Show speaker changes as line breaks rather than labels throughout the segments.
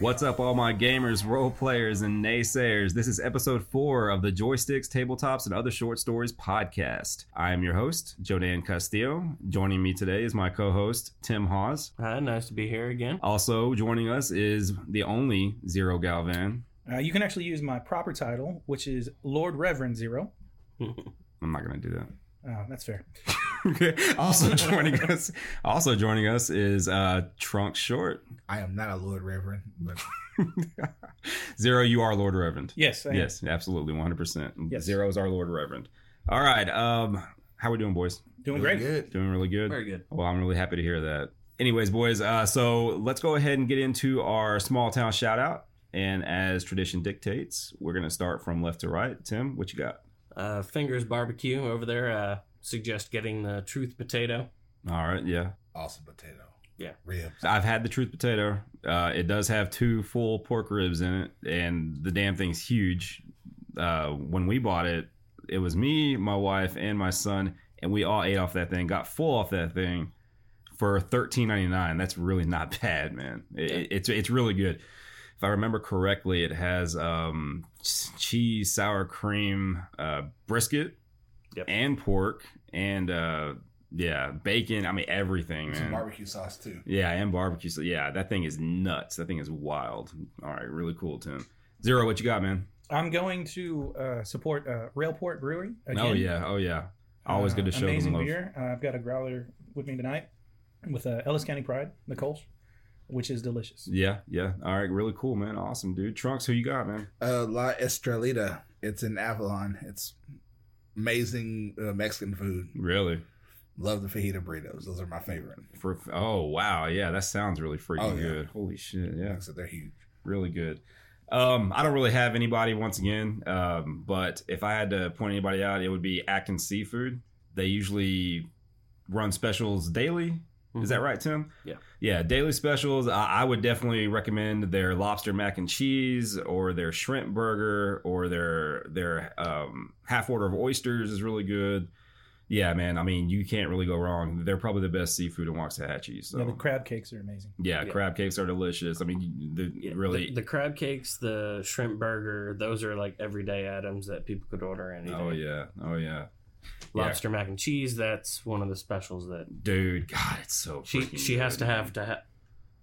What's up, all my gamers, role players, and naysayers? This is episode four of the Joysticks, Tabletops, and Other Short Stories podcast. I am your host, Jodan Castillo. Joining me today is my co host, Tim Hawes.
Hi, nice to be here again.
Also joining us is the only Zero Galvan.
Uh, you can actually use my proper title, which is Lord Reverend Zero.
I'm not going to do that.
Oh, that's fair.
Okay. also joining us, also joining us is uh, Trunk Short.
I am not a Lord Reverend, but
Zero, you are Lord Reverend.
Yes. I am.
Yes, absolutely, 100%.
Yes.
Zero is our Lord Reverend. All right, um, how we doing, boys?
doing
Doing great.
good.
Doing really good.
Very good.
Well, I'm really happy to hear that. Anyways, boys, uh, so let's go ahead and get into our small town shout out. And as tradition dictates, we're going to start from left to right. Tim, what you got?
Uh, Fingers Barbecue over there uh, suggest getting the truth potato.
All right, yeah.
Awesome potato.
Yeah.
Ribs.
I've had the truth potato. Uh, it does have two full pork ribs in it, and the damn thing's huge. Uh, when we bought it, it was me, my wife, and my son, and we all ate off that thing. Got full off that thing for thirteen ninety nine. That's really not bad, man. It,
Yeah.
It's it's really good. If I remember correctly, it has um, s- cheese, sour cream, uh, brisket,
Yep.
and pork, and uh, yeah, bacon. I mean everything, man.
Some barbecue sauce too.
Yeah, and barbecue. So yeah, that thing is nuts. That thing is wild. All right, really cool, Tim. Zero, what you got, man?
I'm going to uh, support uh, Railport Brewery. Again.
Oh yeah, oh yeah. Always good to
Uh,
show
amazing
them love.
beer. Uh, I've got a growler with me tonight with uh, Ellis County Pride, the Kolsch, which is delicious.
Yeah, yeah. All right, really cool, man. Awesome, dude. Trunks, who you got, man?
Uh, La Estrelita. It's in Avalon. It's amazing uh, Mexican food.
Really?
Love the fajita burritos. Those are my favorite.
For oh wow, yeah, that sounds really freaking
Oh, yeah.
good. Holy shit, yeah.
Like I said, they're huge.
really good. Um, I don't really have anybody once again, um, but if I had to point anybody out, it would be Atkins Seafood. They usually run specials daily. Is that right, Tim?
Mm-hmm. Yeah.
Yeah, daily specials. I, I would definitely recommend their lobster mac and cheese, or their shrimp burger, or their their um, half order of oysters is really good. Yeah, man. I mean, you can't really go wrong. They're probably the best seafood in Waxahachie. So
Yeah, the crab cakes are amazing.
yeah,
Yeah.
crab cakes are delicious. I mean, the,
Yeah,
really,
The, the crab cakes, the shrimp burger, those are like everyday items that people could order any day.
Oh yeah, oh yeah,
Lobster mac and cheese, that's one of the specials that
dude. God, it's so.
she
freaking
she has
good,
to
man.
have to ha-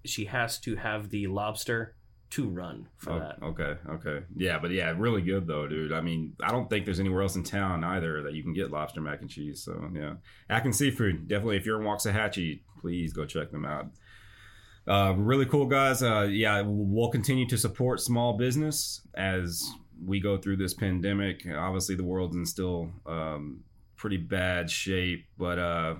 she has to have the lobster to run for
Oh,
that.
Okay, okay, yeah, but yeah, really good though, dude. I mean, I don't think there's anywhere else in town either that you can get lobster mac and cheese. So yeah, Atkins Seafood definitely. If you're in Waxahachie, please go check them out. Uh, really cool guys. Uh, yeah, we'll continue to support small business as we go through this pandemic. Obviously, the world's in still um, pretty bad shape, but uh,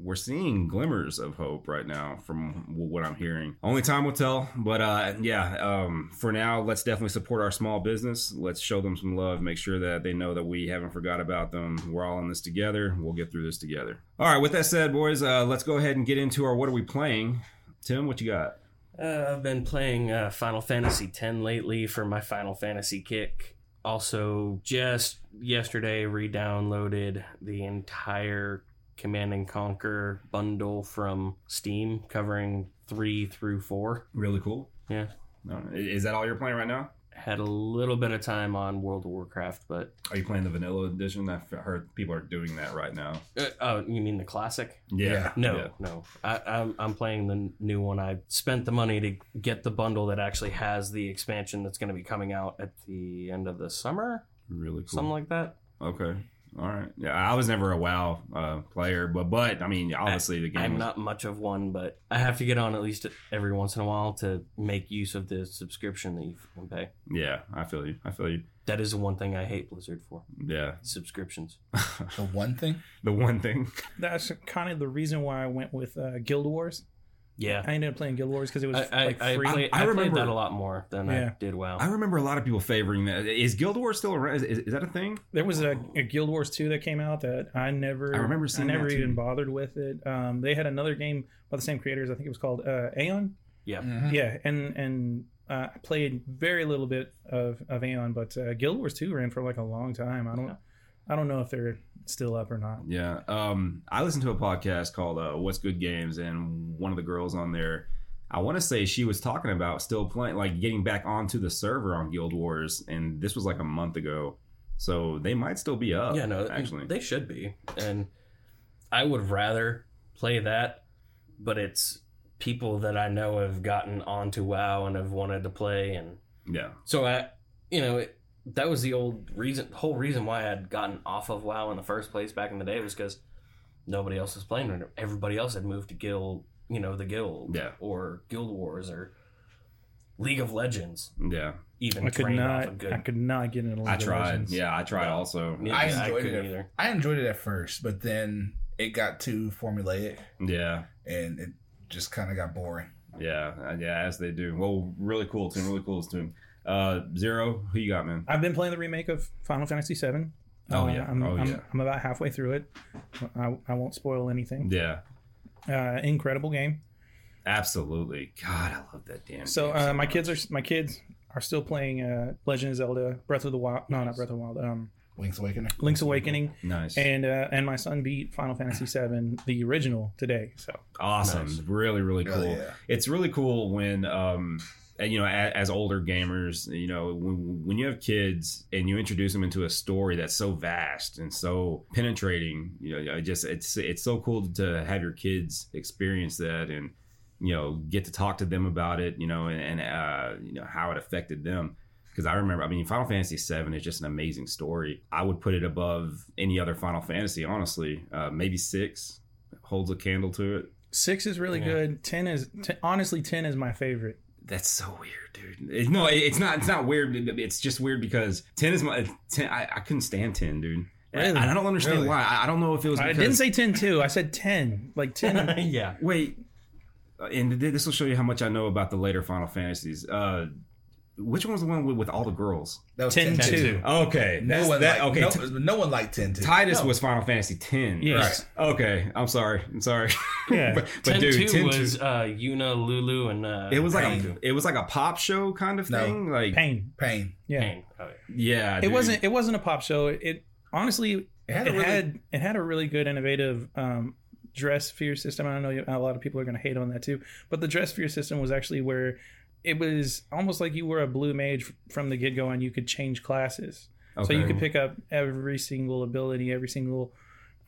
we're seeing glimmers of hope right now from w- what I'm hearing. Only time will tell, but uh, yeah, um, for now, let's definitely support our small business. Let's show them some love. Make sure that they know that we haven't forgot about them. We're all in this together. We'll get through this together. All right. With that said, boys, uh, let's go ahead and get into our what are we playing. Tim, what you got?
Uh, I've been playing uh, Final Fantasy X lately for my Final Fantasy kick. Also, just yesterday, re-downloaded the entire Command and Conquer bundle from Steam, covering three through four.
Really cool.
Yeah,
No, i- is that all you're playing right now?
had a little bit of time on World of Warcraft, but
Are you playing the vanilla edition? I've heard people are doing that right now.
uh, oh, you mean the classic?
Yeah.
No,
Yeah.
no. I, I'm, I'm playing the n- new one. I spent the money to get the bundle that actually has the expansion that's going to be coming out at the end of the summer,
Really cool.
something like that.
Okay. All right. Yeah, I was never a WoW uh, player, but but I mean, obviously the game.
I'm
was-
not much of one, but I have to get on at least every once in a while to make use of the subscription that you can pay.
Yeah, I feel you. I feel you.
That is the one thing I hate Blizzard for
Yeah,
subscriptions.
The one thing.
the one thing.
That's kind of the reason why I went with uh, Guild Wars
Yeah.
I ended up playing Guild Wars because it was
I, I,
like
I,
free.
play-
I
I played
remember-
that a lot more than
Yeah.
I did WoW.
I remember a lot of people favoring that. Is Guild Wars still around? Is, is, is that a thing?
there was a, a Guild Wars 2 that came out that I never
I remember seeing
I never
that, too.
even bothered with it. Um, they had another game by the same creators. I think it was called uh, Aeon.
yeah.
Hmm.
Mhm.
Yeah, and and uh, I played very little bit of of Aeon, but uh, Guild Wars 2 ran for like a long time. I don't I don't know if they're still up or not.
Yeah. Um, I listened to a podcast called uh, What's Good Games, and one of the girls on there, I want to say she was talking about still playing, like getting back onto the server on Guild Wars, and this was like a month ago. So they might still be up.
yeah, no,
actually.
Uh, they should be. And I would rather play that, but it's people that I know have gotten onto WoW and have wanted to play, and
yeah.
so I, you know, it, that was the old reason, whole reason why I'd gotten off of WoW in the first place back in the day was because nobody else was playing it. Everybody else had moved to Guild, you know, the Guild,
Yeah.
or Guild Wars, or League of Legends,
Yeah.
even
I could
drained off
not
a good.
I could not get into League
I
of
tried.
Legends.
Yeah, I tried also.
Yeah,
I enjoyed
couldn't
it. I enjoyed it at first, but then it got too formulaic
Yeah.
and it just kind of got boring.
Yeah. uh, Yeah. As they do. Well, really cool team. Really cool team. Uh, Zero, who you got, man?
I've been playing the remake of Final Fantasy VII.
Oh,
Uh,
yeah.
I'm,
Oh,
I'm,
yeah.
I'm about halfway through it. I, I won't spoil anything.
Yeah.
Uh, incredible game.
Absolutely. God, I love that damn.
So
game
uh, my
much.
kids are my kids are still playing uh, Legend of Zelda: Breath of the Wild. No, not Breath of the Wild. Um,
Link's Awakening.
Link's Awakening,
nice.
and uh, and my son beat Final Fantasy VII, the original, today. So
awesome
Nice.
really really cool
Hell yeah.
it's really cool when um and, you know as, as older gamers you know when, when you have kids and you introduce them into a story that's so vast and so penetrating you know I just it's it's so cool to have your kids experience that and you know get to talk to them about it you know and, and uh you know how it affected them because I remember, I mean, Final Fantasy VII is just an amazing story. I would put it above any other Final Fantasy, honestly. Uh, maybe six holds a candle to it.
six is really
Yeah.
good. Ten is t- honestly ten is my favorite.
That's so weird, dude. It- no, it- it's not. It's not weird. It- It's just weird because ten is my ten. I, I couldn't stand ten, dude. And I-
Really?
And I don't understand
Really?
why. I, I don't know if it was.
I
Because,
didn't say ten two. I said ten. Like ten.
either. yeah.
Wait, uh, and th- this will show you how much I know about the later Final Fantasies. Uh, which one was the one with, with all the girls?
That was
10
10 2.
two.
Okay,
No
that's-
one,
that-
liked,
okay.
no,
T-
no one liked 10 2.
Titus was Final Fantasy ten.
Yes.
Right. Okay, I'm sorry. I'm sorry.
Yeah.
but, but
10
dude, 10
2 was uh, Yuna, Lulu, and. Uh,
it was like a,
Pain.
it was like a pop show kind of
No.
thing. Like
Pain.
Pain.
Yeah.
Pain. Oh, yeah.
yeah,
It
dude.
wasn't. It wasn't a pop show. It, it honestly
It had a
it
really.
had it had a really good innovative um, dress fear system. I know you- a lot of people are going to hate on that too, but the dress fear system was actually where it was almost like you were a blue mage f- from the get go, and you could change classes, so you
Okay.
could pick up every single ability, every single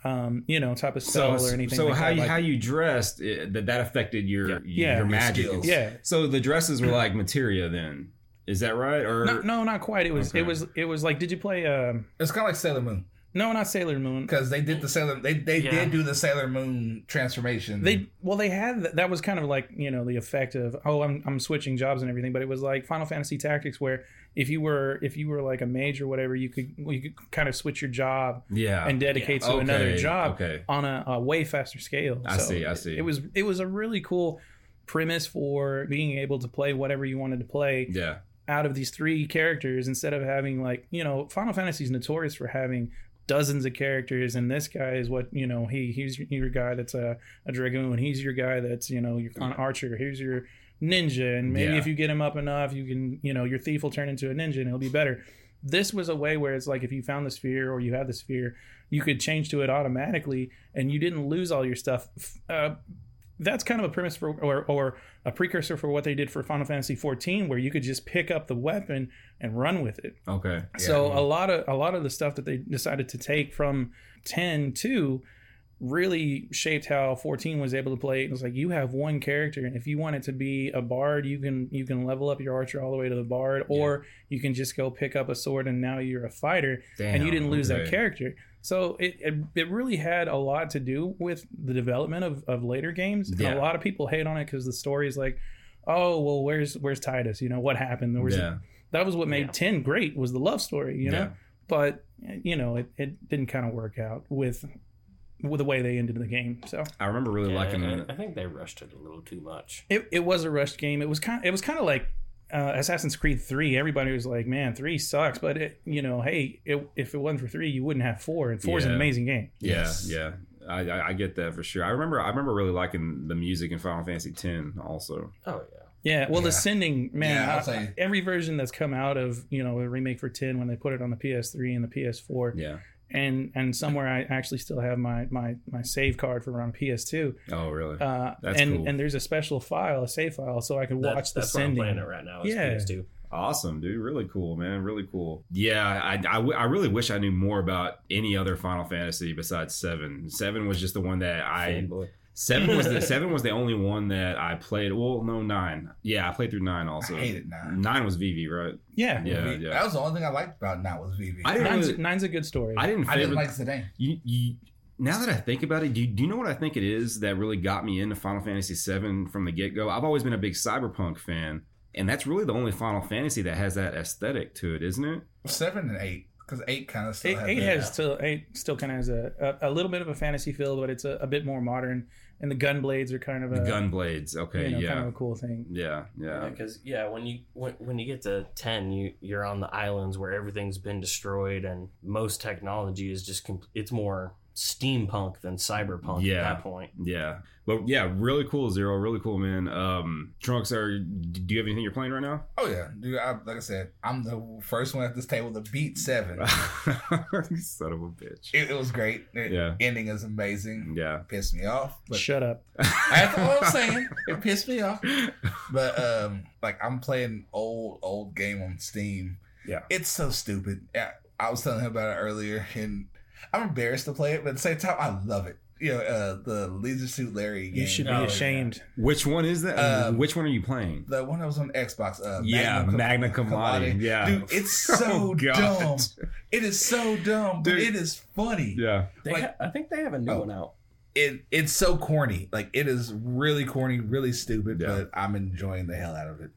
um, you know type of
so,
spell or anything.
so
like
how
that.
you,
Like-
how you dressed it, that that affected your your,
Yeah. Your
magic.
skills.
yeah.
So the dresses were like materia then. Is that right? Or
No, no, not quite. It was
Okay.
it was it was like did you play um
It's kind of like Sailor Moon
no not Sailor Moon.
because they did the Sailor. They they
Yeah.
did do the Sailor Moon transformation.
They well, they had that, that was kind of like you know the effect of oh, I'm I'm switching jobs and everything, but it was like Final Fantasy Tactics where if you were if you were like a mage or whatever, you could you could kind of switch your job
Ah, yeah.
and dedicate to
Okay,
another job
Okay.
on a, a way faster scale.
I see, I see.
It was it was a really cool premise for being able to play whatever you wanted to play
Yeah.
out of these three characters instead of having like you know final fantasy is notorious for having dozens of characters and this guy is what you know he he's your, your guy that's a, a dragoon he's your guy that's you know your an archer here's your ninja and maybe
Yeah.
if you get him up enough you can you know your thief will turn into a ninja and he'll be better this was a way where it's like if you found the sphere or you had the sphere you could change to it automatically and you didn't lose all your stuff F- uh, that's kind of a premise for or, or a precursor for what they did for Final Fantasy 14 where you could just pick up the weapon and run with it.
Okay.
so a lot of a lot of the stuff that they decided to take from 10 to really shaped how 14 was able to play. It was like you have one character and if you want it to be a bard, you can you can level up your archer all the way to the bard or you can just go pick up a sword and now you're a fighter
Damn.
and you didn't lose that
okay.
character. So it, it it really had a lot to do with the development of, of later games. And
Yeah.
a lot of people hate on it because the story is like, oh well, where's where's Titus? You know what happened? Where's
Yeah.
That was what made
Yeah.
ten great was the love story. You know,
Yeah.
but you know it, it didn't kind of work out with with the way they ended the game. So
I remember really
Yeah,
liking
I,
it.
I think they rushed it a little too much.
it, it was a rushed game. It was kind it was kind of like uh, Assassin's Creed Three. Everybody was like, "Man, three sucks," but it, you know, hey, it, if it wasn't for three, you wouldn't have four, and four is an
Yeah.
amazing game.
Yeah,
Yes.
yeah. I, I, I get that for sure. I remember I remember really liking the music in Final Fantasy X also.
Oh yeah.
Yeah, well,
Yeah.
the sending man,
Yeah, I'll
I-
say-
every version that's come out of you know a remake for ten when they put it on the PS3 and the PS4,
Yeah.
and and somewhere I actually still have my my my save card for on PS2.
Oh, really?
Uh,
That's
and
cool.
and there's a special file, a save file, so I can
That-
watch the
that's
sending.
where I'm playing it right now. Is
Yeah.
PS2.
Awesome, dude. Really cool, man. Really cool. Yeah, I, I, w- I really wish I knew more about any other Final Fantasy besides seven. Seven was just the one that I
Fanboy.
seven was the seven was the only one that I played. Well, no nine. Yeah, I played through nine also.
I hated nine.
Nine was Vivi, right?
Yeah,
mm, Yeah,
Vivi-
yeah.
That was the only thing I liked about Nine was Vivi.
I didn't
nine's,
really-
nine's a good story.
I didn't.
I
Favorite,
didn't like Zidane.
you, you. Now that I think about it, do you, do you know what I think it is that really got me into Final Fantasy seven from the get go? I've always been a big cyberpunk fan, and that's really the only Final Fantasy that has that aesthetic to it, isn't it?
Seven and eight, because eight kind of still
Eight,
had
eight
that.
has still eight still kind of has a, a a little bit of a fantasy feel, but it's a, a bit more modern. And the gun blades are kind of a
The gun blades.
you
Okay,
know,
Uh, yeah.
kind of a cool thing.
Yeah, yeah,
Because yeah, when you when, when you get to ten, you you're on the islands where everything's been destroyed, and most technology is just com- it's more steampunk than cyberpunk
Yeah.
at that point.
yeah. But yeah, really cool, Zero. Really cool, man. Um, Trunks, are d- do you have anything you're playing right now?
Oh yeah, dude. I, like I said, I'm the first one at this table to beat seven.
You Son of a bitch.
it, it was great. It-
Yeah. Mm.
Ending is amazing.
Yeah.
Pissed me off, but
Shut up.
that's what I'm saying. It pissed me off. But um, like I'm playing old old game on Steam.
Yeah.
it's so stupid. Yeah, I was telling him about it earlier, and I'm embarrassed to play it, but at the same time, I love it. You know, uh, the Leisure Suit Larry. Game.
You should be
Oh, yeah.
ashamed.
Which one is that?
Um,
Which one are you playing?
The one that was on Xbox. Uh,
yeah,
Cum-
Magna Cum Laude. Yeah.
Dude, it's so
Oh, God.
dumb. It is so dumb, but
Dude.
it is funny.
Yeah.
They
Like-
ha- I think they have a new
Oh.
one out.
It it's so corny. Like it is really corny, really stupid,
Yeah.
but I'm enjoying the hell out of it.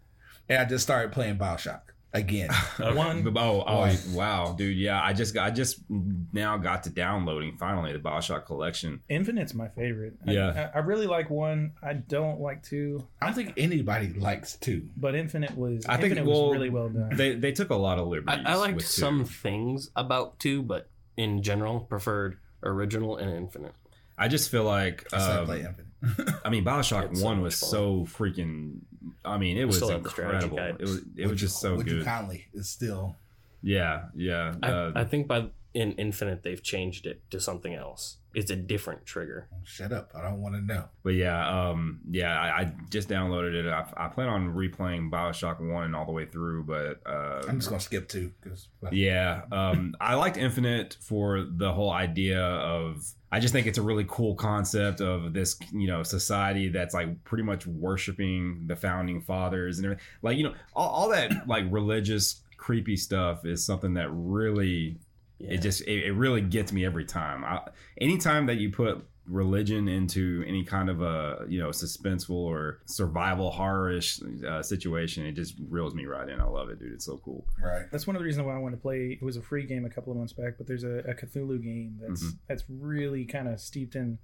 And I just started playing Bioshock again.
One.
One.
Oh, oh,
One.
wow, dude. Yeah, I just, got, I just now got to downloading finally the Bioshock collection.
Infinite's my favorite. I-
Yeah.
I, I really like one. I don't like two,
I don't think anybody likes two.
but Infinite was
I think,
Infinite
well,
was really well done.
They, they took a lot of liberties.
I, I liked
with two.
some things about two, but in general, preferred original and infinite.
I just feel like
I still
um,
play Infinite.
I mean, Bioshock
It's so
One
much
was
fun.
so freaking. I mean, it was
still have the strategy
incredible.
guide.
It was it
Would
was
you-
just so
Would you
good.
kindly is still
Yeah, yeah.
I,
uh,
I think by in infinite they've changed it to something else. It's a different trigger.
shut up. I don't want to know.
but yeah, um, yeah. I, I just downloaded it. I, I plan on replaying Bioshock One all the way through, but uh,
I'm just gonna skip two because
yeah, um, I liked Infinite for the whole idea of. I just think it's a really cool concept of this, you know, society that's like pretty much worshiping the founding fathers and everything. Like, you know, all, all that like religious creepy stuff is something that really
Yeah.
it just it, it really gets me every time I, anytime that you put religion into any kind of a you know suspenseful or survival horror-ish uh, situation it just reels me right in i love it dude it's so cool
right.
That's one of the reasons why I want to play. It was a free game a couple of months back, but there's a, a Cthulhu game that's
Mm-hmm.
that's really kind of steeped in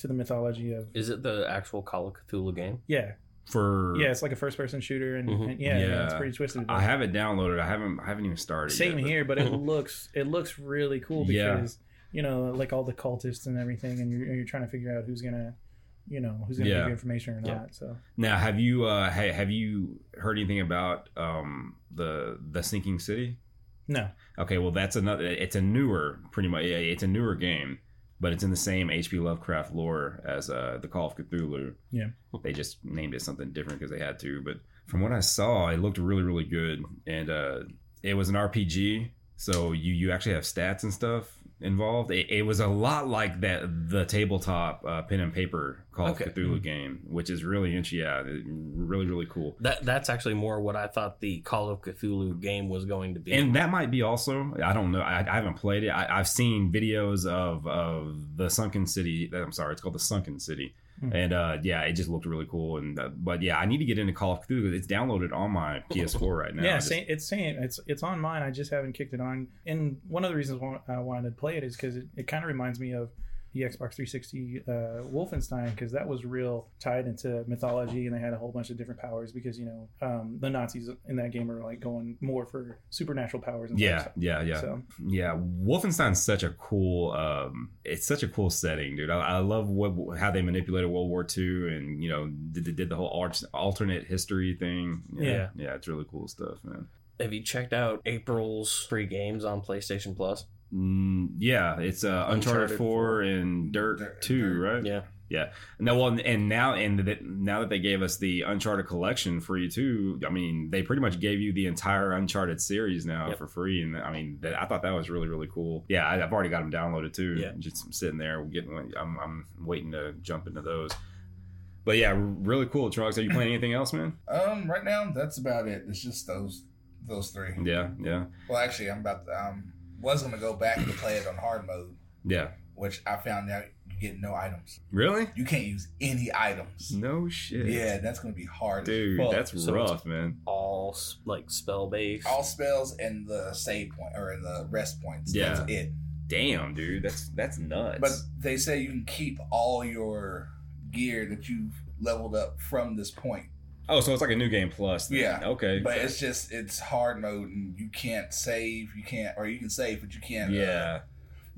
to the mythology of
Is it the actual Call of Cthulhu game?
yeah,
for
yeah. It's like a first person shooter, and,
Mhm.
and yeah, yeah, it's
Mm-hmm. Yeah.
pretty twisted.
i have it downloaded i haven't i haven't even started
Same
yet, but-
here, but it looks it looks really cool
Yeah.
because you know like all the cultists and everything, and you're, you're trying to figure out who's gonna you know who's gonna
Yeah.
give you information or not.
Yeah.
So
now have you uh ha- have you heard anything about um the the sinking city
no,
Okay, well that's another. It's a newer, pretty much. yeah, It's a newer game, but it's in the same H.P. Lovecraft lore as uh, the Call of Cthulhu.
Yeah.
they just named it something different because they had to. But from what I saw, it looked really, really good, and uh, it was an RPG, so you you actually have stats and stuff involved. It, it was a lot like that the tabletop uh, pen and paper Call
Okay.
of Cthulhu game, which is really interesting. Yeah, it- really, really cool.
That that's actually more what I thought the Call of Cthulhu game was going to be.
and that might be also i don't know i, I haven't played it I, i've seen videos of of the sunken city i'm sorry it's called the sunken city
Hmm.
and uh yeah it just looked really cool and uh, but yeah i need to get into call of cthulhu it's downloaded on my ps4 right now I
yeah,
just-
same, it's same. It's it's on mine. I just haven't kicked it on. And one of the reasons why I wanted to play it is because it, it kind of reminds me of the Xbox 360 uh, Wolfenstein because that was real tied into mythology, and they had a whole bunch of different powers because you know um, the Nazis in that game are like going more for supernatural powers. And
Yeah,
stuff.
yeah, yeah.
So
yeah wolfenstein's such a cool um it's such a cool setting dude i, I love what how they manipulated world war ii and you know did, did the whole arch, alternate history thing
Yeah.
yeah it's really cool stuff man
Have you checked out April's free games on PlayStation Plus?
Mm, yeah it's uh uncharted,
Uncharted
4, and dirt,
Dirt-
2
Dirt.
right
Yeah.
no well and now and that now that they gave us the uncharted collection free too i mean they pretty much gave you the entire uncharted series now
Yep.
for free and i mean that, i thought that was really really cool yeah I, i've already got them downloaded too
Yeah.
just sitting there getting I'm, I'm waiting to jump into those but yeah really cool Trugs. are you playing anything else man
Um, right now that's about it. It's just those those three.
yeah yeah
Well, actually, I'm about to, um was gonna go back to play it on hard mode,
yeah
which I found out you get no items.
really
You can't use any items.
no shit
Yeah, that's gonna be hard. as
dude
fuck.
that's
so it's-
rough man
All s- like spell based.
all spells and the save point or in the rest points.
Yeah.
That's it.
damn dude that's that's nuts
But they say you can keep all your gear that you've leveled up from this point.
oh so it's like a new game plus then.
Yeah.
okay
But it's just it's hard mode and you can't save, you can't or you can save but you can't uh,
yeah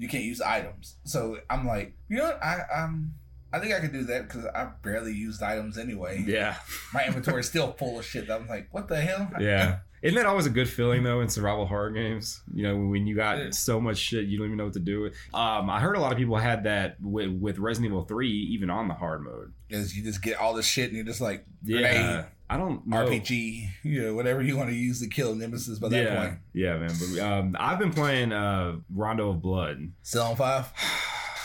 you can't use items. So I'm like, you know what? I um I think I could do that because I barely used items anyway.
yeah
My inventory is still full of shit. I'm like, what the hell?
Yeah. Isn't that always a good feeling though in survival horror games? You know, when you got
Yeah.
so much shit, you don't even know what to do with. Um, I heard a lot of people had that with, with Resident Evil Three, even on the hard mode.
Because you just get all this shit and you're just like
Yeah,
Grenade.
I don't know.
RPG, you know, whatever you want to use to kill nemesis by that
yeah,
point.
yeah, man. But, um, I've been playing uh, Rondo of Blood,
Still on five.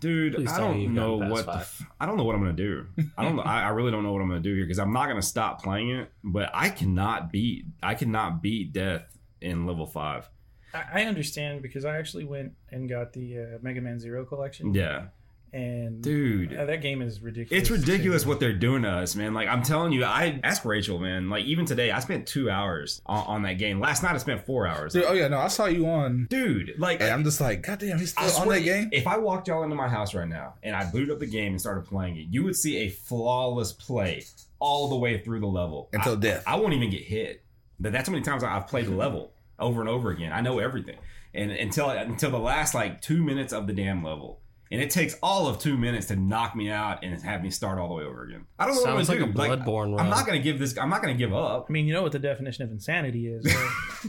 dude.
Please
I
tell me
don't
you've
know
gotten past
what the
five.
f- I don't know what I'm gonna do. I don't. I, I really don't know what I'm gonna do here because I'm not gonna stop playing it. But I cannot beat. I cannot beat death in level five.
I, I understand because I actually went and got the uh, Mega Man Zero collection.
Yeah,
and
dude.
uh, that game is ridiculous.
It's ridiculous
too.
what they're doing to us, man. Like I'm telling you, I ask Rachel, man. Like even today, I spent two hours on, on that game. Last night, I spent four hours.
Dude, oh yeah, no, I saw you on.
Dude, like
And I'm just like, God damn, he's
I
still on
swear,
that game.
If I walked y'all into my house right now and I booted up the game and started playing it, you would see a flawless play all the way through the level.
Until death.
I won't even get hit. But that's how many times I've played the level over and over again. I know everything, and until until the last like two minutes of the damn level, and it takes all of two minutes to knock me out and have me start all the way over again. I don't know
Sounds
what
like
I'm
a
gonna do.
Bloodborne run.
I'm not gonna give this. I'm not gonna give up.
I mean, you know what the definition of insanity is.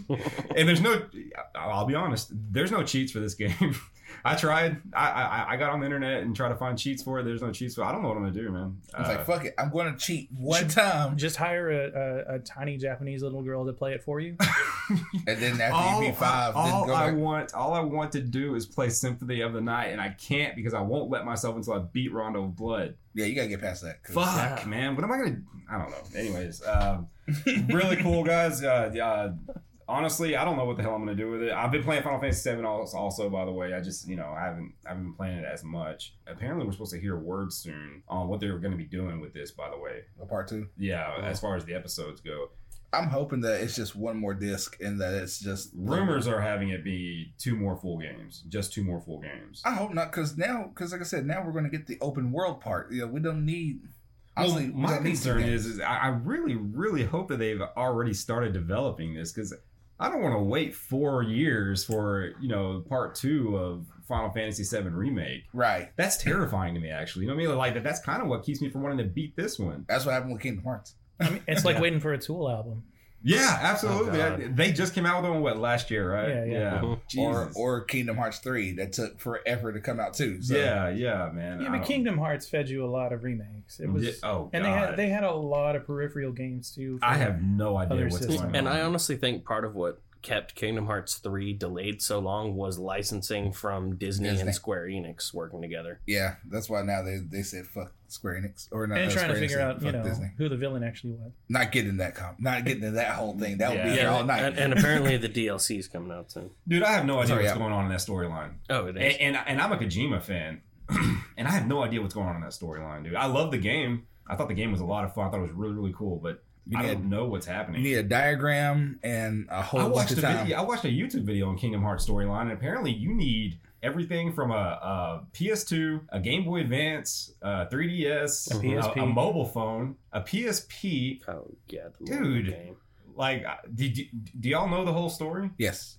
right?
And there's no. I'll be honest. There's no cheats for this game. I tried. I, I I got on the internet and tried to find cheats for it. There's no cheats for. it. I don't know what I'm gonna do, man.
I was
Uh,
like, fuck it, I'm going to cheat one time,
Just hire a, a, a tiny Japanese little girl to play it for you.
and then after
all,
you beat five,
all
then go
I
back.
want, all I want to do is play Symphony of the Night, and I can't because I won't let myself until I beat Rondo of Blood.
yeah, you gotta get past that. 'cause-
Fuck,
Yeah.
man. What am I gonna? I don't know. Anyways, um, really cool guys. Uh, yeah. Honestly, I don't know what the hell I'm gonna do with it. I've been playing Final Fantasy VII also, also by the way. I just, you know, I haven't, I haven't been playing it as much. Apparently, we're supposed to hear word soon on what they're gonna be doing with this. By the way,
A Part two.
yeah, as far as the episodes go,
I'm hoping that it's just one more disc and that it's just
rumors are having it be two more full games, just two more full games.
I hope not, because now, because like I said, now we're gonna get the open world part. You know, we don't need.
Well,
honestly, we
my
don't need two
concern
games.
is, is I I really, really hope that they've already started developing this because I don't want to wait four years for you know part two of Final Fantasy VII remake.
right.
That's terrifying to me, actually. You know what I mean? Like that, that's kind of what keeps me from wanting to beat this one.
That's what happened with Kingdom Hearts.
It's like
Yeah.
waiting for a Tool album.
Yeah, absolutely.
Oh, God.
they just came out with one what last year, right?
Yeah, yeah.
Or,
Or or Kingdom Hearts three that took forever to come out too. So.
yeah, yeah, man.
Yeah,
I
but
don't-
Kingdom Hearts fed you a lot of remakes. It was,
Yeah, oh,
and they had
God.
they had a lot of peripheral games too. for-
I have no idea
Other
what's
systems.
going on.
and I honestly think part of what kept Kingdom Hearts 3 delayed so long was licensing from Disney,
Disney.
and Square Enix working together.
Yeah, that's why now they they said fuck Square Enix or not.
and
uh,
trying
Square
to
Enix
figure
said,
out you
"Fuck
know who the villain actually was.
Not getting that comp. Not getting to that whole thing. That would
Yeah.
be here all night.
and, and apparently the DLC is coming out soon.
Dude, I have no idea
Sorry,
what's
yeah.
going on in that storyline.
Oh, it is.
and, and and I'm a Kojima fan, and I have no idea what's going on in that storyline, dude. I love the game. I thought the game was a lot of fun. I thought it was really really cool, but
you,
I
need
don't
a,
know what's
you
happening.
need a diagram and a whole
I
bunch
watched a
of time.
video. I watched a YouTube video on Kingdom Hearts storyline, and apparently you need everything from a, a PS2, a Game Boy Advance, a 3DS,
A
PSP.
a mobile phone, a PSP.
Oh yeah, the
eh. Dude.
mobile game.
Like, uh, did you- do y'all know the whole story?
Yes,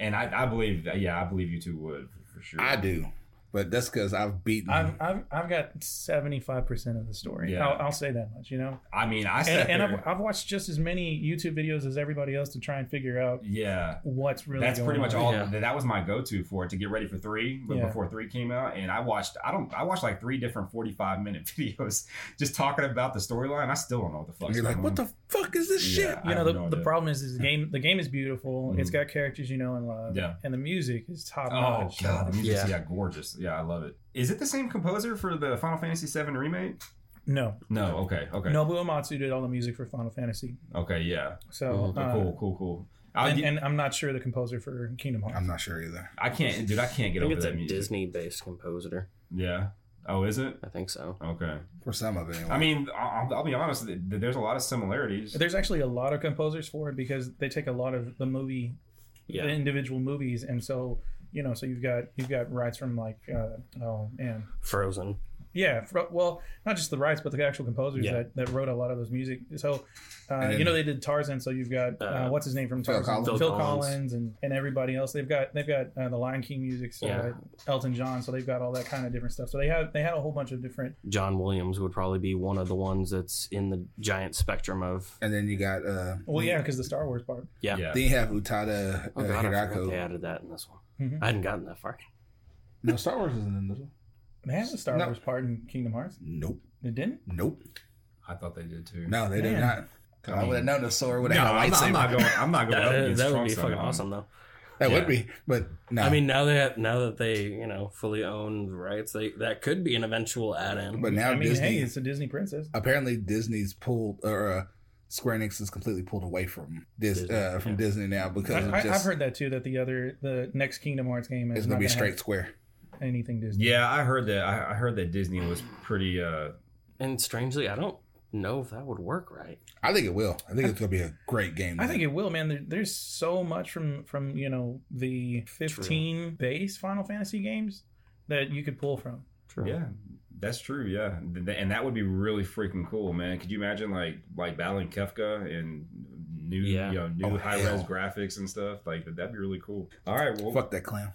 And I, I believe, that, yeah, I believe you two would for sure.
I do, but that's because I've beaten.
I've, I've, I've got 75% of the story.
Yeah.
I'll, I'll say that much, you know?
I mean, I sat
And, and
there-
I've, I've watched just as many YouTube videos as everybody else to try and figure out
yeah.
what's really
That's
going
pretty much
on.
all.
Yeah.
That was my go-to for it to get ready for three, but
Yeah.
before three came out, and I watched. I don't. I watched like three different forty-five minute videos just talking about the storyline. I still don't know what the fuck.
you're like, what the fuck is this shit?
You know, the, the problem is, is the game the game is beautiful. It's
Mhm.
got characters you know and love.
Yeah.
And the music is top
Oh
notch.
god, the music's yeah.
Yeah.
gorgeous. Yeah, I love it. Is it the same composer for the Final Fantasy VII remake?
No.
No. Okay. Okay.
Nobuo Amatsu did all the music for Final Fantasy.
Okay. Yeah.
So
Mhm.
uh,
cool. Cool. Cool. I,
and, and I'm not sure the composer for Kingdom Hearts.
I'm not sure either.
I can't, dude. I can't
I
get
think
over
it's a
that music.
Disney-based composer.
Yeah. Oh, is it?
I think so.
Okay.
For some of it, anyway.
I mean, I'll, I'll be honest. th- There's a lot of similarities.
There's actually a lot of composers for it because they take a lot of the movie, the
Yeah,
individual movies, and so you know, so you've got you've got rights from like, uh, oh man,
Frozen.
yeah, fro- well, not just the rights, but the actual composers
Yeah.
that, that wrote a lot of those music. So, uh,
And then-
you know, they did Tarzan. So you've got uh,
Uh,
what's his name from
Phil
Tarzan,
Collins.
Phil
Collins,
Collins.
and, and everybody else. They've got they've got uh, the Lion King music, so
Yeah.
uh, Elton John. So they've got all that kind of different stuff. So they have they had a whole bunch of different.
John Williams would probably be one of the ones that's in the giant spectrum of.
and then you got uh,
Well, yeah,
Mm.
because the Star Wars part.
Yeah.
Yeah.
Then you have Utada uh,
Oh god, I forgot they
Hirako.
added that in this one.
Mhm.
I hadn't gotten that far.
No, Star Wars isn't in this one.
They have the Star
No.
Wars part in Kingdom Hearts.
Nope,
They didn't.
nope.
I thought they did too.
No, they did
Man.
not. 'Cause I,
I mean-
would have known the sword would
No,
have
I'm
had a
not,
lightsaber.
I'm not going. I'm not going. up
That,
against
that would
Trunks
be
on
fucking
that one.
awesome, though.
that
Yeah.
would be, but no.
I mean, now that now that they you know fully own the rights, they that could be an eventual add-in.
but now
I mean,
Disney.
hey, it's a Disney princess.
apparently Disney's pulled or uh, Square Enix is completely pulled away from Dis-
Disney,
uh, from
yeah.
Disney now
I,
because
I-
of just
I've heard that too. That the other the next Kingdom Hearts game is
it's gonna be
not gonna
straight
have
Square.
anything Disney.
Yeah, I heard that. I, I heard that Disney was pretty. uh
and strangely, I don't know if that would work right.
I think it will. I think it's gonna be a great game.
I think it will, man. There, there's so much from from you know the 15 base Final Fantasy games that you could pull from.
True.
Yeah, that's true. Yeah, Th- th- and that would be really freaking cool, man. Could you imagine like like battling Kefka and new
Yeah.
you know new
Oh,
high res
hell.
graphics and stuff? Like that'd be really cool. All right, well,
fuck that clown.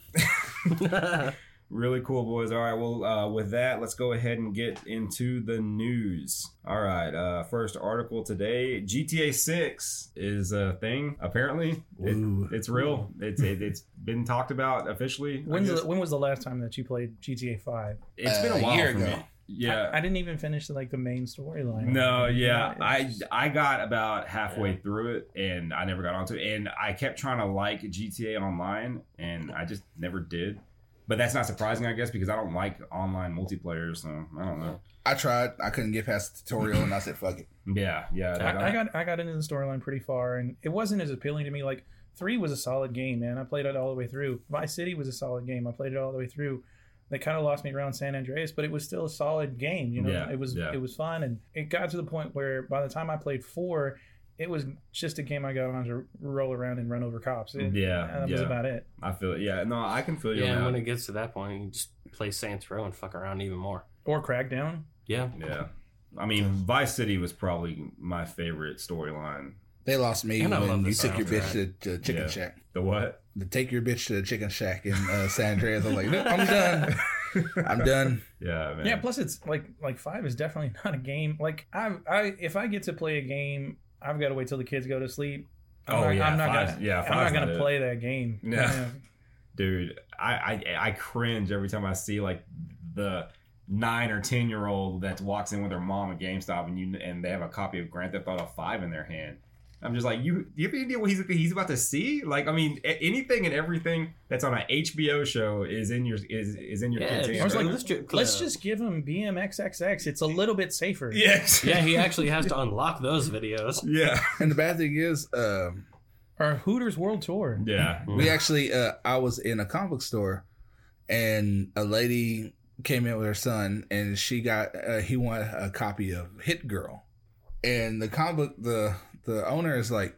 Really cool, boys. All right, well, uh, with that, let's go ahead and get into the news. All right, uh, first article today: GTA Six is a thing. Apparently, It-
Ooh.
it's real. It's it, it's been talked about officially. I
When's
guess.
the, when was the last time that you played GTA 5?
it's been
Uh,
a
a
while
year
for
ago.
me. Yeah,
I, I didn't even finish like the main storyline.
No, yeah,
it's-
I I got about halfway through it and I never got onto it, and I kept trying to like GTA Online, and I just never did. But that's not surprising, I guess, because I don't like online multiplayer, so I don't know.
I tried. I couldn't get past the tutorial, and I said, "Fuck it."
Yeah, yeah, like,
I, I got I got into the storyline pretty far, and it wasn't as appealing to me. Like three was a solid game, man. I played it all the way through. Vice City was a solid game. I played it all the way through. They kind of lost me around San Andreas, but it was still a solid game. You know,
Yeah,
it was
yeah.
it was fun, and it got to the point where by the time I played four, it was just a game I got on to roll around and run over cops. It- uh,
yeah,
that was
yeah.
about it.
I feel it. Yeah, no, I can feel you.
yeah, and
on
when
that.
it gets to that point, you just play Saints Row and fuck around even more.
Or Crackdown.
Yeah.
yeah. I mean, Vice City was probably my favorite storyline.
They lost me
And I love
when
the
you took your bitch
soundtrack.
to, to Chicken
Yeah.
Shack.
The what?
To take your bitch to the Chicken Shack in uh, San Andreas. I'm like, "Nope, I'm done. I'm done.
Yeah, man.
Yeah, plus it's like like five is definitely not a game. Like I I if I get to play a game, I've got to wait till the kids go to sleep. I'm
Oh,
not,
yeah,
I'm not
five's-
gonna,
yeah,
I'm
five's
not gonna
not it.
play that game.
No.
Yeah.
dude I, I i cringe every time i see like the nine or ten year old that walks in with their mom at gamestop and you and they have a copy of grand theft auto 5 in their hand i'm just like you do you have any idea what he's he's about to see like i mean a- anything and everything that's on an hbo show is in your is is in your
Yeah,
kids
dude,
I
hands
was like,
right
let's ju-
Let's just give him BMXXX. It's a little bit safer.
now. yes
Yeah, he actually has to unlock those videos.
yeah
And the bad thing is, um,
Or Hooters World Tour.
yeah
We actually, uh, I was in a comic book store, and a lady came in with her son, and she got uh, he wanted a copy of Hit Girl, and the comic book the the owner is like,
Oh.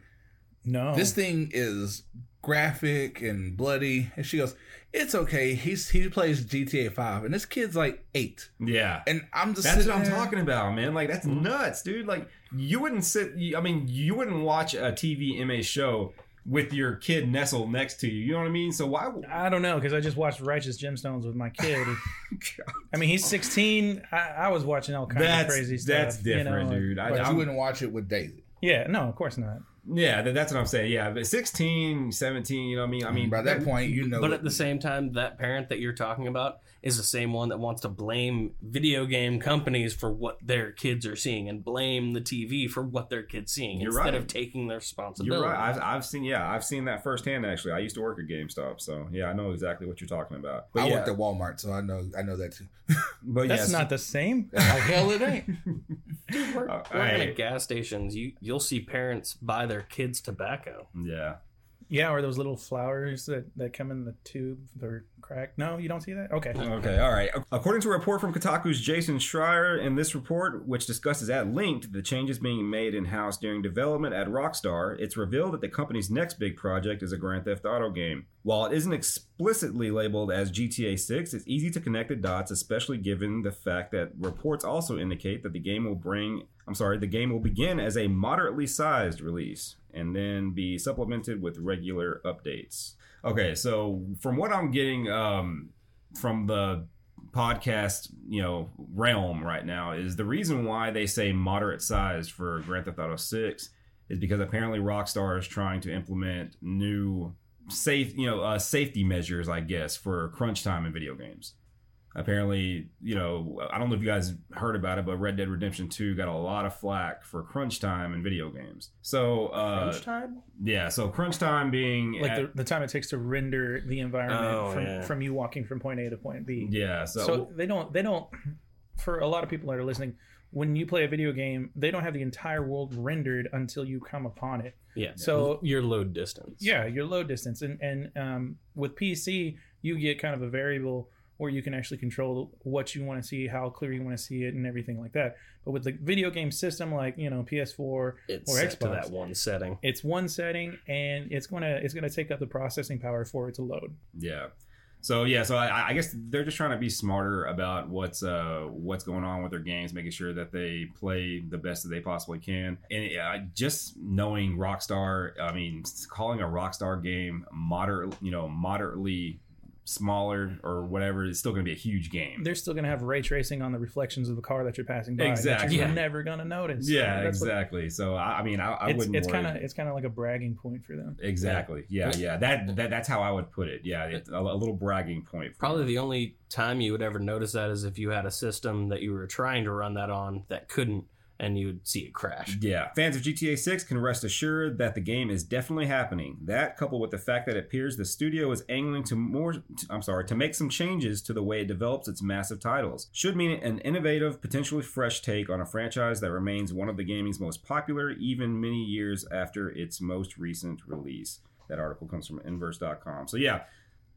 No.
this thing is graphic and bloody. And she goes, "It's okay. He's he plays GTA Five, and this kid's like eight.
Yeah.
And I'm just
That's
sitting
what I'm
there- Mm-hmm.
talking about, man. Like that's nuts, dude. Like you wouldn't sit. you- I mean, you wouldn't watch a TV MA show with your kid nestled next to you. You know what I mean? So why?
I don't know because I just watched Righteous Gemstones with my kid. I mean, he's 16. I, I was watching all kinds of
That's
crazy stuff.
that's
you know,
different,
like-
dude. I,
But you
I'm-
wouldn't watch it with Daisy.
Yeah, no, of course not.
yeah, that, that's what I'm saying. Yeah, but 16, 17. You know what I mean? I mean,
by that point, you know.
But at the same time, that parent that you're talking about is the same one that wants to blame video game companies for what their kids are seeing and blame the TV for what their kids seeing
You're
instead
right.
of taking their responsibility.
You're right. I've, I've seen, yeah, I've seen that firsthand. Actually, I used to work at GameStop, so yeah, I know exactly what you're talking about. But
I
yeah,
worked at Walmart, so I know I know that too.
but
That's
yes,
not the same.
Oh hell, it ain't.
Dude, we're,
Uh,
we're
hey.
at gas stations. You you'll see parents buy their kids tobacco.
yeah,
Yeah, or those little flowers that, that come in the tube or crack. No, you don't see that? Okay.
Okay, all right. According to a report from Kotaku's Jason Schreier, in this report, which discusses at length the changes being made in house during development at Rockstar, it's revealed that the company's next big project is a Grand Theft Auto game. While it isn't explicitly labeled as GTA 6, it's easy to connect the dots, especially given the fact that reports also indicate that the game will bring. I'm sorry, the game will begin as a moderately sized release and then be supplemented with regular updates. Okay, so from what I'm getting, um, from the podcast you know realm right now is the reason why they say moderate sized for Grand Theft Auto 6 is because apparently Rockstar is trying to implement new safe you know uh, safety measures I guess for crunch time in video games. Apparently, you know, I don't know if you guys heard about it, but Red Dead Redemption 2 got a lot of flack for crunch time in video games. So, uh,
Crunch time?
yeah, so crunch time being
Like
at-
the, the time it takes to render the environment
Oh,
from,
yeah.
from you walking from point A to point B.
yeah,
so,
so,
they don't they don't for a lot of people that are listening when you play a video game they don't have the entire world rendered until you come upon it
Yeah.
so
your load distance.
yeah your load distance and and um, with pc you get kind of a variable where you can actually control what you want to see how clear you want to see it and everything like that but with the video game system like you know ps4
It's
Or
set to
Xbox.
that one setting.
it's one setting and it's gonna it's gonna take up the processing power for it to load
Yeah. So yeah, so I, I guess they're just trying to be smarter about what's uh what's going on with their games, making sure that they play the best that they possibly can. And uh, just knowing Rockstar, I mean, calling a Rockstar game moderate, you know, moderately smaller or whatever, it's still going to be a huge game.
they're still gonna have ray tracing on the reflections of the car that you're passing by that
Exactly.
you're
Yeah.
never gonna notice
Yeah,
That's what-
exactly. So I, I mean, I, I
it's
wouldn't.
it's
worry.
kind of it's kind of like a bragging point for them.
exactly. Yeah, yeah. That, that that's how I would put it. Yeah, it's a, a little bragging point. for
Probably the only time you would ever notice that is if you had a system that you were trying to run that on that couldn't, and you would see it crash.
Yeah. Fans of GTA 6 can rest assured that the game is definitely happening. That, coupled with the fact that it appears the studio is angling to more, t- I'm sorry, to make some changes to the way it develops its massive titles, should mean an innovative, potentially fresh take on a franchise that remains one of the gaming's most popular, even many years after its most recent release. That article comes from inverse.com. So, yeah.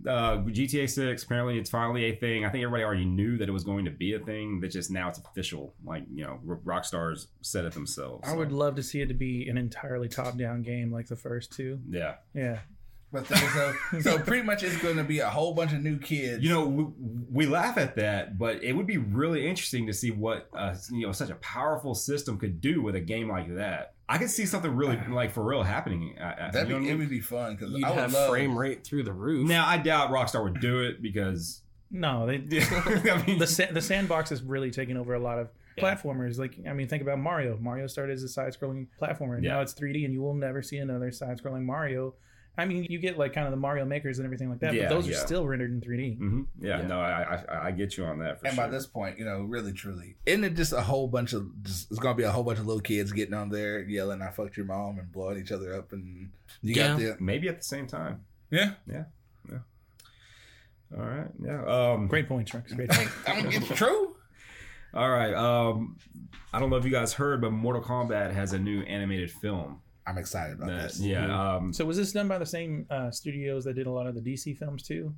Uh, GTA 6 apparently it's finally a thing. I think everybody already knew that it was going to be a thing. That just now it's official. Like you know, R- Rockstar's said it themselves.
I
so.
would love to see it to be an entirely top-down game like the first two.
Yeah.
Yeah,
But so, so, so pretty much it's going to be a whole bunch of new kids.
You know, we, we laugh at that, but it would be really interesting to see what uh, you know such a powerful system could do with a game like that. I could see something really like for real happening. I, I,
that'd
you
be,
know what I
it
mean?
would be fun because
You'd
I would
have
love.
frame rate through the roof.
Now I doubt Rockstar would do it because
no, they
I mean,
the sa- the sandbox is really taking over a lot of
Yeah.
platformers. Like I mean, think about Mario. Mario started as a side-scrolling platformer, and
Yeah.
now it's 3D, and you will never see another side-scrolling Mario. I mean, you get like kind of the Mario makers and everything like that,
Yeah,
but those
yeah.
are still rendered in 3D.
Mhm. yeah,
Yeah.
no, I, I I get you on that. For
and
sure.
by this point, you know, really truly, isn't it just a whole bunch of? Just, it's going to be a whole bunch of little kids getting on there yelling, "I fucked your mom" and blowing each other up, and you got the
maybe at the same time.
yeah.
All right, yeah. Um,
Great point, Trunks. Great.
I
Point.
mean, I mean, it's true.
All right. Um, I don't know if you guys heard, but Mortal Kombat has a new animated film.
I'm excited about
That,
this.
yeah. Um,
So was this done by the same uh, studios that did a lot of the DC films too?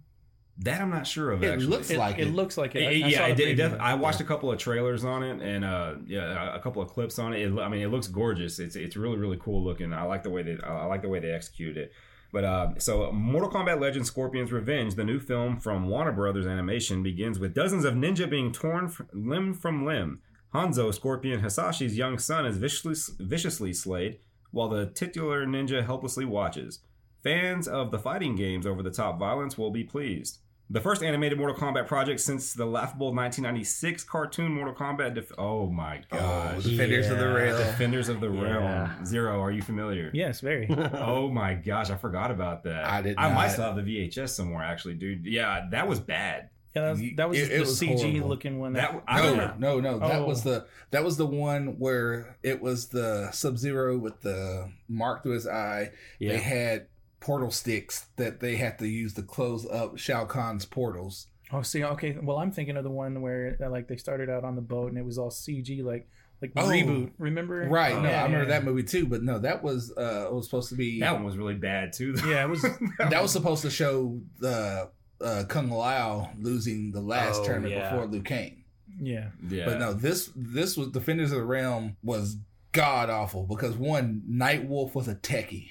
that I'm not sure of.
It
actually.
looks
It,
like
it
it.
looks like it. I- I
It-
saw
yeah,
the
it did, it
preview.
def- I watched a couple of trailers on it, and uh, yeah, a- a couple of clips on it. it. lo- I mean, it looks gorgeous. It's it's really really cool looking. I like the way they I like the way they execute it. But uh, so, Mortal Kombat Legends: Scorpion's Revenge, the new film from Warner Brothers Animation, begins with dozens of ninja being torn f- limb from limb. Hanzo, Scorpion Hisashi's young son, is viciously, viciously slayed, while the titular ninja helplessly watches. Fans of the fighting games over the top violence will be pleased. The first animated Mortal Kombat project since the laughable 1996 cartoon Mortal Kombat. Def- oh my
Oh,
gosh.
Defenders of the
yeah.
Rail.
Defenders of the Realm.
Yeah.
Zero, are you familiar?
Yes, very.
Oh my gosh, I forgot about that.
I did
I might
not.
still have the VHS somewhere, actually, dude. Yeah, that was bad.
Yeah, that was,
You-
that was
it-
just
it
the
was
CG
horrible.
looking one.
That I
No,
remember.
no, no. That
Oh.
was the that was the one where it was the Sub Zero with the mark through his eye. They
yeah.
had portal sticks that they had to use to close up Shao Kahn's portals.
oh, see, okay. Well, I'm thinking of the one where uh, like they started out on the boat and it was all CG, like like
Oh.
reboot. Remember? Oh,
Right.
Oh,
no,
Yeah,
I remember
yeah.
that movie too. But no, that was uh, it was supposed to be
That one was really bad too. though.
Yeah, it was.
that was supposed to show the uh, Kung Lao losing the last
Oh,
tournament
yeah.
before Liu Kang.
Yeah,
yeah.
But no, this this was Defenders of the Realm was god awful because one Night Wolf was a techie.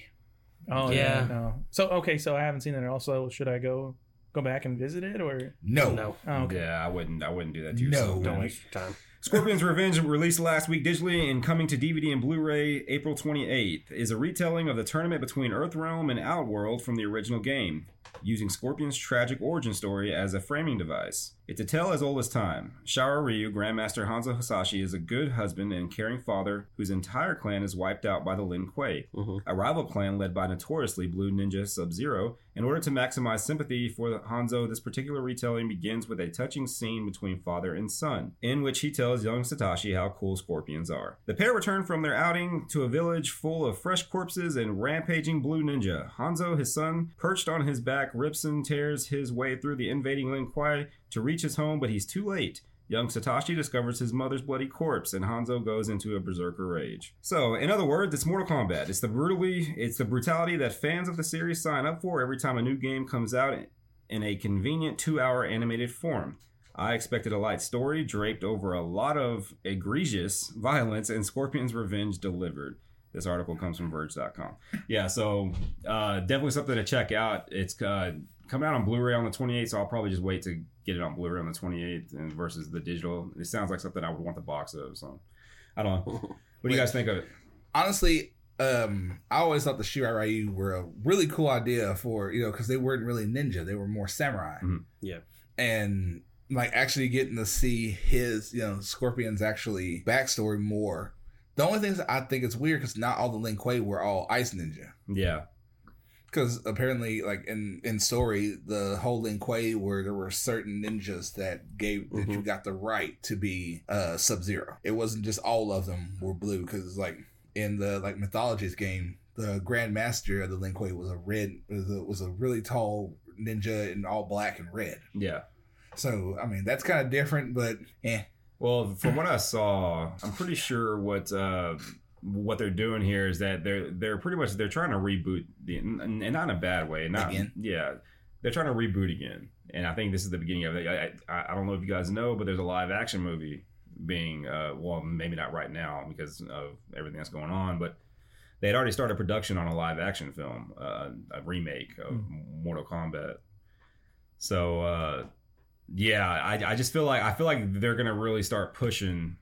Oh yeah.
Yeah.
No. So okay. So I haven't seen it. Also, should I go go back and visit it or?
No,
No.
Oh, okay.
Yeah, I wouldn't. I wouldn't do that to
No.
yourself.
Don't
man.
waste your time.
Scorpion's Revenge, released last week digitally and coming to DVD and Blu-ray April 28th, is a retelling of the tournament between Earthrealm and Outworld from the original game, using Scorpion's tragic origin story as a framing device. It's a tale as old as time. Shao Ryu, Grandmaster Hanzo Hisashi, is a good husband and caring father whose entire clan is wiped out by the Lin Kuei
Mhm.
a rival clan led by notoriously Blue Ninja Sub Zero. In order to maximize sympathy for Hanzo, this particular retelling begins with a touching scene between father and son, in which he tells young Satoshi how cool scorpions are. The pair return from their outing to a village full of fresh corpses and rampaging Blue Ninja. Hanzo, his son, perched on his back, rips and tears his way through the invading Lin Kuei to reach his home, but he's too late. Young Satoshi discovers his mother's bloody corpse, and Hanzo goes into a berserker rage. So, in other words, it's Mortal Kombat. It's the brutally, it's the brutality that fans of the series sign up for every time a new game comes out in a convenient two-hour animated form. I expected a light story draped over a lot of egregious violence, and Scorpion's Revenge delivered. This article comes from Verge.com. Yeah, so uh, definitely something to check out. It's uh, coming out on Blu-ray on the 28th, so I'll probably just wait to get it on Blu-ray on the 28th and versus the digital. It sounds like something I would want the box of. So I don't know. What do you guys think of it?
honestly, um, I always thought the Shirai Ryu were a really cool idea for you know because they weren't really ninja; they were more samurai.
Mhm.
Yeah.
and like actually getting to see his you know Scorpion's actually backstory more. The only thing is I think it's weird because not all the Lin Kuei were all ice ninja.
Yeah,
Because apparently, like in in story, the whole Lin Kuei where there were certain ninjas that gave that you got the right to be uh Sub Zero. It wasn't just all of them were blue. Because like in the like mythologies game, the Grand Master of the Lin Kuei was a red was a, was a really tall ninja in all black and red.
yeah.
So I mean that's kind of different, but eh.
Well, from what I saw, I'm pretty sure what uh, what they're doing here is that they're they're pretty much they're trying to reboot the and and not in a bad way. Not
Again?
yeah, they're trying to reboot again, and I think this is the beginning of it. I, I, I don't know if you guys know, but there's a live action movie being uh, well, maybe not right now because of everything that's going on, but they had already started production on a live action film, uh, a remake of Mortal Kombat. So uh, yeah, I, I just feel like I feel like they're gonna really start pushing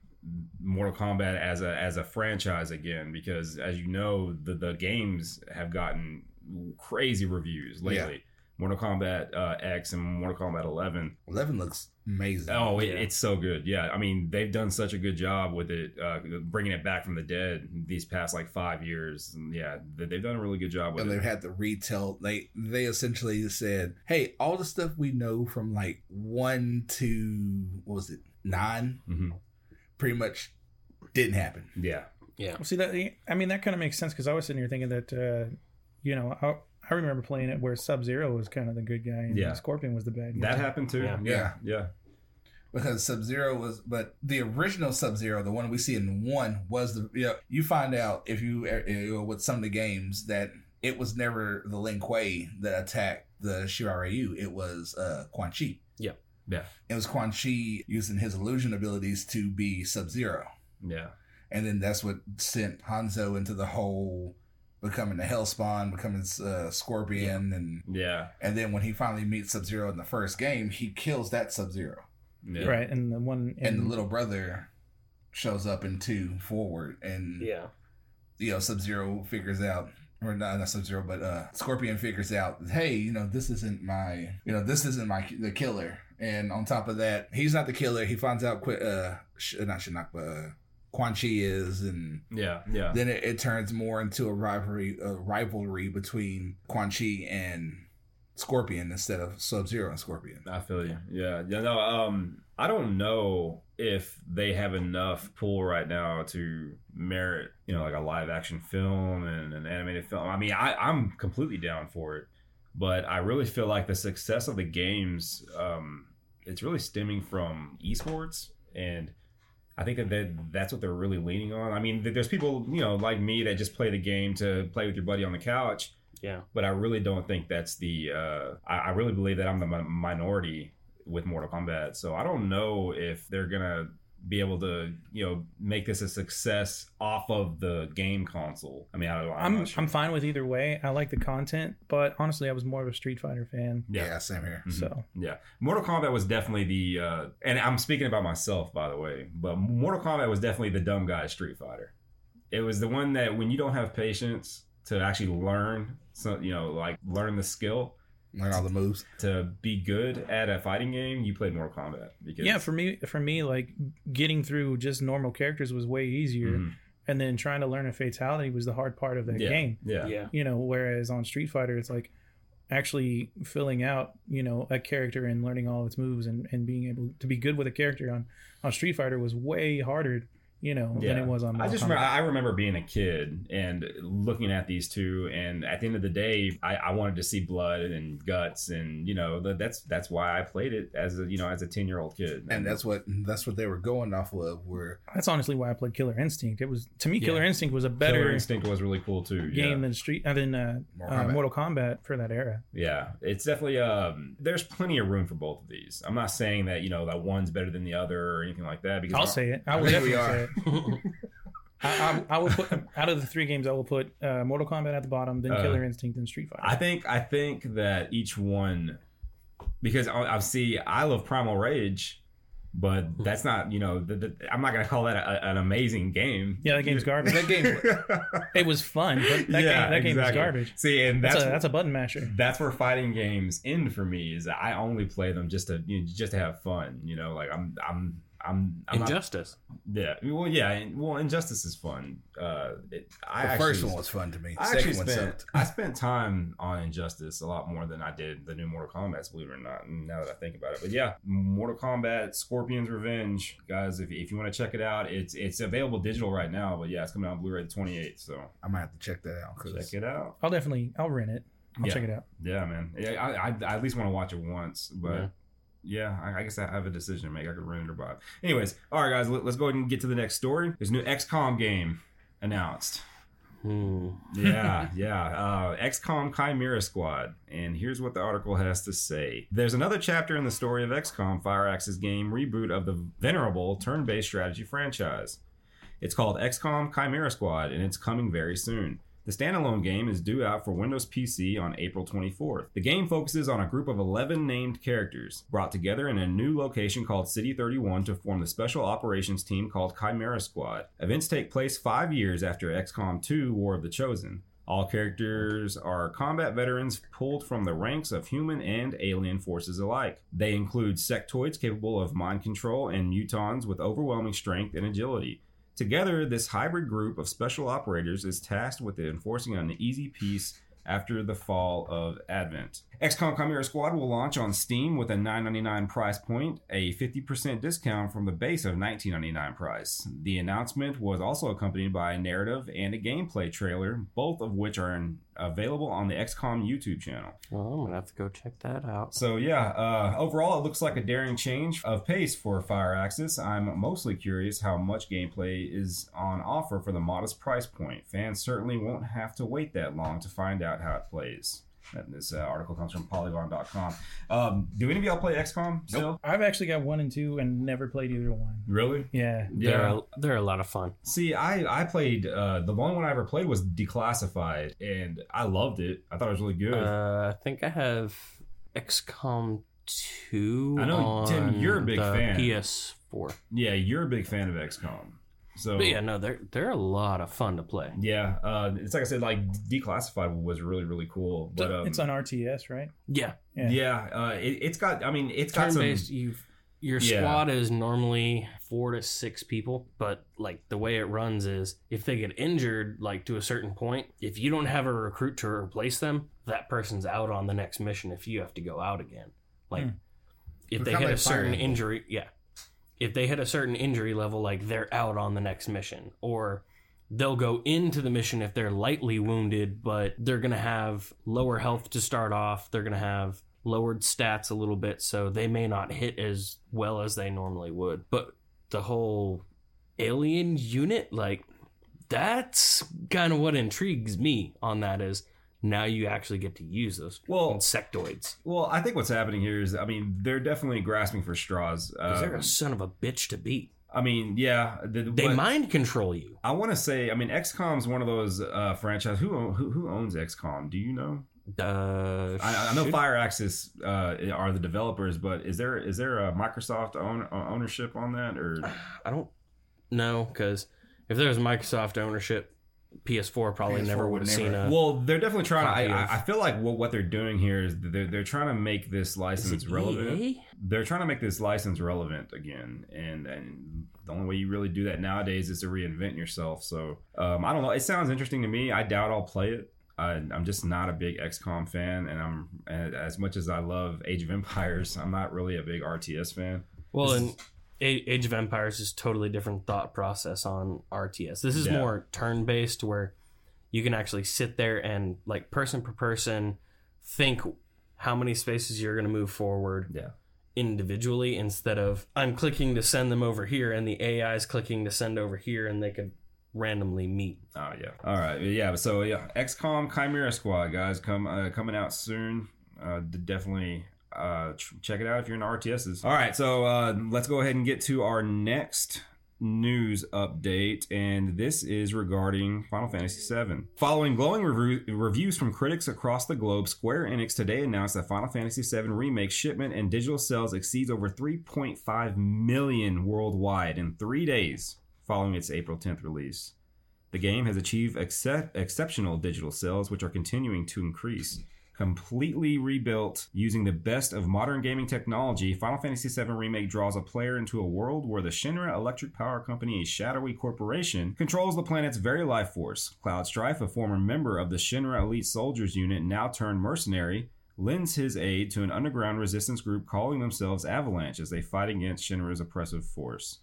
Mortal Kombat as a as a franchise again because as you know the the games have gotten crazy reviews lately. Mortal Kombat uh, X and Mortal Kombat 11.
Eleven looks amazing.
Oh, it,
Yeah.
it's so good. Yeah, I mean they've done such a good job with it, uh, bringing it back from the dead these past like five years. Yeah, they- they've done a really good job with
and
it.
they've had to retell they they essentially said hey all the stuff we know from like one to what was it nine
hmm
pretty much didn't happen
Yeah,
Yeah.
Well, See that? I mean, that kind of makes sense because I was sitting here thinking that, uh, you know, I, I remember playing it where Sub Zero was kind of the good guy and
Yeah.
Scorpion was the bad guy.
that happened too.
Yeah.
yeah,
Yeah.
yeah.
because sub zero was but the original sub zero the one we see in one was the you, know, you find out if you uh, uh, with some of the games that it was never the Lin Kuei that attacked the Shirarayu. It was uh, Quan Chi.
Yeah.
Yeah.
It was Quan Chi using his illusion abilities to be Sub Zero.
yeah.
And then that's what sent Hanzo into the whole becoming a Hellspawn, becoming uh, Scorpion, and
Yeah.
and then when he finally meets Sub Zero in the first game, he kills that Sub Zero,
yeah.
right? And the one in,
and the little brother shows up in two forward,
Mm.
and
Yeah.
you know Sub Zero figures out. Or not, not Sub Zero, but uh, Scorpion figures out, hey, you know, this isn't my, you know, this isn't my the killer. And on top of that, he's not the killer. He finds out, Qui- uh, Sh- not Shinnok, but uh, Quan Chi is, and
Yeah. Yeah.
then it, it turns more into a rivalry a rivalry between Quan Chi and Scorpion instead of Sub Zero and Scorpion.
I feel you. Yeah. Yeah. No. Um. I don't know if they have enough pull right now to merit, you know, like a live action film and an animated film. I mean, I, I'm completely down for it, but I really feel like the success of the games, um, it's really stemming from esports, and I think that, that that's what they're really leaning on. I mean, th- there's people, you know, like me that just play the game to play with your buddy on the couch,
Yeah.
but I really don't think that's the. Uh, I, I really believe that I'm the mi- minority with Mortal Kombat, so I don't know if they're gonna be able to, you know, make this a success off of the game console. I mean, I don't, I'm,
I'm
not sure.
I'm fine with either way. I like the content, but honestly, I was more of a Street Fighter fan.
Yeah.
same here.
Mhm.
So
Yeah, Mortal Kombat was definitely the, uh, and I'm speaking about myself by the way, but Mortal Kombat was definitely the dumb guy Street Fighter. It was the one that when you don't have patience to actually learn, so you know, like learn the skill
Learn all the moves.
to be good at a fighting game, you played Mortal Kombat. Because,
yeah, for me, for me, like getting through just normal characters was way easier,
Mhm.
and then trying to learn a fatality was the hard part of that
Yeah.
game.
yeah,
Yeah.
You know, whereas on Street Fighter, it's like actually filling out you know a character and learning all its moves and, and being able to be good with a character on on Street Fighter was way harder. You know
Yeah.
than it was on.
I
Mortal
just
Kombat.
remember, I remember being a kid and looking at these two, and at the end of the day, I, I wanted to see blood and guts, and you know that that's that's why I played it as a you know as a ten year old kid,
And that's what that's what they were going off of. Were
That's honestly why I played Killer Instinct. It was to me, Killer Instinct was a
Killer
better
Instinct was really cool too. yeah.
game than Street uh, than uh,
more
uh, Mortal Kombat for that era.
Yeah, it's definitely um. There's plenty of room for both of these. I'm not saying that you know that one's better than the other or anything like that because
I'll say it. I
I
will
think we
definitely say
are.
it. I, I, I will put out of the three games, I will put uh, Mortal Kombat at the bottom, then
Uh,
Killer Instinct, and Street Fighter.
I think I think that each one, because I, I see I love Primal Rage,
Hmm.
but that's not you know the, the, I'm not gonna call that a, an amazing game.
yeah, that game's garbage.
that game.
it was fun, but that
Yeah,
game, that game is
exactly.
garbage.
See, and
That's,
that's
a that's a button masher.
that's where fighting games end for me is I only play them just to you know, just to have fun. You know, like I'm I'm I'm I'm not
Injustice.
Yeah. Well, yeah. and- Well, Injustice is fun. Uh, it, I
the
actually,
first one was fun to me.
I actually
Second one
spent.
sucked.
I spent time on Injustice a lot more than I did the new Mortal Kombat. Believe it or not, now that I think about it. But yeah, Mortal Kombat: Scorpion's Revenge, guys. If, if you want to check it out, it's it's available digital right now. But yeah, it's coming out on Blu-ray the 28th. So
I might have to check that out. 'cause
check it out.
I'll definitely, I'll rent it. I'll
Yeah.
check it out.
Yeah, man. Yeah, I, I, I at least want to watch it once, but.
Yeah.
Yeah. I, I guess I have a decision to make. I could rent it or buy it. Anyways, all right, guys, let, let's go ahead and get to the next story. There's a new XCOM game announced.
Hmm.
yeah, yeah. Uh, XCOM Chimera Squad. And here's what the article has to say. There's another chapter in the story of XCOM Fireaxe's game reboot of the venerable turn based strategy franchise. It's called XCOM Chimera Squad, and it's coming very soon. The standalone game is due out for Windows PC on April 24th. The game focuses on a group of 11 named characters brought together in a new location called City 31 to form the special operations team called Chimera Squad. Events take place five years after XCOM 2 War of the Chosen. All characters are combat veterans pulled from the ranks of human and alien forces alike. They include sectoids capable of mind control and mutons with overwhelming strength and agility. Together, this hybrid group of special operators is tasked with enforcing an easy peace after the fall of Advent. XCOM Chimera Squad will launch on Steam with a $9.99 price point, a 50% discount from the base of $19.99 price. The announcement was also accompanied by a narrative and a gameplay trailer, both of which are in, available on the XCOM YouTube channel.
Well, I'm gonna have to go check that out.
So yeah, uh, overall it looks like a daring change of pace for Fire Axis. I'm mostly curious how much gameplay is on offer for the modest price point. Fans certainly won't have to wait that long to find out how it plays. And This uh, article comes from Polygon.com. Um, do any of y'all play XCOM still?
I've actually got one and two and never played either one.
Really?
Yeah.
They're, they're a lot of fun.
See, I I played uh, the only one I ever played was Declassified, and I loved it. I thought it was really good.
Uh, I think I have XCOM 2.
I know, Tim,
on
you're a big
the
fan.
PS4.
yeah, you're a big fan of XCOM, so
But yeah, no, they're, they're a lot of fun to play.
yeah. Uh, it's like I said, like Declassified was really really cool, but um,
it's on RTS, right?
Yeah.
yeah, uh, it, it's got. I mean, it's got
Turn
some.
based, you've. Your
Yeah.
squad is normally four to six people, but like the way it runs is if they get injured, like to a certain point, if you don't have a recruit to replace them, that person's out on the next mission if you have to go out again. Like
Hmm.
if
It's
they
kinda
hit a
like Fire
certain
Emblem.
injury, yeah. If they hit a certain injury level, like they're out on the next mission, or they'll go into the mission if they're lightly wounded, but they're going to have lower health to start off. They're going to have lowered stats a little bit, so they may not hit as well as they normally would. But the whole alien unit, like, that's kind of what intrigues me on that is now you actually get to use those
Well-
insectoids.
well, I think what's happening here is, I mean, they're definitely grasping for straws.
Because they're
Um,
a son of a bitch to beat.
I mean, yeah, the,
They
what-
mind control you.
I want to say, I mean, XCOM's one of those uh, franchise. Who, own- who who owns XCOM? Do you know?
Uh,
I, I know
should-
FireAxis uh, are the developers, but is there is there a Microsoft own, uh, ownership on that or
I don't know because if there was Microsoft ownership, PS4 probably
PS4
never would
would
have seen
never-
a.
well, they're definitely trying.
Copy
To, I-
of-
I, I feel like what, what they're doing here is they're they're trying to make this
Is it E
license relevant.
EA?
They're trying to make this license relevant again, and and the only way you really do that nowadays is to reinvent yourself. So um, I don't know. It sounds interesting to me. I doubt I'll play it. I, I'm just not a big XCOM fan, and I'm and as much as I love Age of Empires, I'm not really a big RTS fan.
Well,
This
and A- Age of Empires is totally different thought process on RTS. This is
Yeah.
more turn based, where you can actually sit there and like person per person think how many spaces you're going to move forward
Yeah.
individually instead of I'm clicking to send them over here and the AI is clicking to send over here and they could randomly meet.
Oh yeah. All right. Yeah. So yeah, XCOM Chimera Squad guys, come uh, coming out soon. Uh, d- definitely uh, tr- check it out if you're in RTSs. All right. So uh, let's go ahead and get to our next news update and this is regarding final fantasy VII. following glowing revu- reviews from critics across the globe square enix today announced that final fantasy VII remake shipment and digital sales exceeds over 3.5 million worldwide in three days following its april 10th release the game has achieved excep- exceptional digital sales, which are continuing to increase. Completely rebuilt using the best of modern gaming technology, Final Fantasy VII Remake draws a player into a world where the Shinra Electric Power Company, a shadowy corporation, controls the planet's very life force. Cloud Strife, a former member of the Shinra Elite Soldiers Unit, now turned mercenary, lends his aid to an underground resistance group calling themselves Avalanche as they fight against Shinra's oppressive force.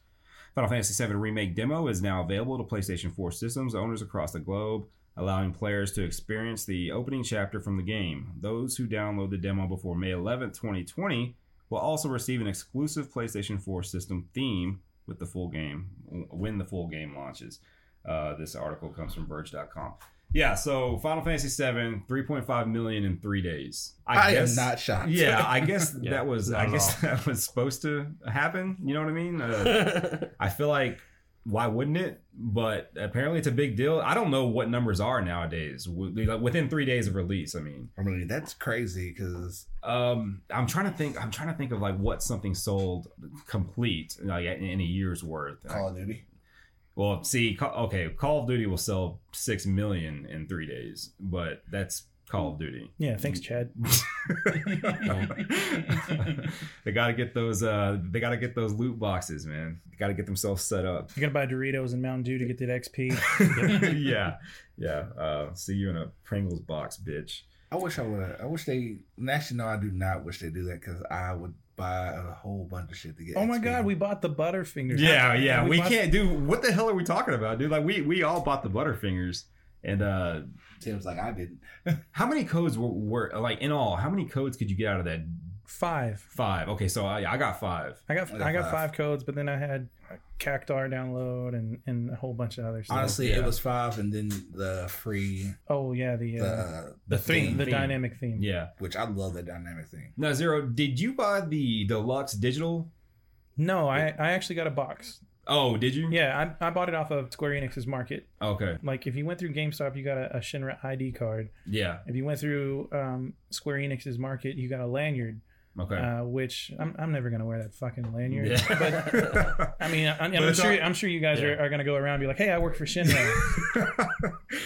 Final Fantasy VII Remake demo is now available to PlayStation 4 systems owners across the globe, allowing players to experience the opening chapter from the game. Those who download the demo before May 11, 2020, will also receive an exclusive PlayStation 4 system theme with the full game when the full game launches. Uh, this article comes from Verge.com. Yeah, so Final Fantasy VII, 3.5 million in three days.
I, am not shocked.
Yeah, I guess
Yeah,
that was.
not
I
at
guess that was supposed to happen. You know what I mean? Uh, I feel like why wouldn't it? But apparently it's a big deal. I don't know what numbers are nowadays w- like, within three days of release. I mean,
I mean, that's crazy because
um, I'm trying to think. I'm trying to think of like what something sold complete like in, in a year's worth.
Call of Duty.
well, see, Ca- okay, Call of Duty will sell six million in three days, but that's Call of Duty.
Yeah. Thanks, Chad.
they got to get those. Uh, they got to get those loot boxes, man. They got to get themselves set up.
I gotta buy Doritos and Mountain Dew to get that XP.
yeah, yeah. Uh, see you in a Pringles box, bitch.
I wish I would. I wish they. and Actually, no, I do not wish they do that because I would buy a whole bunch of shit to get.
Oh my
XP.
God, we bought the Butterfingers.
Yeah, yeah. We
bought-
can't do. What the hell are we talking about, dude? Like we we all bought the Butterfingers, and uh
Tim's like I didn't.
how many codes were, were like in all? How many codes could you get out of that
Five.
Five. Okay, so I, I got five.
I got
I
I
got
got,
five.
five. codes, but then I had Cactar download and and a whole bunch of other stuff.
Honestly, it
yeah.
was five, and then the free
oh yeah, the uh,
the
the,
uh,
theme, the
theme.
dynamic theme.
Yeah.
which I love that dynamic thing.
Now zero. Did you buy the deluxe digital?
No, I I actually got a box.
Oh, did you?
Yeah, I, I bought it off of Square Enix's market.
Okay.
Like if you went through GameStop, you got a, a Shinra ID card.
Yeah.
If you went through um, Square Enix's market, you got a lanyard,
Okay.
uh, which I'm, I'm never gonna wear that fucking lanyard. But
yeah.
I mean, I, I'm,
But it's
sure
all-
I'm sure you guys
Yeah.
are, are gonna go around and be like, hey, I work for Shinra.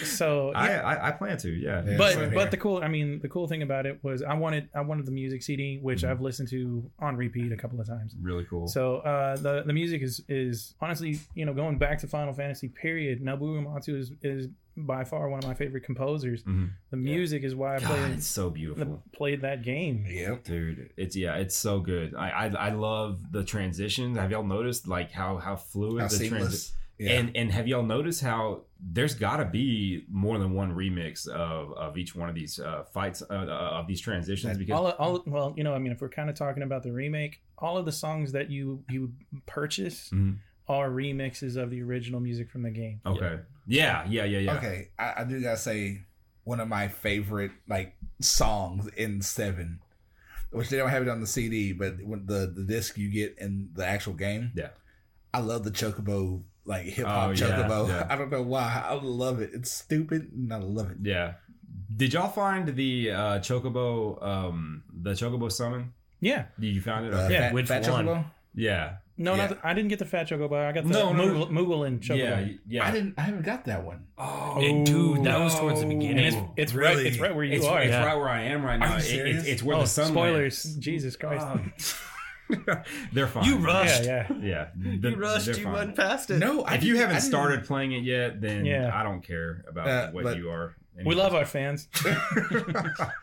so
I, I I plan to. Yeah.
Yeah.
but
same here.
but the cool I mean the cool thing about it was I wanted I wanted the music CD which
Mhm.
I've listened to on repeat a couple of times.
Really cool.
So uh, the the music is is honestly you know going back to Final Fantasy period Nobuo Uematsu is is by far one of my favorite composers.
Mhm.
The music is why I
God,
played
it's so
the,
beautiful.
played that game.
Yep.
Dude, it's yeah, it's so good. I I, I love the transitions. Have y'all noticed like how how fluid
How
the transition?
seamless. Yeah.
And and have y'all noticed how there's got to be more than one remix of of each one of these uh, fights uh, uh, of these transitions
That-
because
All, all well you know I mean if we're kind of talking about the remake all of the songs that you you purchase
Mhm.
are remixes of the original music from the game.
okay yeah yeah yeah yeah
Okay, I, I do gotta say one of my favorite like songs in Seven, which they don't have it on the CD, but when the the disc you get in the actual game.
Yeah.
I love the Chocobo like hip hop
Oh, yeah,
Chocobo.
yeah.
I don't know why I love it. It's stupid and I love it.
yeah. Did y'all find the uh, chocobo um the chocobo summon?
Yeah.
You you found it?
Uh,
Okay.
Yeah,
which one?
Chocobo?
yeah.
No,
Yeah.
not the, I didn't get the fat chocobo. I got the
No,
no,
no,
Moogle, Moogle and chocobo.
Yeah. Yeah.
I didn't. I haven't got that one.
oh,
And dude, that was
no.
towards the beginning.
And it's, it's right.
Really?
It's right where you
Oh, It's,
are.
it's
Yeah.
right where I am right
Are
now.
you
It- it-
serious?
it's where
oh,
the Ah. sun
spoilers! Jesus Christ!
lands. Oh. They're fine.
You rushed.
yeah, yeah.
Yeah.
You rushed. You run past it.
No, I
if you
didn't- I
haven't
didn't-
started playing it yet, then
Yeah.
I don't care about
Uh,
what
but-
you are.
We love our fans.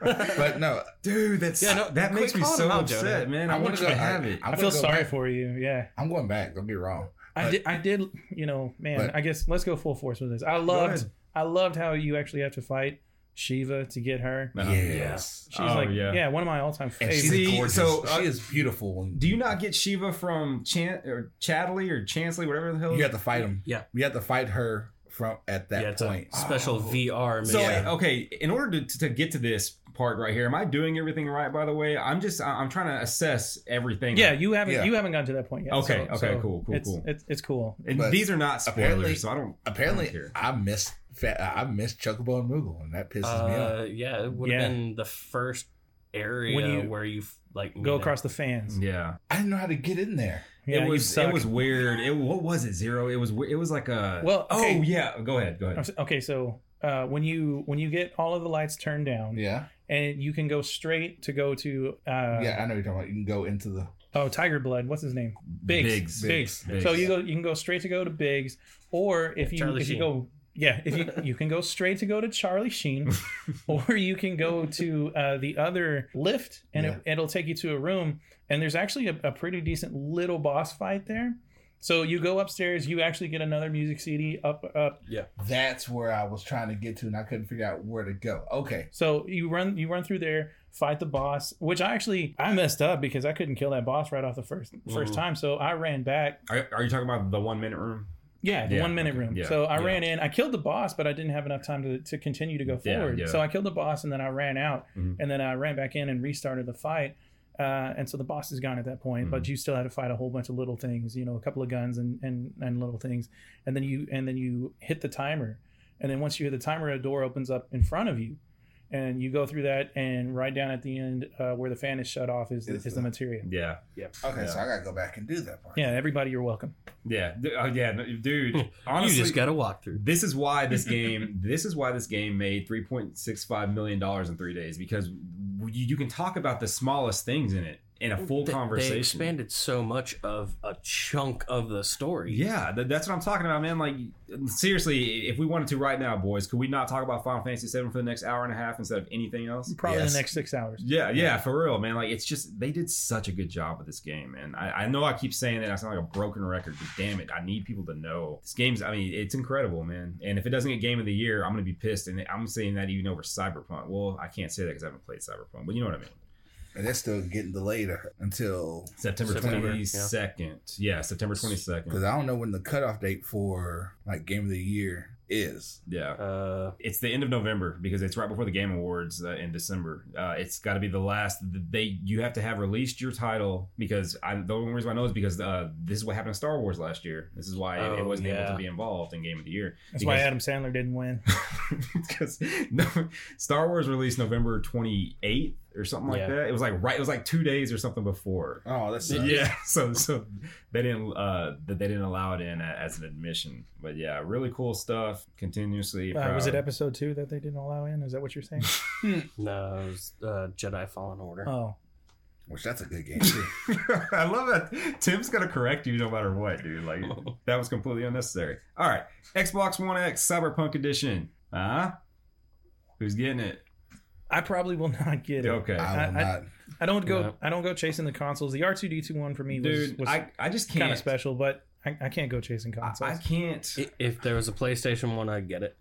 But no,
Dude, that's
Yeah, no,
that
quit
makes me
calling
so
them out, Jonah.
upset, man. I,
I'm
want
gonna
you
go-
to have it.
I'm
I
gonna
feel
go
sorry
back.
for you. Yeah,
I'm going back. Don't be wrong.
I
But-
did. I did. You know, man.
But-
I guess let's go full force with this. I loved. I loved how you actually have to fight Shiva to get her.
No.
yes.
She's
Oh,
like,
yeah.
yeah. one of my all-time
And
favorites.
she's
See,
gorgeous.
so, uh,
she is beautiful. And
Do you not get Shiva from Chan or Chadley or Chansley, whatever the hell?
You have to fight him.
Yeah.
You have to fight her from at that
yeah, it's
point.
a special
Oh.
VR
So
mission.
Yeah.
okay, in order to, to get to this part right here, am I doing everything right? By the way, I'm just I- I'm trying to assess everything.
yeah, you haven't.
Yeah.
You haven't gotten to that point yet.
Okay, okay, cool, cool,
it's,
cool.
It's, it's cool.
And
But
these are not
apparently-
spoilers, so I don't. I
Apparently,
don't care.
I missed Fa- I missed Chocobo and Moogle, and that pisses me off.
Uh, yeah, it would have
Yeah.
been the first area
When you
where you f- like meet
Go
up.
across the fans.
Yeah,
I didn't know how to get in there.
Yeah,
it
you
was
suck.
it was weird. It what was it? Zero. It was we- it was like a
Well, okay.
Oh yeah, go ahead, go
I'm
ahead.
s- Okay, so uh, when you when you get all of the lights turned down,
Yeah,
and you can go straight to go to uh,
yeah, I know what you're talking about. You can go into the
oh Tiger Blood, what's his name? Biggs.
Biggs.
Biggs.
Biggs.
So you go you can go straight to go to Biggs, or if you
Charlie
if you
Sheen.
go yeah if you you can go straight to go to Charlie Sheen, or you can go to uh, the other lift and it, it'll take you to a room and there's actually a, a pretty decent little boss fight there. So you go upstairs, you actually get another music CD up up.
That's where I was trying to get to, and I couldn't figure out where to go. Okay,
So you run you run through there, fight the boss, which I actually I messed up because I couldn't kill that boss right off the first first
Mhm.
time. So I ran back
Are, are you talking about the one minute room?
Yeah, the
Yeah,
one minute
okay,
room.
yeah,
so I
yeah.
ran in. I killed the boss, but I didn't have enough time to, to continue to go
Yeah,
forward.
yeah.
So I killed the boss and then I ran out
Mhm.
and then I ran back in and restarted the fight. Uh, and so the boss is gone at that point,
Mm-hmm.
but you still had to fight a whole bunch of little things, you know, a couple of guns and, and, and little things. And then you and then you hit the timer. And then once you hit the timer, a door opens up in front of you. And you go through that and right down at the end uh, where the fan is shut off is,
Is
is,
the-
the material.
Yeah,
okay, so
Yeah.
I gotta go back and do that part.
Yeah, everybody, you're welcome.
yeah, D- oh, yeah, no, dude. Honestly,
you just got to walk through.
this is why this game this is why this game made 3.65 million dollars in three days because you, you can talk about the smallest things in it in a full
They- They
conversation
expanded so much of a chunk of the story.
yeah th- that's what i'm talking about man like seriously if we wanted to right now boys could we not talk about final fantasy 7 for the next hour and a half instead of anything else
Probably
Yes.
the next six hours.
yeah, yeah, for real, man. Like, it's just they did such a good job with this game, man. I, I know I keep saying that I sound like a broken record, but damn it, I need people to know this game's. I mean, it's incredible, man. And if it doesn't get game of the year, I'm gonna be pissed, and I'm saying that even over Cyberpunk. Well, I can't say that because I haven't played Cyberpunk, but you know what I mean.
and that's still getting delayed uh, until
September
September,
twenty second. Yeah, September twenty
because
second.
I don't know when the cutoff date for like game of the year is.
Yeah.
Uh,
It's the end of November because it's right before the Game Awards uh, in December. Uh, it's got to be the last. They you have to have released your title because I, the only reason I know is because uh, this is what happened to Star Wars last year. This is why it, it
Oh,
wasn't able
yeah.
to be involved in Game of the Year
That's why
Because-
Adam Sandler didn't win.
because no, Star Wars released November twenty eighth or something like
Yeah.
that. It was like right. It was like two days or something before.
Oh, that's
yeah so so they didn't uh that they didn't allow it in a- as an admission but yeah really cool stuff continuously
Uh, was
proud.
it episode two that they didn't allow in? Is that what you're saying?
no, it was, uh, Jedi Fallen Order.
Oh,
which that's a good game too.
i love that tim's gonna correct you no matter what dude like that was completely unnecessary all right xbox one x cyberpunk edition huh who's getting it
I probably will not get it.
okay
I will
I- I-
not.
I don't go.
No.
I don't go chasing the consoles. The R2D2 one for me was,
dude
was
i i just
kind of
can't
special, but I, I can't go chasing
I,
consoles.
I can't
I- If there was a PlayStation one, I'd get it.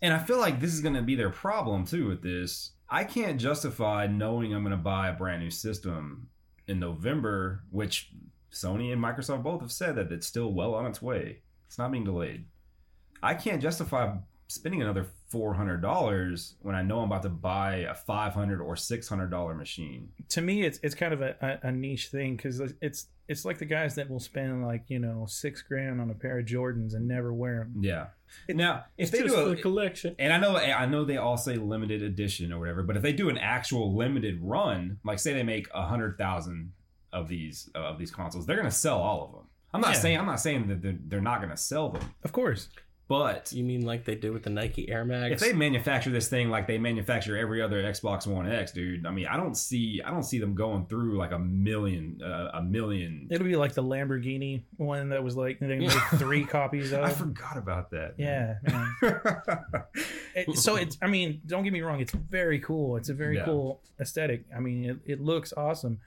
And I feel like this is going to be their problem too with this. I can't justify knowing I'm going to buy a brand new system in November, which Sony and Microsoft both have said that it's still well on its way. It's not being delayed. I can't justify spending another $400 when I know I'm about to buy a 500 or $600 machine.
to me, it's it's kind of a, a, a niche thing because it's it's like the guys that will spend like you know six grand on a pair of Jordans and never wear them.
Yeah. Now, if they do a,
collection.
And I know I know they all say limited edition or whatever, but if they do an actual limited run, like say they make a hundred thousand of these of these consoles, they're gonna sell all of them. I'm not
Yeah.
saying I'm not saying that they're, they're not gonna sell them,
Of course,
but
You mean like they did with the Nike Air Max?
if they manufacture this thing like they manufacture every other Xbox One X, dude, I mean, I don't see I don't see them going through like a million uh, a million.
it'll be like the Lamborghini one that was like they made three copies of.
I forgot about that. Uh-huh.
yeah. man. It, so it's I mean, don't get me wrong, it's very cool. It's a very
Yeah.
cool aesthetic. I mean, it, it looks awesome.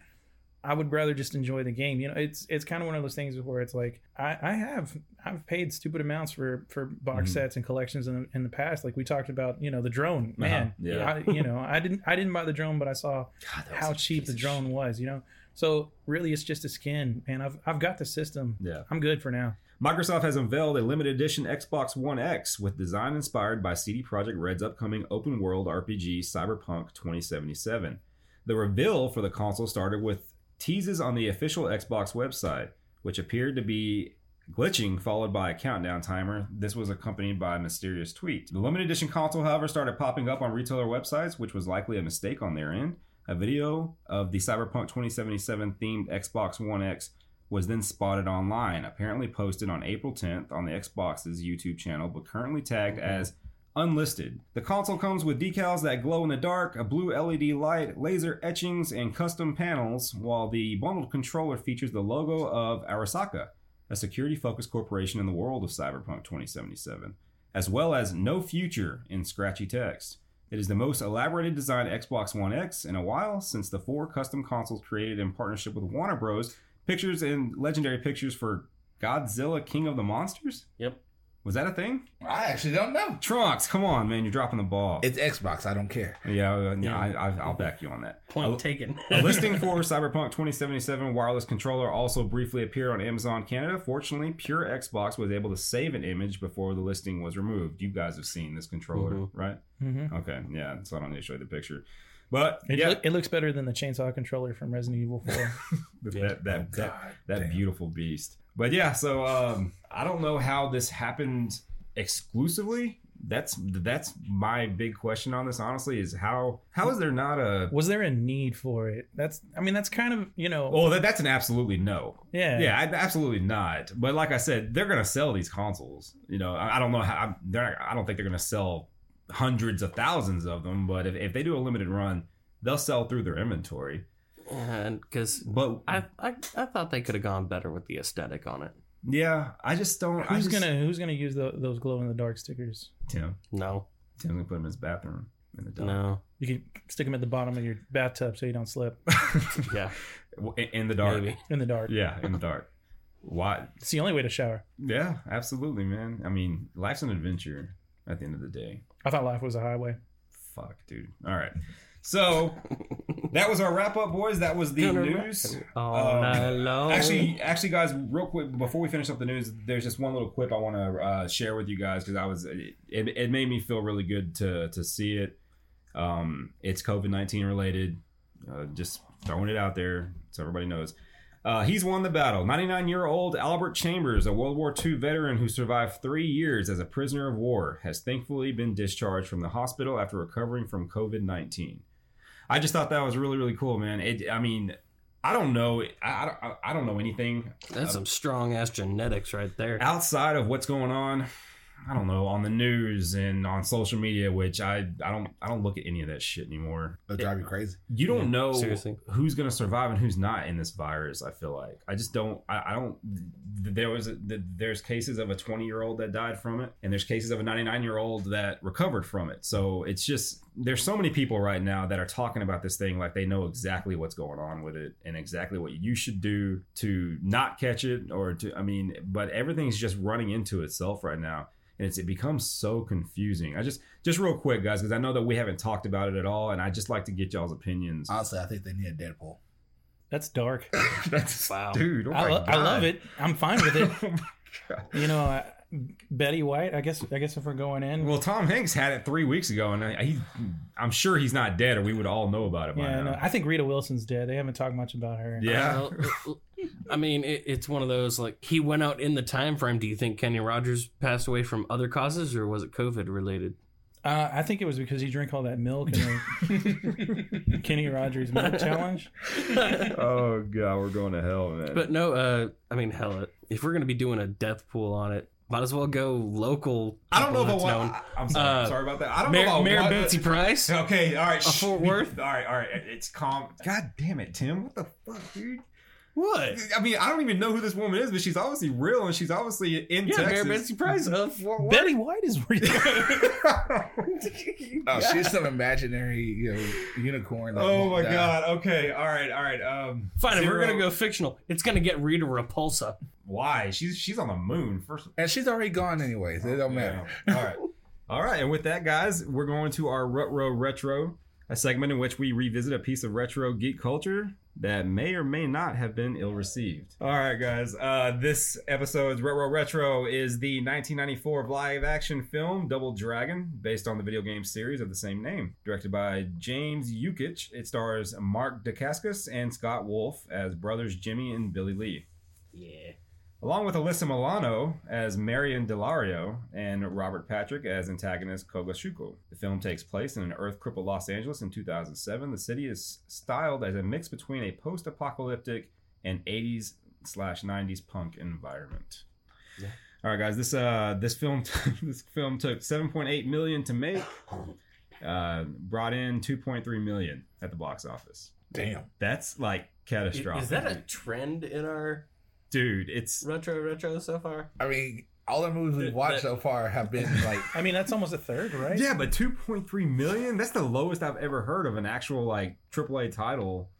I would rather just enjoy the game. You know, it's it's kind of one of those things where it's like I, I have I've paid stupid amounts for for box
Mhm.
sets and collections in the, in the past. Like we talked about, you know, the drone. Man,
Uh-huh. Yeah.
I, you know, I didn't I didn't buy the drone, but I saw
God, that was
how
a
cheap
piece
the
of
drone
shit.
was. You know, so really it's just a skin, and I've I've got the system.
Yeah.
I'm good for now.
Microsoft has unveiled a limited edition Xbox One X with design inspired by CD Projekt Red's upcoming open world RPG Cyberpunk 2077. The reveal for the console started with teases on the official Xbox website, which appeared to be glitching, followed by a countdown timer. This was accompanied by a mysterious tweet. The limited edition console, however, started popping up on retailer websites, which was likely a mistake on their end. A video of the Cyberpunk 2077 themed Xbox One X was then spotted online, apparently posted on April 10th on the Xbox's YouTube channel, but currently tagged as unlisted. The console comes with decals that glow in the dark, a blue LED light, laser etchings, and custom panels, while the bundled controller features the logo of Arasaka, a security focused corporation in the world of Cyberpunk 2077, as well as No Future in scratchy text. It is the most elaborated design Xbox One X in a while since the four custom consoles created in partnership with Warner Bros. Pictures and legendary pictures for Godzilla King of the Monsters?
Yep.
Was that a thing?
I actually don't know.
Trunks, come on, man, you're dropping the ball.
It's Xbox. I don't care.
yeah, uh,
Yeah.
yeah. I, I, I'll back you on that.
Point
A-
taken.
a listing for Cyberpunk 2077 wireless controller also briefly appeared on Amazon Canada. Fortunately, Pure Xbox was able to save an image before the listing was removed. You guys have seen this controller,
Mhm.
right?
Mm-hmm.
Okay, yeah, so I don't need to show you the picture. But
It,
yeah,
loo- it looks better than the chainsaw controller from Resident Evil 4.
that, that, that,
God
that
damn.
beautiful beast. But yeah, so um, I don't know how this happened exclusively. That's that's my big question on this. Honestly, is how how is there not a
was there a need for it that's i mean that's kind of you know
well? That, that's an absolutely no.
yeah
Yeah, I, absolutely not. But like I said, they're gonna sell these consoles. You know, I, I don't know how I'm, they're. Not, I don't think they're gonna sell hundreds of thousands of them. But if, if they do a limited run, they'll sell through their inventory.
and because
But
I, I I thought they could have gone better with the aesthetic on it.
yeah, I just don't. I
who's
just-
gonna who's gonna use tho- those glow in the dark stickers
Tim?
No,
Tim's gonna put him in his bathroom in the dark.
no,
you can stick them at the bottom of your bathtub so you don't slip
yeah,
W- in, in the dark.
maybe.
in the dark
Yeah, in the dark. Why?
it's the only way to shower
Yeah, absolutely, man. I mean, life's an adventure at the end of the day.
i thought life was a highway
Fuck, dude. All right. So that was our wrap up, boys. That was the
Gonna
news.
rock all
Um,
night long.
Actually, actually, guys, real quick before we finish up the news, there's just one little quip I want to uh, share with you guys because I was it, it made me feel really good to to see it. Um, it's COVID nineteen related. Uh, just throwing it out there so everybody knows. Uh, he's won the battle. 99 year old Albert Chambers, a World War II veteran who survived three years as a prisoner of war, has thankfully been discharged from the hospital after recovering from COVID 19. I just thought that was really, really cool, man. It, I mean, I don't know. I, I, don't- I don't know anything
that's some strong ass genetics right there.
outside of what's going on. I don't know on the news and on social media, which I, I don't I don't look at any of that shit anymore.
It'll drive you crazy.
You don't
Yeah,
know
seriously.
who's going to survive and who's not in this virus. I feel like I just don't. I, I don't. th- There was a, th- there's cases of a 20 year old that died from it, and there's cases of a 99 year old that recovered from it. So it's just there's so many people right now that are talking about this thing like they know exactly what's going on with it and exactly what you should do to not catch it or to. I mean, but everything's just running into itself right now. And it's, it becomes so confusing. I just, just real quick, guys, because I know that we haven't talked about it at all, and I just like to get y'all's opinions.
Honestly, I think they need a Deadpool.
That's dark.
Uh, That's
Wow.
dude. Oh
I,
my
lo- I
God.
love it. I'm fine with it.
Oh my God.
You know, I, Betty White. I guess. I guess if we're going in,
Well, Tom Hanks had it three weeks ago, and I, he, I'm sure he's not dead, or we would all know about it by
yeah.
now.
No, I think Rita Wilson's dead. They haven't talked much about her.
yeah,
Well, I mean, it, it's one of those like he went out in the time frame. Do you think Kenny Rogers passed away from other causes, or was it COVID related?
Uh, I think it was because he drank all that milk and the Kenny Rogers milk challenge.
oh god, we're going to hell, man.
But no, uh, I mean, hell, if we're gonna be doing a death pool on it, might as well go local.
I don't know if I
people that's
want.
known.
I- I'm sorry,
Uh,
sorry about that. I don't know
Mayor,
if I
Mayor
want.
Betsy Price.
Okay, all right.
Of
shh.
Fort Worth?
All right, all right. It's calm. God damn it, Tim. What the fuck, dude?
What?
I mean, I don't even know who this woman is, but she's obviously real, and she's obviously in
Yeah, Mayor
Texas.
Betsy Price of Fort Worth.
Betty White is real.
Oh, she's some imaginary you know, unicorn. that
oh
won't
my
die.
god. Okay. All right. All right. Um.
Fine, if we're
Zero-
gonna go fictional, it's gonna get Rita Repulsa.
why she's she's on the moon first
And she's already gone anyways. It don't matter.
Yeah. all right all right and with that guys we're going to our rutro retro a segment in which we revisit a piece of retro geek culture that may or may not have been ill received all right guys uh, this episode's rutro retro is the 1994 live action film double dragon based on the video game series of the same name directed by james yukich it stars mark dacascos and scott wolf as brothers jimmy and billy lee
Yeah.
along with Alyssa Milano as Marion Delario and Robert Patrick as antagonist Kogashuko. The film takes place in an earth-crippled Los Angeles in 2007. The city is styled as a mix between a post-apocalyptic and 80s slash 90s punk environment.
Yeah.
All right, guys. This uh, this film this film took 7.8 million to make. Uh, brought in 2.3 million at the box office.
Damn.
That's like catastrophic.
Is that a trend in our
dude? It's
retro retro so far?
I mean, all the movies we've
That-
watched
that-
so far have been like
I mean, that's almost a third, right?
Yeah, but 2.3 million? That's the lowest I've ever heard of an actual like AAA title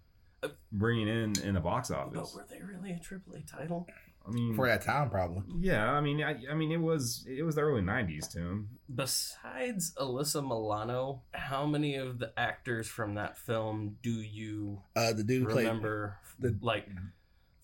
bringing in in the box
But
office.
were they really a AAA title?
I mean,
for that time probably.
yeah, I mean, I, I mean, it was it was the early 90s, Tim.
Besides Alyssa Milano, how many of the actors from that film do you
Uh, the dude played
remember?
the-
like,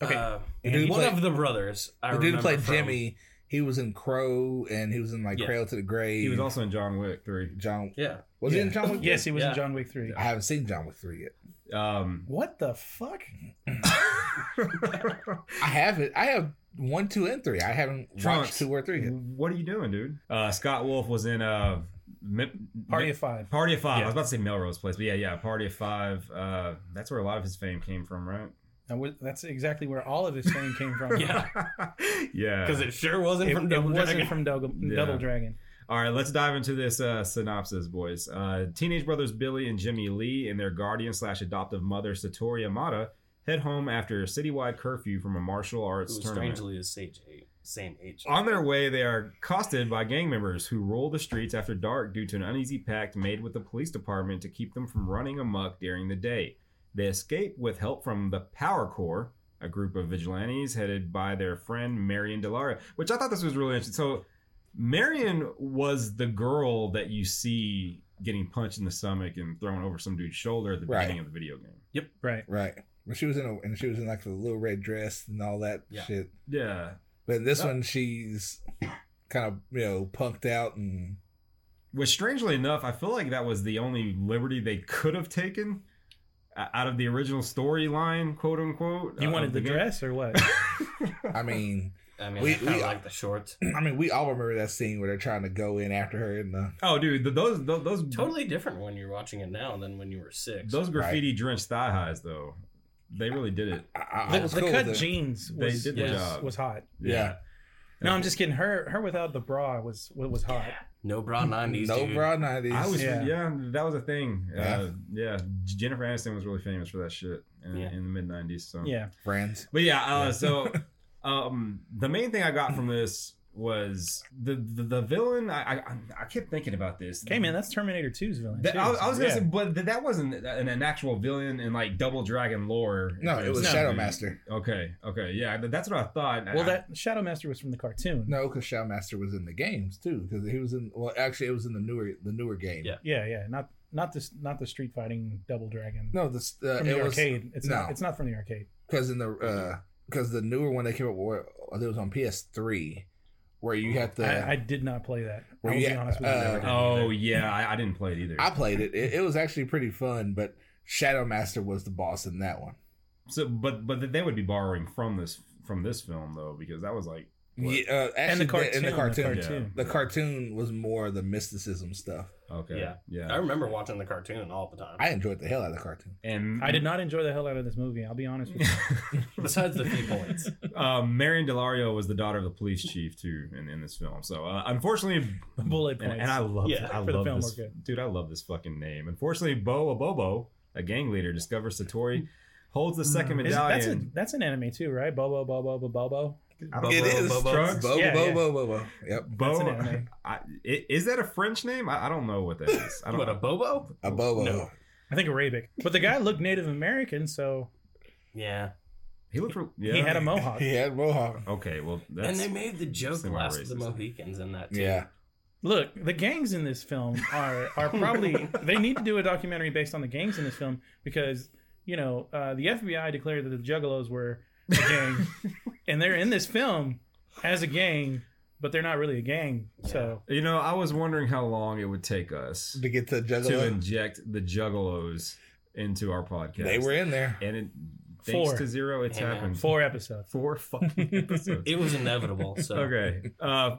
Okay.
uh,
the dude
one
played,
of the brothers. I
the dude
remember
played
from-
Jimmy. He was in Crow and he was in like
Yeah.
Cradle to the Grave.
He was also in John Wick 3.
John.
Yeah,
Was he
Yeah.
in John Wick?
Yes, he was
Yeah.
in John Wick three.
I haven't seen John Wick three yet.
Um
What the fuck?
I haven't. I have one, two, and three. I haven't
Trunks.
watched two or three yet.
What are you doing, dude? Uh Scott Wolf was in uh Mim-
Party of five.
Party of Five. I
Yeah.
was about to say Melrose Place, but yeah, yeah, Party of Five. Uh, that's where a lot of his fame came from, right?
That was- That's exactly where all of his fame came from.
Yeah.
yeah.
because it sure wasn't
It,
from
it
Double
wasn't
Dragon.
from Double,
Yeah.
Double Dragon.
All right, let's dive into this uh, synopsis, boys. Uh, teenage brothers Billy and Jimmy Lee and their guardian slash adoptive mother Satori Amata head home after a citywide curfew from a martial arts
Who
tournament.
strangely is sage eight, same age.
Uh,
On their way, they are accosted by gang members who roll the streets after dark due to an uneasy pact made with the police department to keep them from running amok during the day. They escape with help from the Power Corps, a group of vigilantes headed by their friend Marion Delara, which I thought this was really interesting. So, Marion was the girl that you see getting punched in the stomach and thrown over some dude's shoulder at the
Right.
beginning of the video game.
Right.
Right. But she was in a and she was in like a little red dress and all that
Yeah.
shit.
Yeah.
But in this
Yeah.
one she's kind of, you know, punked out and
Which, strangely enough, I feel like that was the only liberty they could have taken uh, out of the original storyline, quote unquote.
You
uh,
wanted
of
the
game.
dress or what?
I mean
I mean,
We-
I kind of
we-
like the shorts.
I mean we all remember that scene where they're trying to go in after her and the
Oh, dude, th those those those,
Totally different when you're watching it now than when you were six.
those graffiti drenched thigh highs though, they really did it.
I, I- I
The,
was
the
cool
cut
with it.
jeans
They
was,
did
the
was,
job.
was hot.
Yeah.
No, I'm just kidding. Her her without the bra was was hot.
no bra nineties.
No
dude.
bra nineties.
I was yeah.
Yeah.
that was a thing. Yeah.
Yeah.
Uh, yeah, Jennifer Aniston was really famous for that shit in,
Yeah.
in the mid '90s. So
Yeah.
friends.
But yeah, uh,
Yeah.
so um, the main thing I got from this was the the, the villain. I, I I kept thinking about this.
Okay, man, that's Terminator 2's villain.
That-
too,
I, was- I was gonna
yeah.
say, but th- that wasn't an, an actual villain in like Double Dragon lore.
No, it was
No.
Shadow Master.
Okay, okay, yeah, th- that's what I thought.
Well,
I-
that Shadow Master was from the cartoon.
No, because Shadow Master was in the games too. Because he was in well, actually, it was in the newer the newer game.
Yeah.
Yeah, yeah, not not this, not the Street Fighting Double Dragon.
No, this uh,
from
it
the
was
arcade. It's not.
no.
It's not from the arcade.
because in the because the newer one they came up with I think it was on PS3, where you have to.
I, I
I,
did not play that.
Well,
I will
yeah,
be honest with you.
uh,
oh yeah, I, I didn't play it either.
played it. it. It was actually pretty fun, but Shadow Master was the boss in that one.
So, but but they would be borrowing from this from this film though, because that was like What?
Yeah, uh, actually,
and the cartoon.
in the cartoon,
cartoon.
the cartoon was more the mysticism stuff.
okay, yeah,
Yeah. I remember watching the cartoon all the time.
I enjoyed the hell out of the cartoon.
and
I did not enjoy the hell out of this movie. I'll be honest with you.
not.
Besides the few points,
um, Marion Delario was the daughter of the police chief too in, in this film. So uh, unfortunately,
The bullet
and,
points.
and I love
Yeah,
I
for the
love
film
this
were good.
dude. I love this fucking name. Unfortunately, Bo Abobo, a gang leader, discovers Satori holds the second
Mm. Is- that's a
medallion.
that's an anime too, right? Bobo, Bobo, Bobo, Bobo.
I don't
It
know,
is.
Trunks?
Bo,
Yeah,
bo,
yeah.
bo, bo, bo. Yep,
Bo,
That's an anime.
I, i- is that a French name? I, I don't know what that is. I don't
what a
know.
bobo?
a bobo.
No.
I think Arabic, but the guy looked Native American, so
Yeah.
He looked. real- Yeah.
he had a mohawk.
He had mohawk.
Okay, well, that's,
and they made the joke
semi-racist.
last of the Mohicans in that too.
Yeah,
Look, the gangs in this film are are probably they need to do a documentary based on the gangs in this film because you know uh, the FBI declared that the Juggalos were a gang, and they're in this film as a gang, but they're not really a gang. So
you know, I was wondering how long it would take us
to get to
to
Juggalo,
inject the Juggalos into our podcast.
they were in there.
and it, thanks
Four.
to zero, it's
Yeah.
happened.
four episodes,
four fucking episodes.
It was inevitable. So
Okay. Uh,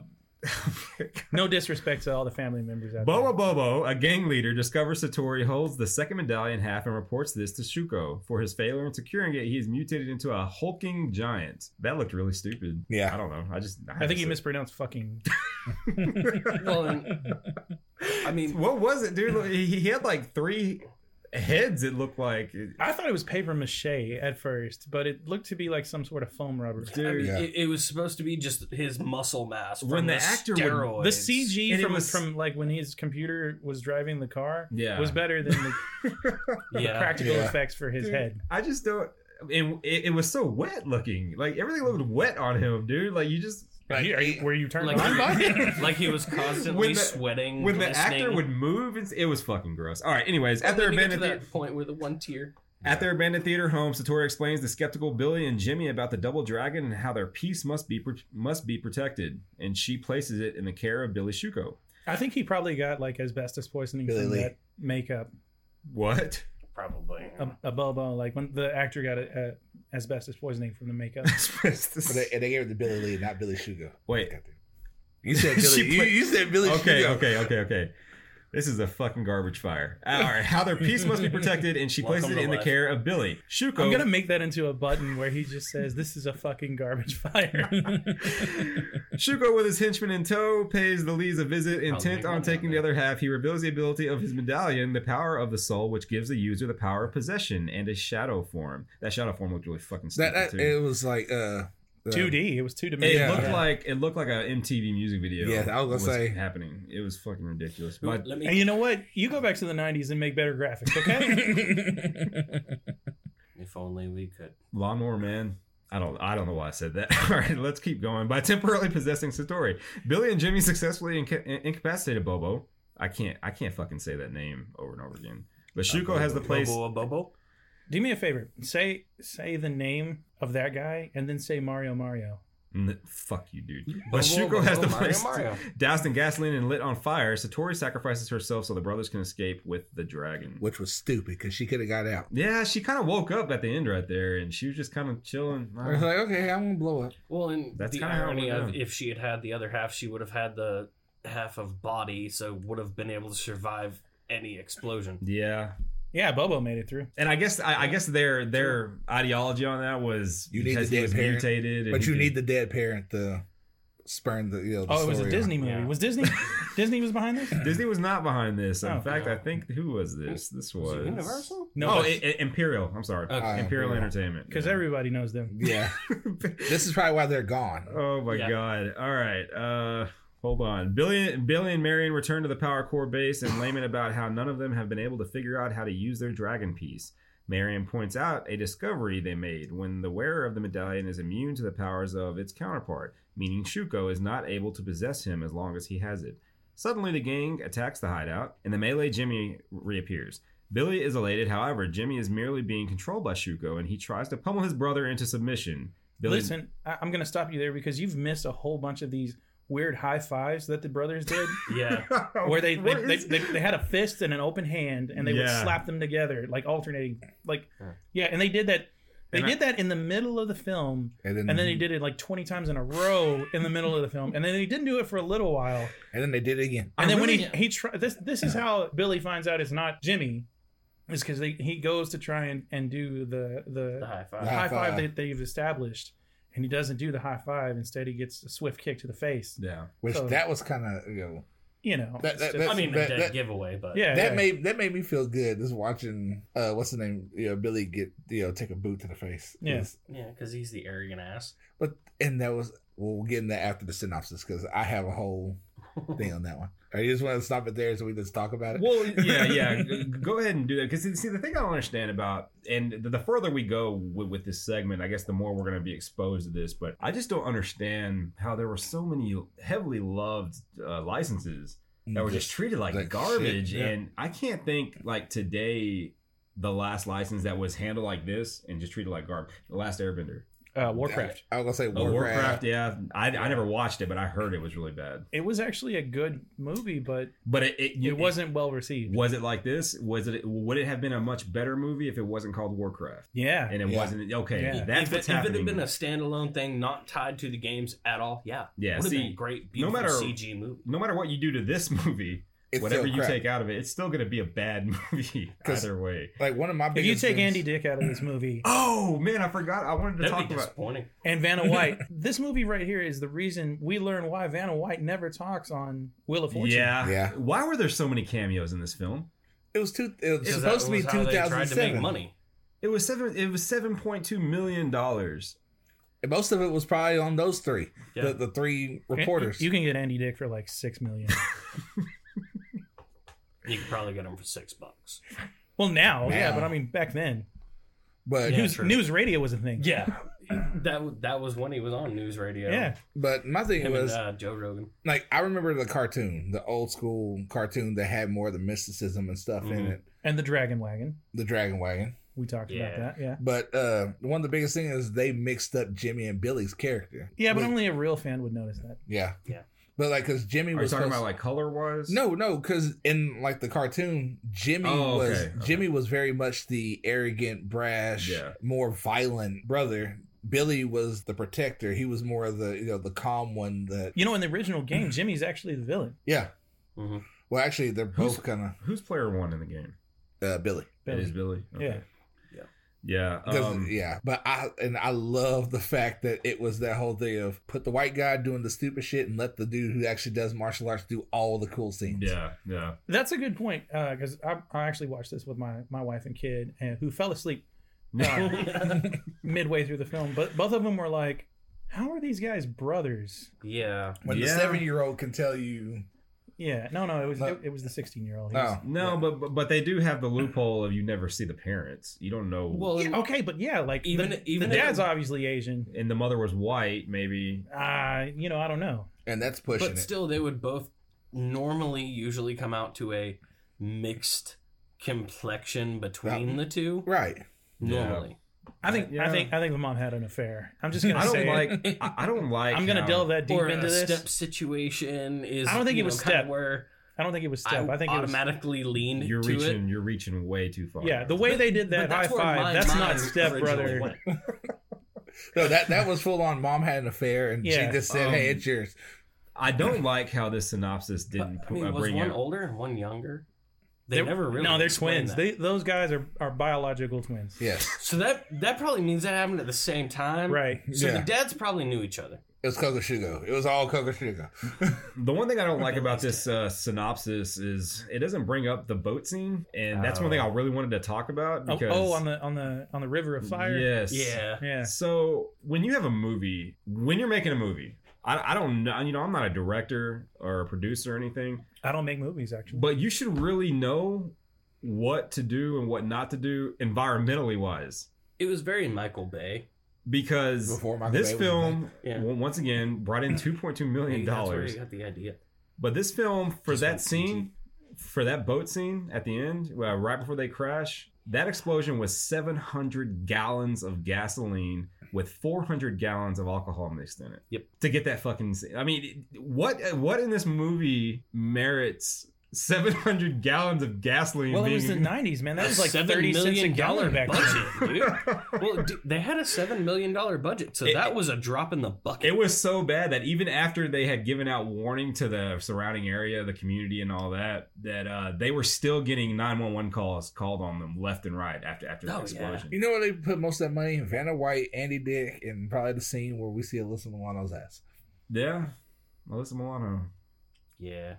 no disrespect to all the family members out
Bobo Bobo, a gang leader, discovers Satori holds the second medallion half and reports this to Shuko. For his failure in securing it, he is mutated into a hulking giant. That looked really stupid. I
Yeah,
don't know. I just.
there. I think
just-
he mispronounced fucking.
Well, and, I mean,
What was it, dude? He, he had like three heads. It looked like.
I thought it was paper mache at first, but it looked to be like some sort of foam rubber.
I mean,
Dude.
Yeah.
it, it was supposed to be just his muscle mass.
When
from
the
the,
actor would-
steroids.
The CG
And it
from
was-
from like when his computer was driving the car
Yeah.
was better than the the
yeah.
practical
Yeah.
effects for his
Dude,
head.
I just don't. It, it, it was so wet looking. Like everything looked wet on him, dude. Like you just.
Like,
You- are you-
he-
were you turned
Like,
on?
he- like he was constantly
When the-
sweating.
when the
glistening.
actor would move, it's, it was fucking gross. All right. Anyways,
Well,
at their
then you get to
abandoned
that
theater,
point where the one tear.
at their abandoned theater home, Satori explains to skeptical Billy and Jimmy about the double dragon and how their peace must be pro- must be protected, and she places it in the care of Billy Shuko.
I think he probably got like asbestos poisoning
Billy
from
Lee.
that makeup.
What?
Probably.
Um,
A, a bobo, like when the actor got a, a asbestos poisoning from the makeup.
but they, and they gave it to Billy Lee, not Billy Sugar.
Wait.
You said Billy.
She
you,
played-
you said Billy.
Okay.
Sugar.
Okay. Okay. Okay. This is a fucking garbage fire. All right. How their peace must be protected, and she places it
Welcome to
in the
life.
care of Billy Shuko.
I'm gonna make that into a button where he just says, "This is a fucking garbage fire."
Shuko, with his henchman in tow, pays the Lees a visit. Intent
make one
on
down
taking the
there.
other half, he reveals the ability of his medallion, the power of the soul, which gives the user the power of possession and a shadow form. That shadow form looked really fucking
That,
stupid
that
too.
it was like uh, the-
2D. It was two
It
dimensional.
looked like it looked like a MTV music video.
Yeah, I was gonna say.
happening. It was fucking ridiculous.
Who-
But
Let
And
me,
you know what? You go back to the '90s and make better graphics, okay?
if only we could.
Lawnmower Man. I don't I don't know why I said that. All right, let's keep going. By temporarily possessing Satori, Billy and Jimmy successfully inca- incapacitated Bobo. I can't I can't fucking say that name over and over again. But
Not
Shuko has the
Bobo.
place.
Bobo a Bobo.
Do me a favor. Say say the name of that guy and then say Mario Mario.
N- fuck you, dude. But
Bobo,
Shuko has the
Bobo, Mario,
place
Mario.
doused in gasoline and lit on fire. Satori sacrifices herself so the brothers can escape with the dragon.
which was stupid because she could have got out.
Yeah, she kind of woke up at the end right there, and she was just kind of chilling.
I
Uh-huh.
was like, okay, I'm gonna blow up.
Well, and
That's
the
kinda how it
irony
went
of
down.
if she had had the other half, she would have had the half of body, so would have been able to survive any explosion.
Yeah,
Yeah, Bobo made it through.
and I guess I, I guess their their ideology on that was
You need
because
the
he
dead
was
parent,
mutated, and
But
he
you
could-
need the dead parent to spurn the. You know, the
Oh, it was a
storyline.
Disney movie.
Yeah.
Was Disney Disney was behind this?
Disney was not behind this. In
Oh.
fact, I think who was this? This was,
Was it Universal?
No,
oh, I- I- Imperial. I'm sorry,
Okay.
Ah,
Imperial
yeah.
Entertainment.
because
yeah.
everybody knows them.
Yeah, this is probably why they're gone.
Oh my
Yeah.
god. All right. Uh hold on. Billion Billy and Marion return to the power core base and lament about how none of them have been able to figure out how to use their dragon piece. Marion points out a discovery they made when the wearer of the medallion is immune to the powers of its counterpart, meaning Shuko is not able to possess him as long as he has it. Suddenly, the gang attacks the hideout, and the melee Jimmy reappears. Billy is elated, however, Jimmy is merely being controlled by Shuko, and he tries to pummel his brother into submission. Billy,
Listen, I- I'm going to stop you there because you've missed a whole bunch of these weird high fives that the brothers did,
Yeah.
where they they,
What
they,
is-
they they had a fist and an open hand, and they
Yeah.
would slap them together, like alternating, like
Yeah.
yeah. And they did that. They
And I- Mm-hmm.
did that in the middle of the film,
And then,
and then they did it like 20 times in a row in the middle of the film, and then they didn't do it for a little while.
and then they did it again.
And
I
then
really-
when he he try, this this is how Billy finds out it's not Jimmy, is because he goes to try and, and do the
The
the
high
high,
five.
Yeah.
five,
five.
that they've established, and he doesn't do the high five. Instead, he gets a swift kick to the face.
Yeah.
Which
So-
that was kind of you know
You know,
That-
it's
that-
just-
I mean, a
That-
dead
that-
giveaway, but
yeah,
that
yeah.
made that made me feel good. Just watching uh what's the name you know Billy get you know take a boot to the face.
Yeah.
Yes,
yeah, because he's the arrogant ass.
but and that was we'll get in that after the synopsis because I have a whole thing on that one. I just want to stop it there so we just talk about it.
Well, yeah, yeah. G- go ahead and do that because see, the thing I don't understand about, and the- the further we go with, with this segment, I guess the more we're going to be exposed to this. But I just don't understand how there were so many heavily loved uh, licenses
Mm,
that were just treated like,
like shit,
garbage.
yeah.
And I can't think like today. The last license that was handled like this and just treated like garbage. The last Airbender.
uh, Warcraft.
I, I was gonna say
Oh,
Warcraft.
Warcraft. Yeah, I, I never watched it, but I heard it was really bad.
It was actually a good movie, but
But it it,
it wasn't well received.
Was it like this? Was it? Would it have been a much better movie if it wasn't called Warcraft?
Yeah,
And it
Yeah.
wasn't. Okay,
Yeah.
that's what's
if, it, if it
happening.
had been a standalone thing, not tied to the games at all, yeah,
Yeah,
would have
see,
been a great, beautiful
matter-
CG movie.
no matter what you do to this movie,
It's
whatever
still
you
crap.
take out of it, it's still going to be a bad movie
'Cause-
either way.
like one of my
if
biggest
you take
things-
Andy Dick out of this movie
Oh man, I forgot. I wanted to
That'd
talk
be
about.
disappointing.
and Vanna White, this movie right here is the reason we learn why Vanna White never talks on Wheel of Fortune.
Yeah.
Yeah.
Why were there so many cameos in this film?
it was two it was
Because
supposed to
that
be
was how they tried to make
2007.
money.
It was seven. It was seven point two million dollars.
And most of it was probably on those three,
Yeah.
the, the three reporters.
You can get Andy Dick for like six million.
You could probably get them for six bucks.
Well, now, yeah,
Now.
but I mean, back then,
but
Yeah.
news,
true.
news radio was a thing.
Yeah, that that was when he was on news radio.
Yeah.
but my thing
him
was
and uh, Joe Rogan.
like I remember the cartoon, the old school cartoon that had more of the mysticism and stuff in
Mhm.
it,
and the Dragon Wagon.
the Dragon Wagon.
We talked
Yeah.
about that. Yeah,
But uh one of the biggest things is they mixed up Jimmy and Billy's character.
yeah, but
Like,
only a real fan would notice that.
yeah,
Yeah.
But like, because Jimmy
Are you
was
talking about
supposed-
like color wise?
no, no, because in like the cartoon, Jimmy
Oh,
was
okay, okay.
Jimmy was very much the arrogant, brash,
Yeah.
more violent brother. Billy was the protector. He was more of the you know the calm one. That
You know, in the original game, Jimmy's actually the villain.
yeah.
Mhm.
Well, actually, they're
Who's-
both kind
Who's player one in the game?
of uh, Billy.
It
Billy.
is Billy.
Yeah.
Yeah. Yeah.
'Cause,
um,
yeah, but I and I love the fact that it was that whole thing of put the white guy doing the stupid shit and let the dude who actually does martial arts do all the cool scenes.
Yeah. Yeah.
That's a good point because I, I actually watched this with my my wife and kid, and who fell asleep midway through the film. But both of them were like, "How are these guys brothers?"
yeah,
When the
Yeah.
seven year old can tell you,
Yeah, no, no, it was
No.
it, it was the sixteen year old.
oh
No, but, but but they do have the loophole of you never see the parents. You don't know.
Well, and-
okay, but yeah, like
Even-
the,
even
the dad's
if-
obviously Asian.
and the mother was white, maybe.
Uh, you know, I don't know.
and that's pushing
but
it.
still, they would both normally usually come out to a mixed complexion between the two.
Right.
Yeah.
Normally,
I think
Yeah.
I think I think Lamont had an affair. I'm just gonna
I
say
don't
it.
like. I I don't like.
I'm gonna
how-
delve that deep
or
into
a
this.
step situation is.
I don't think
you
it was
know, kinda
step.
Where
I don't think it was step. I,
I,
think it was
automatically leaned
You're
to
reaching.
it.
You're reaching way too far.
yeah. The way they did that
But
high
that's where my
five, that's not
mind
step,
originally
brother.
went.
No, that that was full on. Mom had an affair, and
Yeah.
she just said,
Um,
"Hey, it's yours."
I don't like how this synopsis
But,
didn't
I mean,
uh,
was
bring
one
out.
older and one younger? They
They're-
never really.
No, they're
explained
twins.
that.
They, those guys are, are biological twins.
Yes,
So that that probably means that happened at the same time.
Right.
So
Yeah.
the dads probably knew each other.
it was Kokoshugo. It was all Kokoshugo.
The one thing I don't like about this uh, synopsis is it doesn't bring up the boat scene, and that's one thing I really wanted to talk about
Oh,
because
oh, on the on the on the river of fire.
Yes.
Yeah.
Yeah.
So when you have a movie, when you're making a movie, I, I don't know. You know, I'm not a director or a producer or anything,
I don't make movies actually.
but you should really know what to do and what not to do environmentally wise,
It was very Michael Bay.
because
Before Michael
this
Bay was
film.
Yeah.
w- Once again, brought in 2.2 million
Maybe that's where
dollars.
he got the idea.
But this film, for
Just
that
went
scene, for that boat scene at the end, uh, right before they crash, that explosion was 700 gallons of gasoline with 400 gallons of alcohol mixed in it.
Yep.
To get that fucking. Scene. I mean, what what in this movie merits 700 gallons of gasoline?
well, it
being,
was the '90s, man. That was like
Seven
thirty cents a
million dollar
gallon back then.
budget, dude. well, d- they had a seven million dollar budget, so
It-
that was a drop in the bucket.
It was so bad that even after they had given out warning to the surrounding area, the community, and all that, that uh, they were still getting 911 calls called on them left and right after after the
Oh, yeah.
explosion.
You know where they put most of that money? Vanna White, Andy Dick, and probably the scene where we see Alyssa Milano's ass.
Yeah. Melissa Milano.
yeah,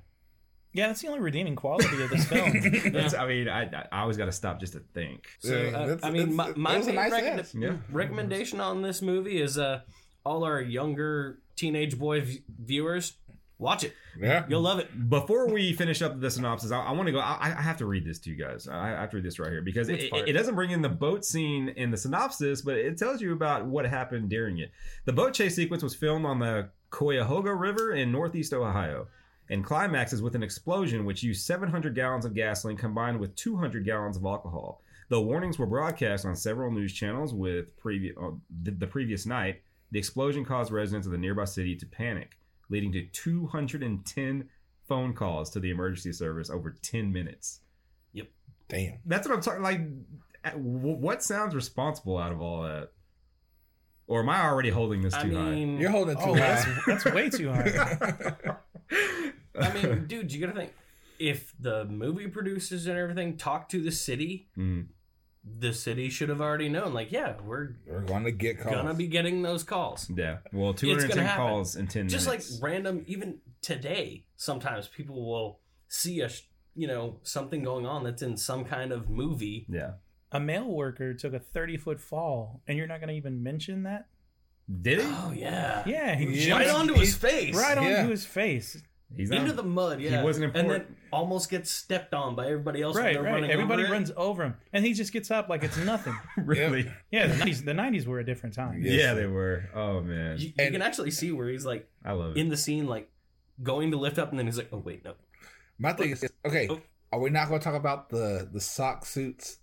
Yeah, that's the only redeeming quality of this film.
That's, I mean, I, I- I always got to stop just to think.
So,
Yeah,
uh,
that's-
I mean, my,
that's-
my
that was a
main
nice
recommend-
ass.
Yeah.
recommendation on this movie is uh, all our younger teenage boy v- viewers watch it.
Yeah.
You'll love it.
Before we finish up the synopsis, I, I want to go. I, I have to read this to you guys. I, I have to read this right here because it,
Which part?
it doesn't bring in the boat scene in the synopsis, but it tells you about what happened during it. The boat chase sequence was filmed on the Cuyahoga River in northeast Ohio and climaxes with an explosion which used 700 gallons of gasoline combined with 200 gallons of alcohol. The warnings were broadcast on several news channels with previ- uh, the, the previous night. The explosion caused residents of the nearby city to panic, leading to 210 phone calls to the emergency service over 10 minutes.
Damn.
That's what I'm talking. Like, at- w- what sounds responsible out of all that? Or am I already holding this
I
too
mean,
You're holding it too
Oh, that's
high.
that's way too high.
high?
I mean, dude, you gotta think if the movie producers and everything talk to the city,
Mm.
the city should have already known. Like, yeah, we're
We're going to get caught.
gonna be getting those calls.
Yeah. Well,
gonna
210
happen.
calls in 10
Just like
minutes.
random, even today, sometimes people will see a sh- you know something going on that's in some kind of movie.
yeah.
A mail worker took a 30 foot fall, and you're not going to even mention that?
Did he?
Oh yeah,
Yeah, he
Yeah.
jumped
right
He-
onto his face,
right onto
Yeah.
his face.
He's not.
into the mud. Yeah,
wasn't
and
important.
then almost gets stepped on by everybody else.
Right,
when they're
right.
Running
Everybody
over it.
runs over him, and he just gets up like it's nothing.
really.
yeah, the 90s, the 90s were a different time.
Yeah.
Yeah, they were. Oh man,
You, you
And-
can actually see where he's like
I love it.
in the scene, like going to lift up, and then he's like, "Oh wait, no."
My thing is, okay,
Oh.
are we not going to talk about the the sock suits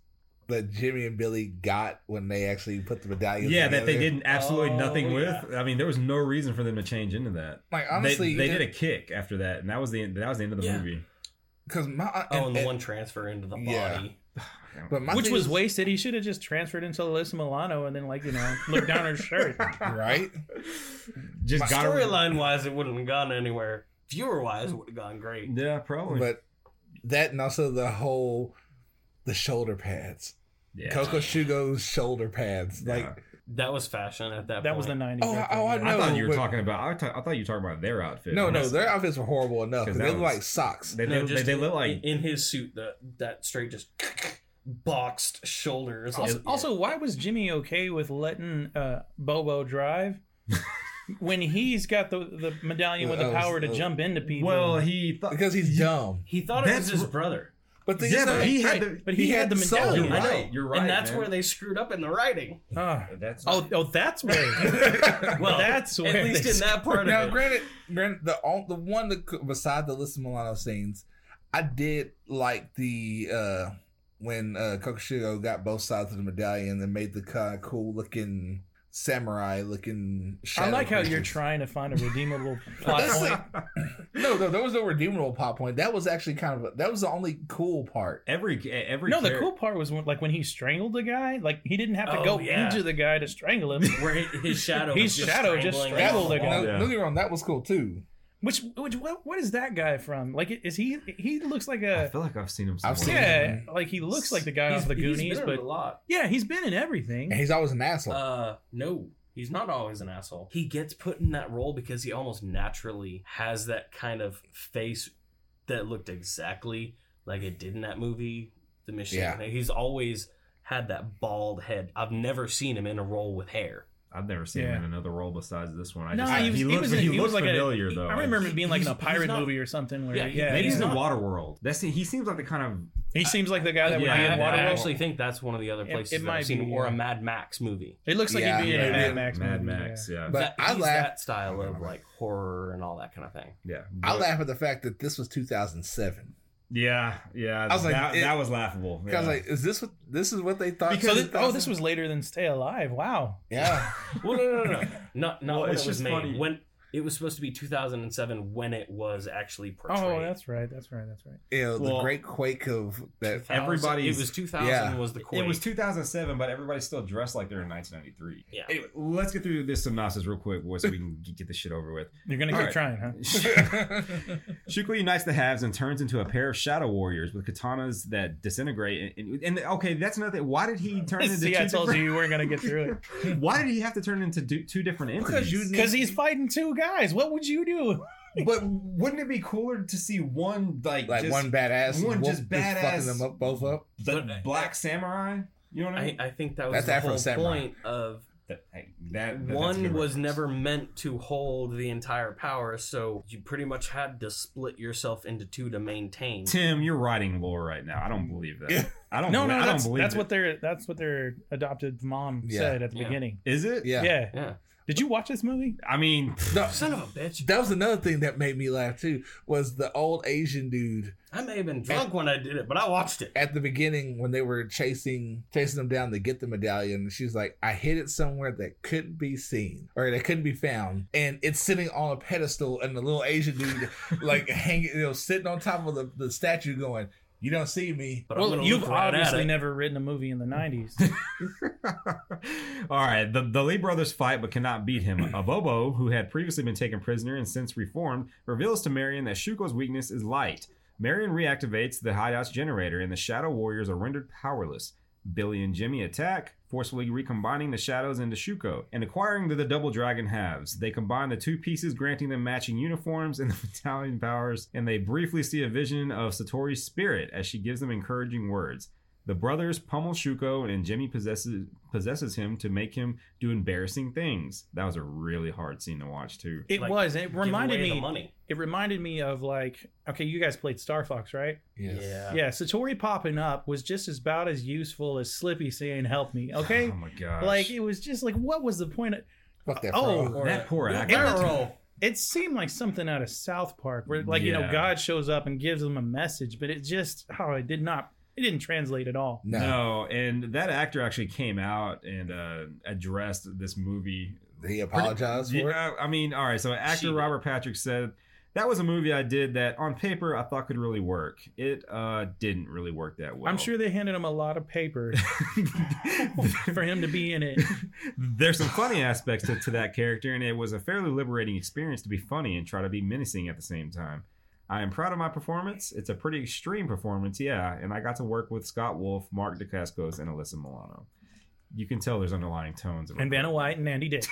that Jimmy and Billy got when they actually put the medallions?
Yeah, that they
together?
did absolutely
Oh,
nothing
yeah.
with. I mean, there was no reason for them to change into that.
Like honestly,
they, they did a kick after that, and that was the end, that was the end of the
Yeah.
movie.
because my uh,
Oh, and,
and-
the
and-
one transfer into the body.
Yeah. but my
Which
thing
was
is-
wasted. He should have just transferred into Alyssa Milano and then, like, you know, looked down her shirt.
right.
Just
My
got a-
Storyline wise, it wouldn't have gone anywhere. Viewer wise, it would have gone great.
Yeah, probably.
But that and also the whole the shoulder pads,
yeah.
Coco Shugo's shoulder pads,
Yeah.
like
That was fashion at that.
That
point.
was the 90s.
Oh,
right
I-
there,
oh, I
yeah.
I thought you were
but-
talking about. I, thought- I thought you were talking about their outfit.
no, no,
honestly.
their outfits were horrible enough
'Cause
because they
that
look
was-
like socks.
they,
no,
they,
just
they
in-
look like.
in his suit that that straight just boxed shoulders.
Also, also, why was Jimmy okay with letting uh, Bobo drive when he's got the, the medallion with the
Oh,
power to
oh.
jump into people?
well, he thought
because he's dumb.
he thought it
That's
was his
r-
brother.
But the
Yeah, but he had
right.
the-
but he had the
soul,
medallion.
I know.
Right, you're right.
and that's
man.
where they screwed up in the writing.
Ah.
That's
oh, oh, that's where.
Well,
that's where.
At least
they-
in that part
Now,
of it.
granted, granted, the on- the one that c- beside the Alyssa Milano scenes, I did like the uh when uh Kokushigo got both sides of the medallion and made the kind of cool looking samurai looking.
I
shadow
like how you're
creatures.
trying to find a redeemable plot
Listen,
point.
No, no, there was no redeemable plot point. That was actually kind of a, that was the only cool part.
every every
No, the
char-
cool part was when, like when he strangled the guy. Like he didn't have to
Oh,
go
yeah.
into the guy to strangle him.
Where hi- his shadow
His
was just
shadow just
strangling
strangled
along
the
the wall.
No,
Yeah.
don't get me wrong, that was cool too.
Which, which, what, what is that guy from? Like, is he? He looks like
I
a.
feel like I've seen him. Somewhere.
I've seen him.
Yeah, like he looks like the guy
He's-
off the
he's been
Goonies,
in
but
a lot.
yeah, he's been in everything.
And he's always an asshole.
Uh, no, he's not always an asshole. He gets put in that role because he almost naturally has that kind of face that looked exactly like it did in that movie, The Mission.
Yeah.
He's always had that bald head. I've never seen him in a role with hair.
I've never seen him
Yeah.
in another role besides this one. I
No,
just,
he was-
he
he
looked,
was in-
he
he
looked
was like a-
familiar though.
I remember him being like in a
Oh, He's- he's
pirate
not-
movie or something. Where
Yeah,
yeah,
he-
yeah,
Maybe
he's
he's in
not-
Waterworld. That's he seems like the kind of
he seems like the guy that
Yeah,
would be
I,
yeah,
in Waterworld.
yeah.
actually think that's one of the other
It-
places
it might
I've seen,
be,
or a
yeah.
Mad Max movie.
it looks like
Yeah,
he'd be in
yeah,
a
yeah.
Mad Max.
Mad
movie,
Max. Yeah,
But
that,
I
he's
laugh-
that style of like horror and all that kind of thing.
yeah.
I
But-
laugh at the fact that this was 2007.
Yeah, yeah.
I was like,
that,
it-
that was laughable.
I was
yeah.
like, is this what this is what they
Uh,
thought?
Yeah. So this, oh,
2000?
this was later than Stay Alive. Wow.
yeah.
Well, no, no, no, no. not not
Well,
when
it's
it was
just
made.
funny.
When it was supposed to be 2007, when it was actually portrayed.
Oh, that's right. That's right. That's right.
you know,
Well-
the great quake of that.
2000
everybody's-
It was 2000
yeah.
was the quake.
It was 2007, but everybody's still dressed like they're in 1993.
Yeah.
Anyway, let's get through this synopsis real quick, boy, so we can get this shit over with.
You're gonna
All right.
keep trying, huh?
Shuko unites the halves and turns into a pair of shadow warriors with katanas that disintegrate. And, and, and, okay, that's another thing. Why did he turn into?
See,
two
I told
different-
you you weren't gonna get through it
Why did he have to turn into do, two different entities?
because you
because
need,
he's fighting two guys. What would you do?
but wouldn't it be cooler to see one like,
like
just,
one badass,
one
whoop-
just badass-
fucking them up both up.
the black samurai? You know what I
I,
mean?
I think that was
That's
the
Afro
whole
Samurai.
point of
that, hey, that- that- that's a
one
good
was
reference.
never meant to hold the entire power, so you pretty much had to split yourself into two to maintain.
Tim, you're writing lore right now. I don't believe that. I don't.
No,
believe,
no,
I don't
that's,
believe
that's
it.
what their that's what their adopted mom
Yeah.
said at the
Yeah.
beginning.
Is it?
Yeah.
yeah.
Yeah,
Did you watch this movie?
I mean,
No,
son of a bitch.
that was another thing that made me laugh too. Was the old Asian dude
I may have been drunk when I did it, but I watched it.
at the beginning when they were chasing chasing them down to get the medallion? She's like, I hid it somewhere that couldn't be seen or that couldn't be found, and it's sitting on a pedestal, and the little Asian dude like hanging, you know, sitting on top of the, the statue, going, "You don't see me."
But I'm
Well,
gonna
you've
look right
obviously
at it.
never written a movie in the '90s.
all right. The, the Lee brothers fight but cannot beat him. Abobo, who had previously been taken prisoner and since reformed, reveals to Marion that Shuko's weakness is light. Marion reactivates the hideout's generator, and the Shadow Warriors are rendered powerless. Billy and Jimmy attack, forcefully recombining the shadows into Shuko and acquiring the, the Double Dragon halves. They combine the two pieces, granting them matching uniforms and the battalion powers, and they briefly see a vision of Satori's spirit as she gives them encouraging words. The brothers pummel Shuko, and Jimmy possesses possesses him to make him do embarrassing things. That was a really hard scene to watch too.
It
Like,
was. It
Give
reminded
away
me.
the money.
It reminded me of like, okay, you guys played Star Fox, right?
Yeah.
Yeah. Satori popping up was just as about as useful as Slippy saying "Help me," okay?
Oh my gosh!
like it was just like, what was the point? Of,
Fuck that.
Oh,
frog.
that poor
Yeah,
actor.
Arrow.
it seemed like something out of South Park, where like you know
Yeah.
God shows up and gives them a message, but it just oh, it did not. It didn't translate at all.
no.
No, and that actor actually came out and uh, addressed this movie.
He apologized for it.
Yeah, I mean, all right. So actor
She-
Robert Patrick said that was a movie I did that on paper I thought could really work. It uh, didn't really work that well.
I'm sure they handed him a lot of paper for him to be in it.
There's some funny aspects to, to that character, and it was a fairly liberating experience to be funny and try to be menacing at the same time. I am proud of my performance. It's a pretty extreme performance, yeah, and I got to work with Scott Wolf, Mark DeCascos, and Alyssa Milano. You can tell there's underlying tones. Of
And Vanna White and Andy Dick.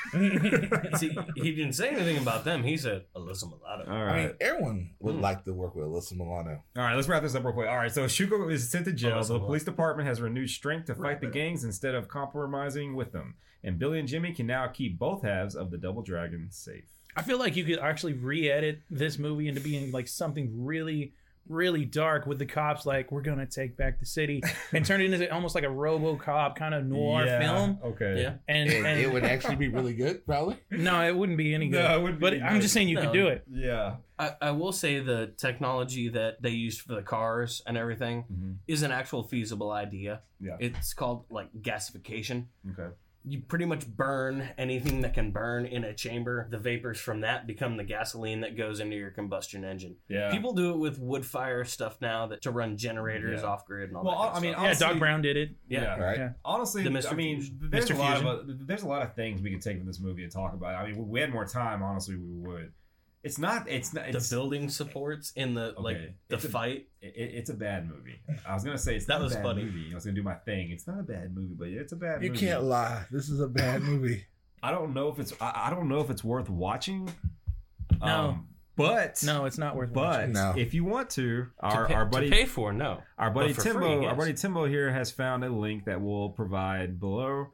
See, he didn't say anything about them. He said Alyssa Milano.
All
I
right.
mean, everyone would
Hmm.
like to work with Alyssa Milano.
All right, let's wrap this up real quick. All right, so Shuko is sent to jail.
Alyssa
The
Milano.
police department has renewed strength to fight the gangs instead of compromising with them. And Billy and Jimmy can now keep both halves of the Double Dragon safe.
I feel like you could actually re-edit this movie into being like something really really dark with the cops like we're gonna take back the city and turned it into almost like a RoboCop kind of noir
Yeah.
film.
Okay.
Yeah.
And,
It,
and
it would actually be really good, probably.
no, it wouldn't be any good.
No, it wouldn't
but
be
I'm
good.
just saying you
No.
could do it.
Yeah.
I, I will say the technology that they used for the cars and everything
Mhm.
is an actual feasible idea.
Yeah.
It's called like gasification.
Okay.
You pretty much burn anything that can burn in a chamber. The vapors from that become the gasoline that goes into your combustion engine.
Yeah.
People do it with wood fire stuff now that to run generators
Yeah.
off grid and all
Well,
that.
I mean,
kind of
Honestly-
yeah, Doc Brown did it.
yeah.
yeah.
Right.
Yeah.
Honestly,
The Mr.
I mean,
Fusion.
there's
Mr.
a lot of
Fusion.
uh, there's a lot of things we could take from this movie and talk about. I mean, if we had more time. Honestly, we would. It's not. It's not.
stuff.
It's,
the building supports in the like
Okay.
the
It's a-
fight.
it, it's a bad movie. I was gonna say it's
That
not
was
a bad
funny.
movie. I was gonna do my thing. It's not a bad movie, but it's a bad.
You
movie.
can't lie. This is a bad movie.
I don't know if it's. I, I don't know if it's worth watching. Um,
No.
but
No, it's not worth
But
watching.
No.
if you want to,
to
our
pay,
our
to
buddy
pay for no.
Our buddy
But for free,
Timbo, our
yes.
buddy Timbo here has found a link that we'll provide below.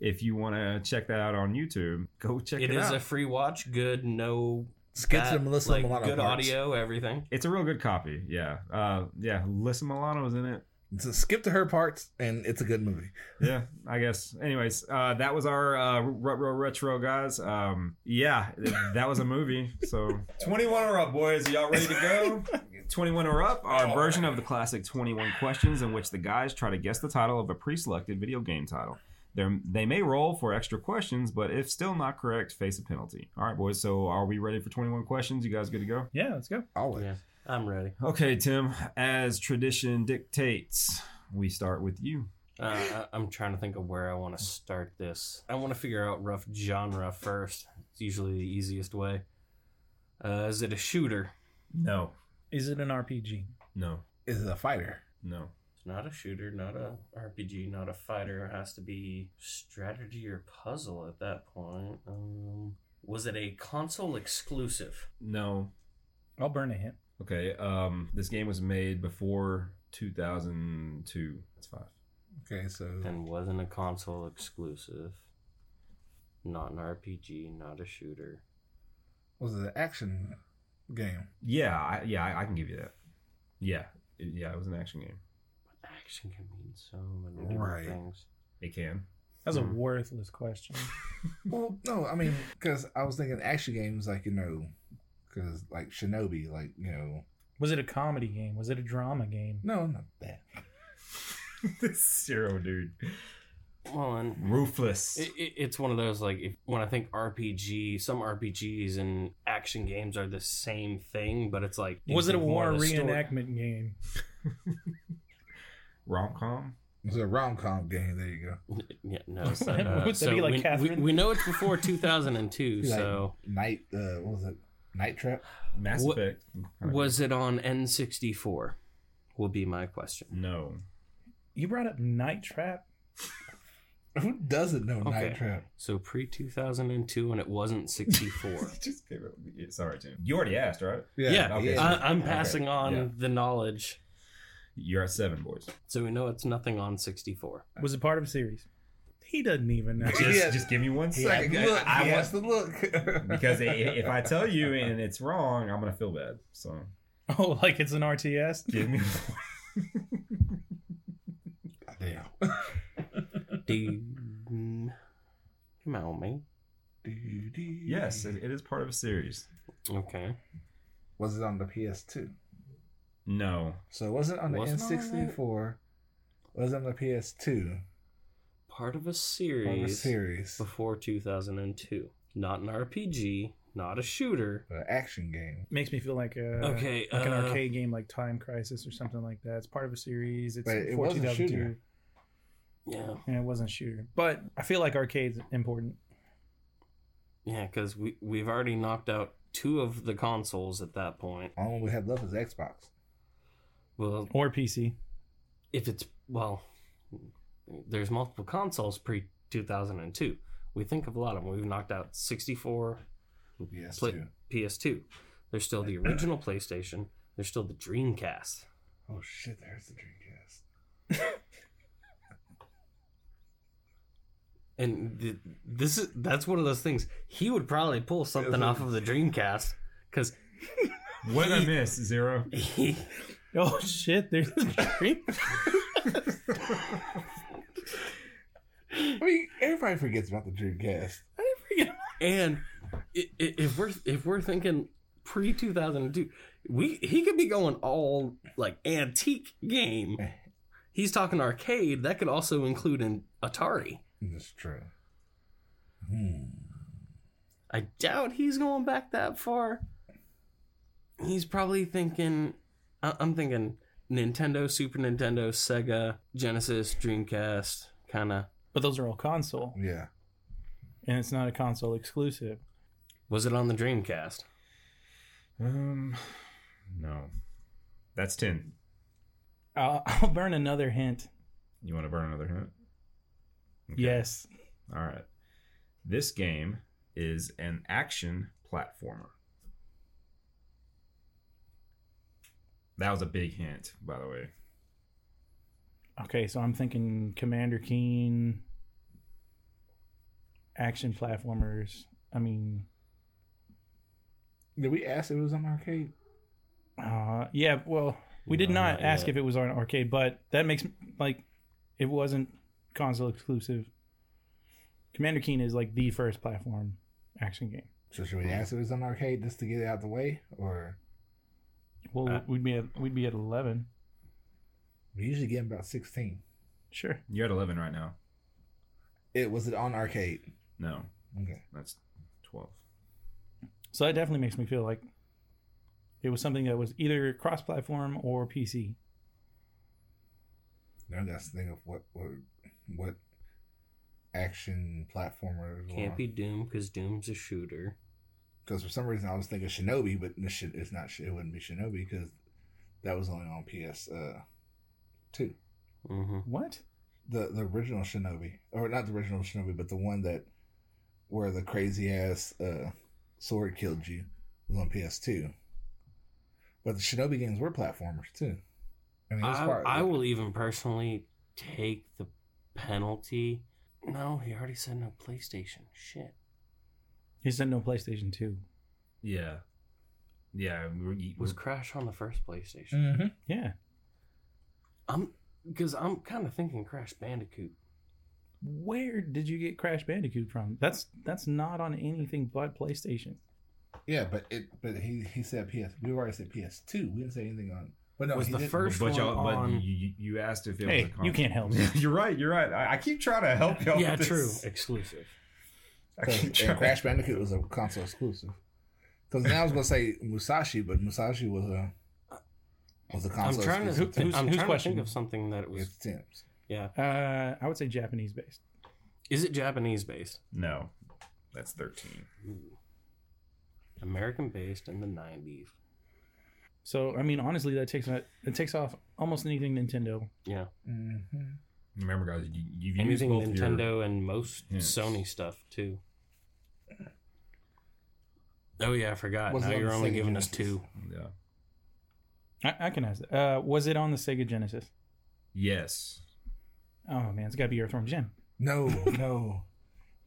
If you want to check that out on YouTube, go check it,
it is
out.
a free watch. Good, no.
Skits
bad-
and Melissa
like,
Milano.
Good
parts.
audio, everything.
it's a real good copy. Yeah, uh, yeah. Lisa Milano is in it.
So skip to her parts, and it's a good movie.
Yeah, I guess. Anyways, uh, that was our uh, Rutro Retro guys. Um, yeah, that was a movie. So twenty-one or up, boys. Y'all ready to go? twenty-one or up, our version of the classic twenty-one questions, in which the guys try to guess the title of a pre-selected video game title. They're, they may roll for extra questions, but if still not correct, face a penalty. All right, boys. So are we ready for twenty-one questions? You guys good to go?
Yeah, let's go.
Always.
Yeah. I'm ready.
Okay, Tim. As tradition dictates, we start with you.
Uh, I- I'm trying to think of where I want to start this. I want to figure out rough genre first. It's usually the easiest way. Uh, is it a shooter?
No,
Is it an RPG?
no,
Is it a fighter?
no.
It's not a shooter, not a RPG, not a fighter. It has to be strategy or puzzle at that point. Um, was it a console exclusive?
No.
I'll burn a hint.
Okay. Um, this game was made before 2002. That's five.
Okay, so
And wasn't a console exclusive. Not an RPG, not a shooter.
was it an action game?
Yeah. I, yeah. I, I can give you that. Yeah. It- yeah. It was an action game.
Action can mean so many different
Right.
things.
It can.
That's a
Mhm.
worthless question.
Well, no, I mean, because I was thinking action games, like you know, because like Shinobi, like you know,
Was it a comedy game? Was it a drama game?
no, not that.
this zero dude.
Well, and
Ruthless.
It, it, it's one of those like if, when I think RPG, some RPGs and action games are the same thing, but it's like
Was it a
more
war
of the story-
reenactment game?
Rom com.
It's a rom com game. There you go.
Yeah, no. So,
Would
uh,
that
so
be like
we- we,
Catherine?
we know it's before 2002.
Like,
so
night, uh, what was it? Night Trap.
Mass
What-
Effect.
was it on N64? Will be my question.
no.
You brought up Night Trap.
Who doesn't know Night
Okay.
Trap?
So pre 2002, and it wasn't 64.
Just give it. Sorry, Tim. You already asked, right?
Yeah,
okay.
I, I'm passing on
Yeah.
the knowledge.
You're at seven, boys.
So we know it's nothing on 64.
Was it part of a series? He doesn't even know.
Just,
Yeah.
just give me one
He has
second.
the look.
I
he
want
has the look.
because i- if I tell you and it's wrong, I'm gonna feel bad. So
Oh, like it's an RTS?
give me.
Damn.
Dude, mm, come on, me.
yes, it, it is part of a series.
Okay.
Was it on the PS2?
No,
So it wasn't on the
Wasn't on
N64. was on the PS2
Part of a
on the
series.
series.
before 2002. Not an RPG, not a shooter.
An action game.
Makes me feel like a,
Okay,
like an
uh,
arcade game like Time Crisis or something like that. It's part of a series. It's
But it
before
wasn't a
2002.
shooter.
Yeah,
Yeah, it wasn't a shooter. But I feel like arcade's important.
yeah, because we we've already knocked out two of the consoles at that point.
All we had left was Xbox.
Well,
Or PC.
if it's well, there's multiple consoles pre 2002. We think of a lot of them. We've knocked out 64,
PS2.
Play- PS2. There's still the original PlayStation. There's still the Dreamcast.
Oh shit! There's the Dreamcast.
And th- this is that's one of those things. He would probably pull something off of the Dreamcast because
what did I miss? Zero.
he
Oh shit! There's a tree.
I mean, everybody forgets about the Dreamcast.
And i- i- if we're if we're thinking pre two thousand and two, we he could be going all like antique game. He's talking arcade. That could also include an Atari.
That's true. Hmm.
I doubt he's going back that far. He's probably thinking. I- I'm thinking Nintendo, Super Nintendo, Sega, Genesis, Dreamcast, kind of.
But those are all console,
Yeah.
and it's not a console exclusive.
Was it on the Dreamcast?
Um, no, that's ten.
I'll, I'll burn another hint.
You want to burn another hint? Okay.
Yes.
All right. This game is an action platformer. That was a big hint, by the way.
Okay, so I'm thinking Commander Keen, action platformers. I mean,
Did we ask if it was on arcade?
uh, yeah. Well, we did
No,
not,
not
ask
yet.
if it was on arcade, but that makes like it wasn't console exclusive. Commander Keen is like the first platform action game.
So should we ask if it was on arcade just to get it out the way, or
Well,
Uh,
we'd be at, we'd be at eleven.
we usually get 'em about sixteen?
Sure.
You're at eleven right now.
It was it on arcade?
No,
Okay.
that's twelve.
So that definitely makes me feel like it was something that was either cross-platform or PC.
Now that's the thing of what what, what action platformer
Can't be Doom because Doom's a shooter.
because for some reason I was thinking Shinobi, but this shit is not. It wouldn't be Shinobi because that was only on PS uh two.
hmm
What?
The the original Shinobi, or not the original Shinobi, but the one that where the crazy ass uh sword killed you was on PS two. But the Shinobi games were platformers too. I mean, it was
I,
part-
I will even personally take the penalty. No, he already said no PlayStation. Shit.
He said no PlayStation Two.
Yeah, yeah. we-
Mm.
Was Crash on the first PlayStation?
Mhm.
Yeah.
I'm because I'm kind of thinking Crash Bandicoot.
Where did you get Crash Bandicoot from? That's that's not on anything but PlayStation.
Yeah, but it but he he said PS. We already said PS two. We didn't say anything on. But no,
Was
he
the
didn't.
first
but y'all,
one
but
on-
you, you asked if it was.
Hey,
a con-
you can't help me.
you're right. You're right. I, I keep trying to help y'all.
yeah,
with this.
true. Exclusive.
I keep
Because
trying.
and Crash Bandicoot was a console exclusive. Because now I was gonna say Musashi, but Musashi was a was a
I'm
console
trying to.
exclusive.
thi-
Who's-
I'm
who's
trying
question?
to think of something that it was.
It's Tim's.
Yeah.
Uh, I would say Japanese based.
Is it Japanese based?
No, that's thirteen.
American based in the '90s.
So I mean, honestly, that takes that takes off almost anything Nintendo.
Yeah.
Mm-hmm.
Remember, guys, you, you've used
Anything
both your-
Nintendo and most
Yes.
Sony stuff too. Oh yeah, I forgot.
Was it
now
on
you're
the
only
Sega
giving us
Genesis?
two.
yeah.
I, I can ask that. Uh, was it on the Sega Genesis?
Yes.
Oh man, it's got to be Earthworm Jim.
No, no,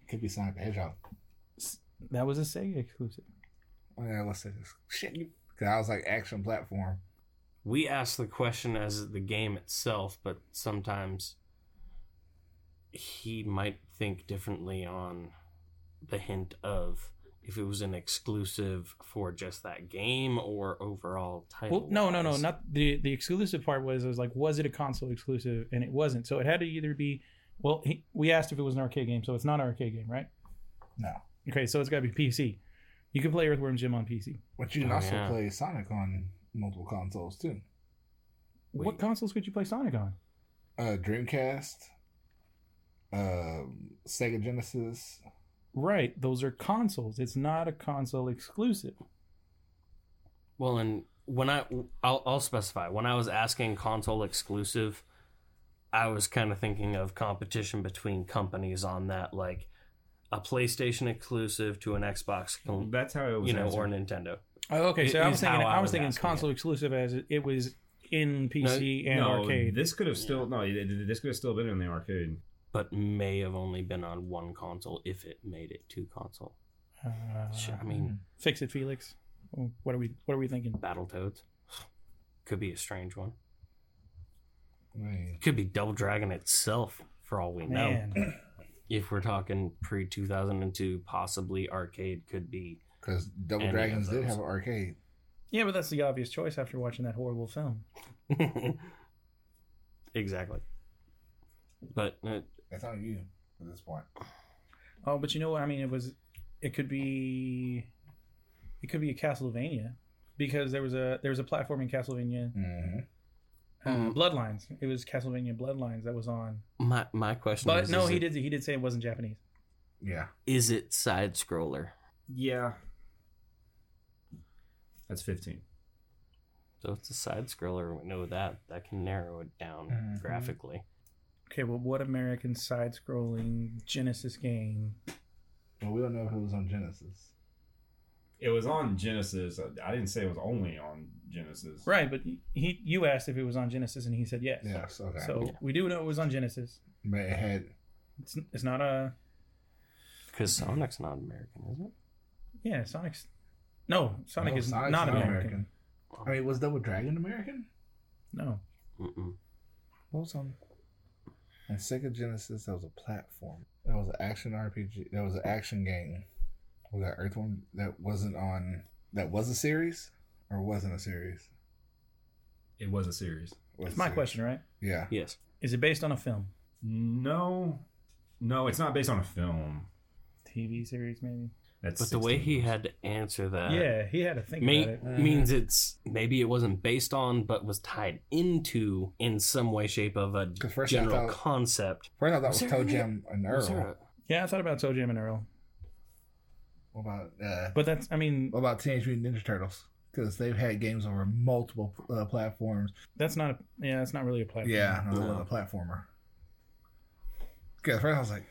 could be Sonic the Hedgehog.
That was a Sega exclusive.
Oh, yeah, let's say this. Shit, you- 'cause I was like action platform.
We ask the question as the game itself, but sometimes he might think differently on the hint of if it was an exclusive for just that game or overall title.
Well, no, no, no,
wise.
not the the exclusive part was was like was it a console exclusive and it wasn't. So it had to either be well, he, we asked if it was an arcade game, so it's not an arcade game, right?
No,
Okay, so it's got to be PC. You can play Earthworm Jim on PC.
but you can
Oh,
also
yeah.
play Sonic on multiple consoles too.
What
Wait.
consoles could you play Sonic on?
Uh, Dreamcast, uh, Sega Genesis.
Right, those are consoles. It's not a console exclusive.
Well, and when I I'll, I'll specify when I was asking console exclusive, I was kind of thinking of competition between companies on that, like a PlayStation exclusive to an Xbox, con-
That's how it was.
you know,
answered.
or Nintendo.
Oh, okay, so
It
I
is
was thinking
how I
I was
was
thinking
asking
console exclusive as it, it was in PC and
no,
arcade.
This could have still no. th- th- This could have still been in the arcade.
But may have only been on one console if it made it to console.
Uh,
Sh- I mean,
fix it, Felix. What are we What are we thinking?
Battletoads. Could be a strange one.
Man.
Could be Double Dragon itself, for all we know.
Man,
If we're talking pre 2002, possibly arcade could be.
Because Double
Any of
Dragons did
those.
have an arcade.
yeah, but that's the obvious choice after watching that horrible film.
exactly. But uh,
That's on you at this point.
Oh, but you know what? I mean, it was, it could be, it could be a Castlevania, because there was a there was a platform in Castlevania
Mm-hmm.
uh,
Mm.
Bloodlines. It was Castlevania Bloodlines that was on.
my, my question
But
is
no,
is
he
it,
did he did say it wasn't Japanese.
Yeah.
Is it side scroller?
Yeah. That's 15.
So it's a side scroller. We know that. That can narrow it down
Mhm.
graphically.
Okay, well, what American side-scrolling Genesis game?
Well, we don't know if it was on Genesis.
It was on Genesis. I didn't say it was only on Genesis.
Right, but he you asked if it was on Genesis, and he said yes.
Yes. Okay.
So we do know it was on Genesis.
but it had.
It's it's not a
Because Sonic's not American, is it?
yeah. Sonic's no Sonic
No,
is
Sonic's
not American.
I mean, was Double Dragon American?
No,
Mm-mm.
What was on? On Sega Genesis, that was a platform. That was an action RPG. That was an action game. Was that Earthworm? That wasn't on. That was a series, or wasn't a series.
It was a series.
Was
it's
a
my
series.
question, right?
Yeah.
Yes.
Is it based on a film,
No. No, it's not based on a film.
TV series, maybe?
That's
But the way
16.
he had to answer
Uh,
that
yeah, he had to think
may-
about it. Uh-huh.
means it's maybe it wasn't based on, but was tied into in some way, shape of a
'Cause first I
general
thought-
concept.
First, I thought
Was
it was
there
Toe
any-
Jam and
Was
Earl.
there
Yeah, I thought about Toe Jam and Earl,
What about uh,
but that's I mean
what about Teenage Mutant Ninja Turtles? Because they've had games over multiple uh, platforms.
that's not a yeah that's not really a platform.
Yeah, no,
No.
no. a platformer. Because first I was like,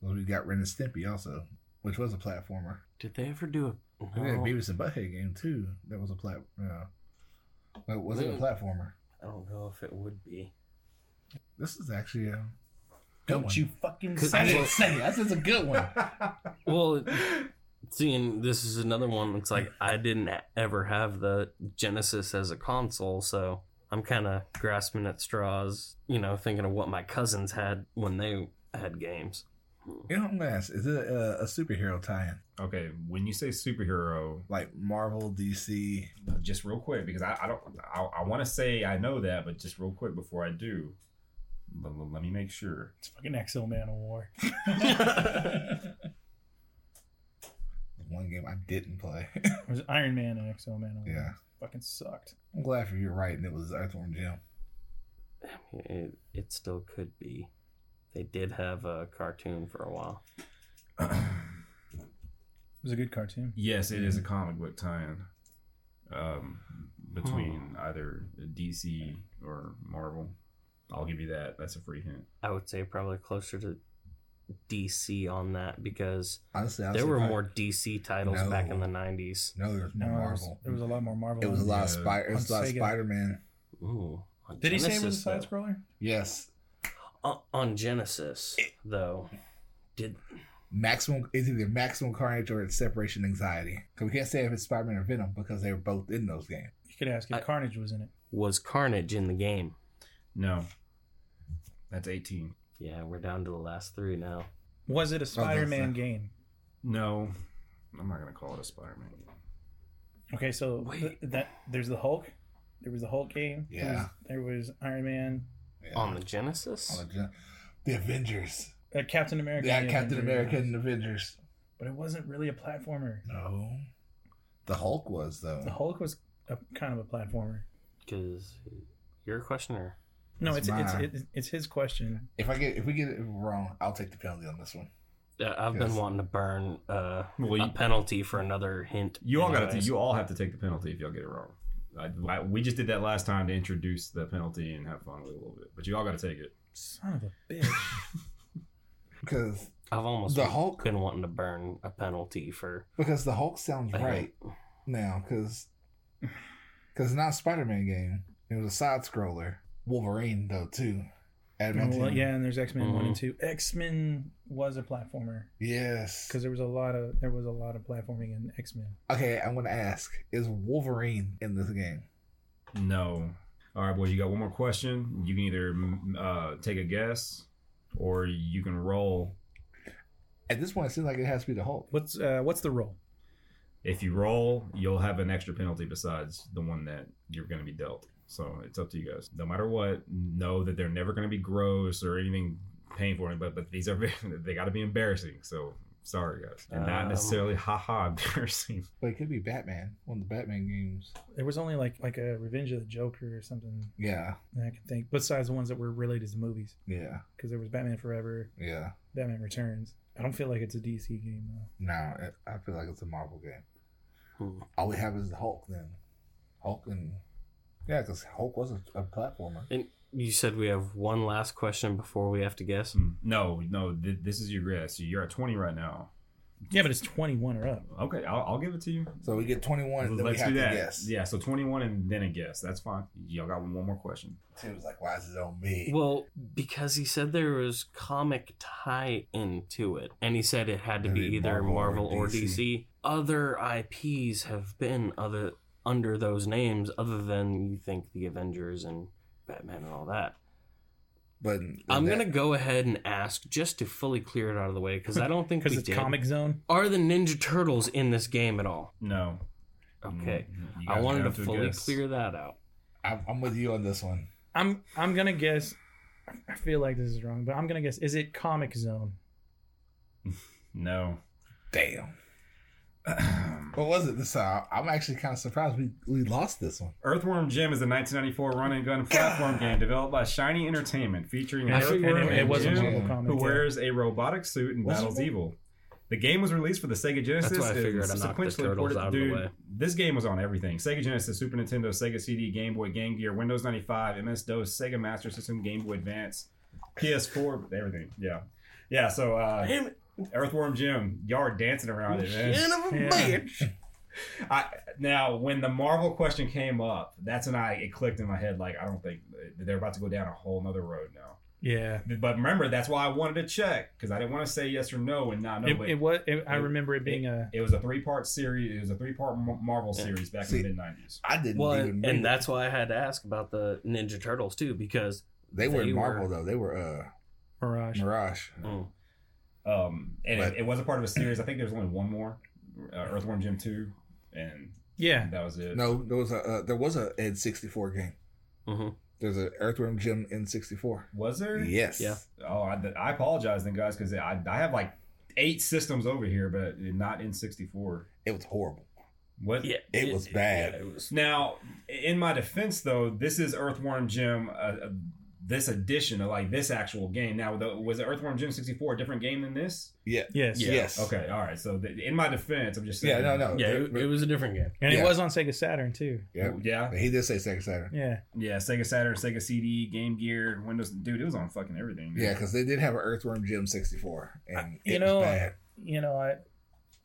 well, we got Ren and Stimpy also, which was a platformer.
a- did they ever do a?
We had
No,
Beavis and Butthead game too. That was a plat. Uh, but was it a
Yeah.
platformer?
I don't know if it would be.
This is actually a.
Don't you
fucking
Cause-
I didn't say it. This is a good one.
Well, seeing this is another one. It's like I didn't ever have the Genesis as a console, so I'm kind of grasping at straws. You know, thinking of what my cousins had when they had games. Hmm.
You know, last is it a, a superhero tie-in
Okay, when you say superhero, uh,
like Marvel, DC?
just real quick because I, I don't I, I want to say I know that, but just real quick before I do, l- l- let me make sure.
It's fucking Exo Man of War.
One game I didn't play.
It was Iron Man and Exo Man of War.
yeah,
fucking sucked.
I'm glad for you right, and it was Earthworm Jim.
It, it still could be. They did have a cartoon for a while.
It was a good cartoon.
Yes, it is a comic book tie-in um, between either DC or Marvel. I'll give you that. That's a free hint.
I would say probably closer to DC on that because
Honestly, I
there
was
were
surprised-
more DC titles
No.
back in the 90s.
No, there was
No,
more
there was,
Marvel.
there was a lot more Marvel.
It was a lot of
Yeah.
spider. It was a
On
lot of
Sega.
Spider Man.
Ooh. on
Did he say it was a
Genesis,
side
though-
scroller?
Yes,
O- on Genesis, though, did
maximum. It's either maximum carnage or it's separation anxiety. Because we can't say if it's Spider Man or Venom because they were both in those games.
You could ask if
I-
Carnage was in it.
was Carnage in the game?
No, that's eighteen.
Yeah, we're down to the last three now.
Was it a Spider-Man
the-
game?
No, I'm not gonna call it a Spider-Man.
Okay, so th-
Wait.
that there's the Hulk. There was the Hulk game.
Yeah.
There was, there was Iron Man.
Yeah.
On the Genesis?
On the, gen- the Avengers.
Uh, Captain America.
yeah,
and the
Captain
Avengers.
America and Avengers.
But it wasn't really a platformer.
No, the Hulk was though.
The Hulk was a, kind of a platformer.
Because you're a questioner.
No,
It's
it's it's,
mine.
it's it's his question.
If I get if we get it wrong, I'll take the penalty on this one.
Uh, I've been
Yes.
wanting to burn uh,
Well, you-
a penalty for another hint.
You all got to.
anyways.
You all have to take the penalty if y'all get it wrong. I, I, we just did that last time to introduce the penalty and have fun with it a little bit, but you all got to take it.
Son of a bitch.
Because
I've almost
the Hulk.
been wanting to burn a penalty for
Because the Hulk sounds right now. Because because not Spider Man game. It was a side scroller. Wolverine though too. Adamantium.
Oh, well, yeah, and there's X Men one and
Mhm.
two. X Men was a platformer
Yes.
because there was a lot of there was a lot of platforming in X Men.
Okay, I'm gonna ask: Is Wolverine in this game?
No. All right, boys. You got one more question. You can either mm, uh, take a guess or you can roll.
At this point, it seems like it has to be the Hulk.
What's uh, what's the role?
If you roll, you'll have an extra penalty besides the one that you're going to be dealt. So it's up to you guys. No matter what, know that they're never going to be gross or anything painful. But but these are they got to be embarrassing. So sorry, guys, and not
Um.
necessarily haha embarrassing.
But it could be Batman, one of the Batman games.
There was only like like a Revenge of the Joker or something
Yeah,
that I can think. Besides the ones that were related to movies,
yeah,
because there was Batman Forever,
yeah.
Batman Returns. I don't feel like it's a DC game though.
No, I- I feel like it's a Marvel game.
Hmm.
All we have is the Hulk then. Hulk and yeah, because Hulk was a, a platformer.
And you said we have one last question before we have to guess.
Hmm. No, no, th- this is your guess. You're at 20 right now.
Yeah, but it's twenty one or up.
Okay, I'll, I'll give it to you.
So we get twenty one, and then we
Let's
have
do
to
that.
guess.
Yeah, so 21 and then a guess. That's fine. Y'all got one more question.
Tim's like, why is it on me?
Well, because he said there was comic tie into it, and he said it had to be
Maybe
either Marvel
Marvel
or,
or
DC.
DC.
Other IPs have been other under those names, other than you think the Avengers and Batman and all that.
but
I'm gonna go ahead and ask just to fully clear it out of the way because I don't think
Because
we
it's
did.
Comic Zone.
Are the Ninja Turtles in this game at all?
No.
Okay,
You
I
guys
wanted to
have
fully
guess.
clear that out.
I'm, I'm with you on this one.
I'm I'm gonna guess. I feel like this is wrong, but I'm gonna guess. Is it Comic Zone?
No.
Damn. What was it this time? I'm actually kind of surprised we, we lost this one.
Earthworm Jim is a 1994 run and gun platform game developed by Shiny Entertainment featuring an
I figured
Earthworm
And it, it
and
wasn't
Jim,
Marvel
who
Comic.
who
yeah.
wears a robotic suit and
Was it
battles
Marvel?
evil. The game was released for the Sega Genesis
what I figured. I
and
knocked the
subsequently
turtles
ported.
out of the
Dude,
way.
this game was on everything: Sega Genesis, Super Nintendo, Sega CD, Game Boy, Game Gear, Windows 95, MS DOS, Sega Master System, Game Boy Advance, PS4, everything. Yeah, yeah. So uh, Earthworm Jim, y'all are dancing around it, man.
Yeah.
I, now, when the Marvel question came up, that's when I it clicked in my head. Like, I don't think they're about to go down a whole nother road now.
Yeah.
But remember, that's why I wanted to check because I didn't want to say yes or no and not know.
It,
but
it was. It, I
it-
remember it being a.
it was a three part series. It was a three part Marvel
Yeah.
series back
See-
in the mid nineties.
I didn't
Well,
even
and,
read it.
and that's why I had to ask about the Ninja Turtles too, because
they were
they
in Marvel
were-
though. They were uh
Mirage.
Mirage.
mm,
Um, and
But-
it, it was a part of a series. I think there was only one more, uh, Earthworm Jim two, and
Yeah.
that was it.
No, there was a uh, there was a N sixty four game.
mhm.
There's an Earthworm Jim N sixty four.
Was there?
Yes.
Yeah.
Oh, I, I apologize then, guys, because I, I have like eight systems over here, but not in sixty four.
It was horrible.
What?
yeah,
It was bad.
yeah, it was
Now, in my defense, though, this is Earthworm Jim. Uh, uh, this edition of like this actual game. Now, though, was the Earthworm Jim sixty four a different game than this?
Yeah.
Yes.
Yeah.
Yes.
Okay, all right. So, th- in my defense, I'm just saying.
Yeah, no, no.
yeah, it, it was a different game.
And it
Yeah.
was on Sega Saturn too.
Yeah.
Yeah,
He did say Sega Saturn.
Yeah.
yeah. Sega Saturn, Sega CD, Game Gear, Windows. Dude, it was on fucking everything.
Yeah, because they did have an Earthworm Jim 64, and
you
it
know,
was bad.
You know, I.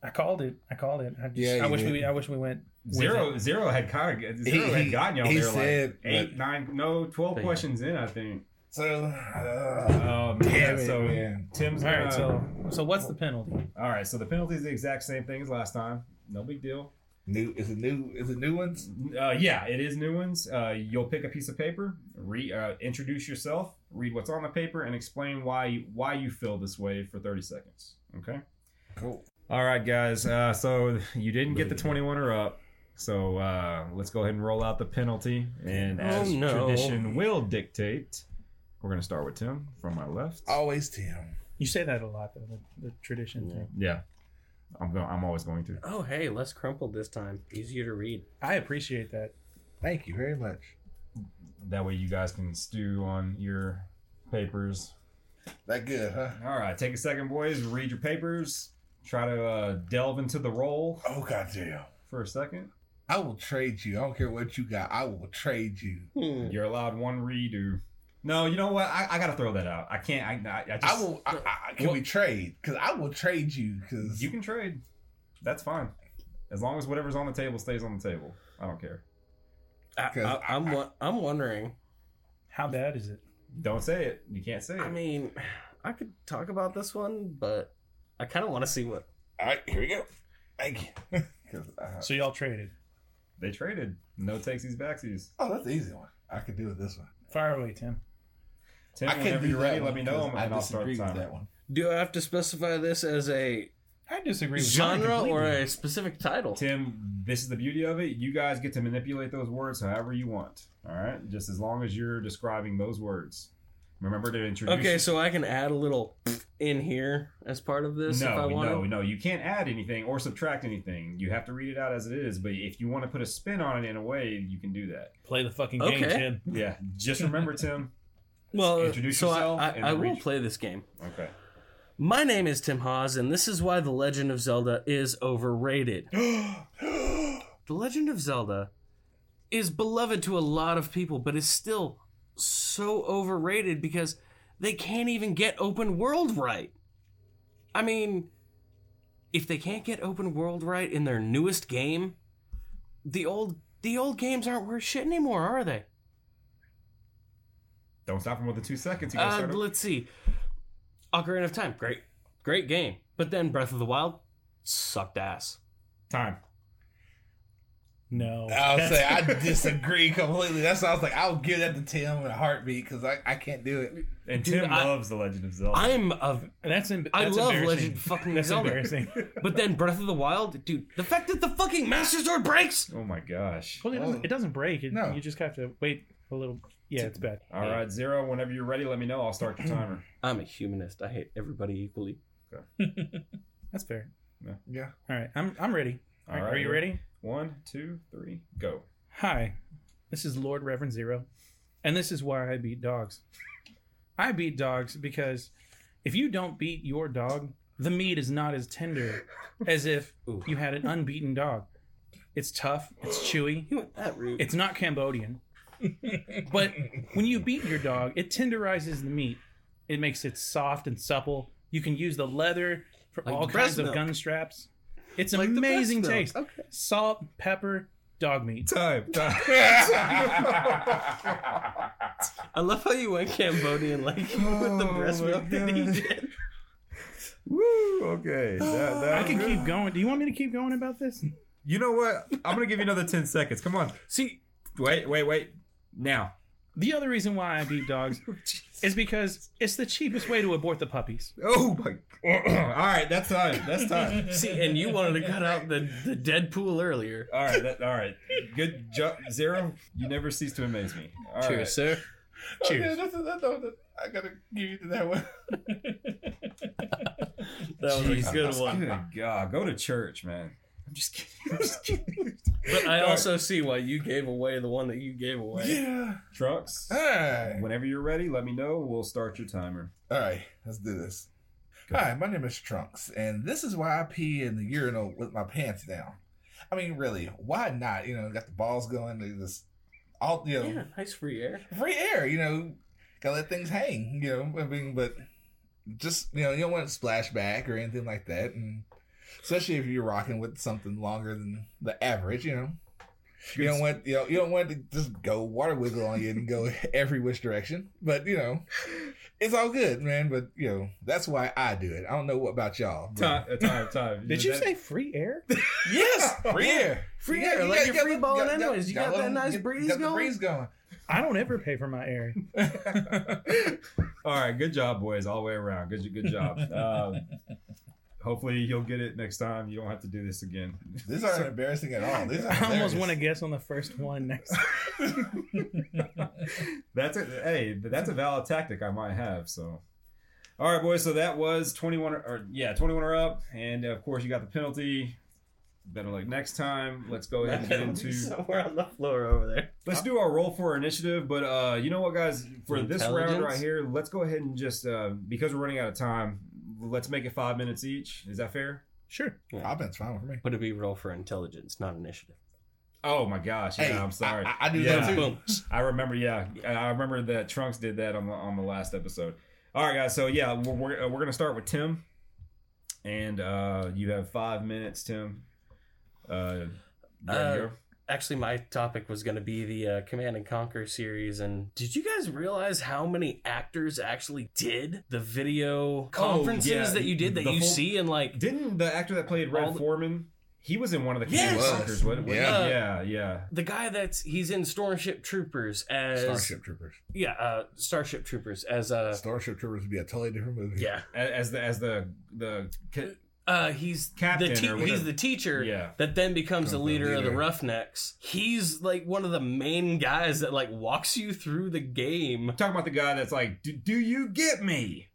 I called it. I called it. I just.
Yeah,
I
you
wish
did.
we. I wish we went. with it.
Zero, zero had kind of zero
He-
had
he-
gotten y'all
he
there
said,
like eight,
but-
nine, no, twelve
But yeah.
questions in, I think.
So, uh,
Um, yeah,
damn it,
so
man.
Tim's
All right.
gonna-
So. So what's the penalty?
all right. So the penalty is the exact same thing as last time. No big deal.
New is it new? Is it new ones?
Uh, yeah, it is new ones. Uh, you'll pick a piece of paper, re- uh, introduce yourself, read what's on the paper, and explain why you, why you feel this way for thirty seconds. Okay.
Cool.
All right, guys. Uh, so you didn't get the twenty-one or up. So uh, let's go ahead and roll out the penalty. And as
Oh, no.
tradition will dictate, we're gonna start with Tim from my left.
Always Tim.
You say that a lot though. The, the tradition thing.
Yeah, I'm going. I'm always going to.
Oh hey, less crumpled this time. Easier to read.
I appreciate that.
Thank you very much.
That way, you guys can stew on your papers.
That good, huh?
All right, take a second, boys. Read your papers. Try to uh, delve into the role
Oh goddamn!
for a second.
I will trade you. I don't care what you got. I will trade you.
You're allowed one redo. No, you know what? I, I gotta throw that out. I can't. I, I, I just.
I will. I, I, can we trade? Because I will trade you. Because
You can trade. That's fine. As long as whatever's on the table stays on the table. I don't care.
I, I, I'm wa- I'm wondering.
How bad is it?
Don't say it. You can't say it.
I mean, I could talk about this one, but I kind of want to see what.
all right, here we go. Thank you. 'Cause, uh,
So y'all traded.
They traded. No takesies, backsies.
Oh, that's the easy one. I could do with this one.
Fire away, Tim.
Tim,
I can't
whenever
do
you're ready,
that.
let me
one
know,
because
and
I
I'll start the
disagree with
timer.
that one.
Do I have to specify this as a
I disagree with mine
genre or
completely.
a specific title?
Tim, this is the beauty of it. You guys get to manipulate those words however you want. All right, just as long as you're describing those words. Remember to introduce.
Okay, so I can add a little in here as part of this if I
no,
want
no,
to.
no. You can't add anything or subtract anything. You have to read it out as it is. But if you want to put a spin on it in a way, you can do that.
Play the fucking
Okay.
game, Tim.
Yeah. Just remember, Tim.
Well,
Introduce
so I-
yourself
I,
and
I
then
will
reach-
play this game.
Okay.
My name is Tim Hawes, and this is why The Legend of Zelda is overrated. the Legend of Zelda is beloved to a lot of people, but is still so overrated because they can't even get open world right. I mean, if they can't get open world right in their newest game, the old the old games aren't worth shit anymore, are they?
Don't stop him with the two seconds. You gotta
Uh,
start over.
let's see. Ocarina of Time, great, great game. But then Breath of the Wild sucked ass.
time.
No.
I would say I disagree completely. That's why I was like, I'll give that to Tim in a heartbeat because I, I can't do it.
And
Dude,
Tim
I-
loves The Legend of Zelda.
I'm a,
That's, em-
I
that's
love
embarrassing.
Legend fucking
That's
Zelda.
embarrassing.
but then Breath of the Wild, dude. The fact that the fucking Master Sword breaks.
oh my gosh.
Well, it doesn't, it doesn't break. It,
No.
You just have to wait a little. Yeah, it's bad.
All right, Zero, whenever you're ready, let me know. I'll start the timer.
I'm a humanist. I hate everybody equally.
That's fair.
Yeah.
All right, I'm I'm ready.
All
All right, are you ready?
One, two, three, go.
Hi, this is Lord Reverend Zero, and this is why I beat dogs. I beat dogs because if you don't beat your dog, the meat is not as tender as if
Ooh.
you had an unbeaten dog. It's tough, it's chewy,
You went that route.
it's not Cambodian. but when you beat your dog, it tenderizes the meat. It makes it soft and supple. You can use the leather for
Like
all
breast
kinds of
milk.
gun straps. It's
Like the breast
amazing
milk.
taste.
Okay.
Salt, pepper, dog meat.
Time. time.
I love how you went Cambodian like with the
Oh
breast
my
milk that he
God.
did.
Woo. Okay. That, that
I
was
can
good.
keep going. Do you want me to keep going about this?
You know what? I'm gonna give you another ten seconds. Come on.
See,
Wait, wait, wait. Now.
The other reason why I beat dogs
Oh,
is because it's the cheapest way to abort the puppies.
Oh my. All right. That's time. That's time.
see, and you wanted to cut out the the Deadpool earlier.
All right. That, all right. Good job, Zero. You never cease to amaze me. All right.
Cheers, sir.
Okay,
Cheers.
Oh, that's, that's, that's- I gotta give you that one.
That was
Jesus.
a good one.
Good God. Go to church, man. I'm just kidding. I'm just kidding.
But I also see why you gave away the one that you gave away.
Yeah.
Trunks.
All right.
Whenever you're ready, let me know. We'll start your timer.
All right, let's do this. Hi, my name is Trunks, and this is why I pee in the urinal with my pants down. I mean, really, why not? You know, got the balls going, they just all you know,
Yeah, nice free air.
free air. You know, gotta let things hang. You know, I mean, but just you know, you don't want it to splash back or anything like that, and especially if you're rocking with something longer than the average. You know, you don't want you know you don't want it to just go water wiggle on you and go every which direction. But you know, it's all good, man. But you know, that's why I do it. I don't know what about y'all. but-
Time, uh, time, time.
Did you
That-
say free air?
Yes, free air,
Free
Yeah,
air,
you
let
got-
your
got
free
the-
ball in
got-
anyways. You got
let
that
them
nice
get-
breeze
got the
going?
breeze going.
I don't ever pay for my air.
All right, good job, boys, all the way around. Good, good job. Um, hopefully, you'll get it next time. You don't have to do this again.
These aren't embarrassing at all. These are
I almost
hilarious.
want to guess on the first one next.
That's a hey, but that's a valid tactic I might have. So, all right, boys. So that was twenty-one, or, or yeah, twenty-one or up, and of course, you got the penalty. Better luck next time. Let's go ahead and get into.
somewhere on the floor over there.
Let's do our roll for initiative, but uh, you know what, guys? For this round
Intelligence?
right here, let's go ahead and just uh, because we're running out of time, let's make it five minutes each. Is that fair?
Sure.
Offense fine with me.
Would it be roll for intelligence, not initiative?
Oh my gosh! Yeah,
Hey,
I'm sorry.
I, I, I do
Yeah.
that too.
Boom.
I remember, yeah, I- I remember that Trunks did that on the on the last episode. All right, guys. So yeah, we're we're, uh, we're gonna start with Tim, and uh, you have five minutes, Tim. Uh, there you
Uh,
go.
Actually, my topic was going to be the uh, Command and Conquer series. And did you guys realize how many actors actually did the video conferences
Oh, yeah,
that you did that
the
you
whole-
see? And like,
Didn't the actor that played
all
Red
the-
Foreman? He was in one of the
Yes.
Command Conquerors, wasn't he?
Yeah.
yeah, yeah.
The guy that's he's in Starship Troopers as
Starship Troopers.
yeah uh, Starship Troopers as uh
Starship Troopers would be a totally different movie.
yeah
A- As the as the the ca-
uh, he's
Captain
the
or
te-
whatever.
he's the teacher
Yeah.
that then
Becomes
becomes the
the
leader, of the
leader.
Roughnecks. He's like one of the main guys that like walks you through the game.
talking about the guy that's like, do, do you get me?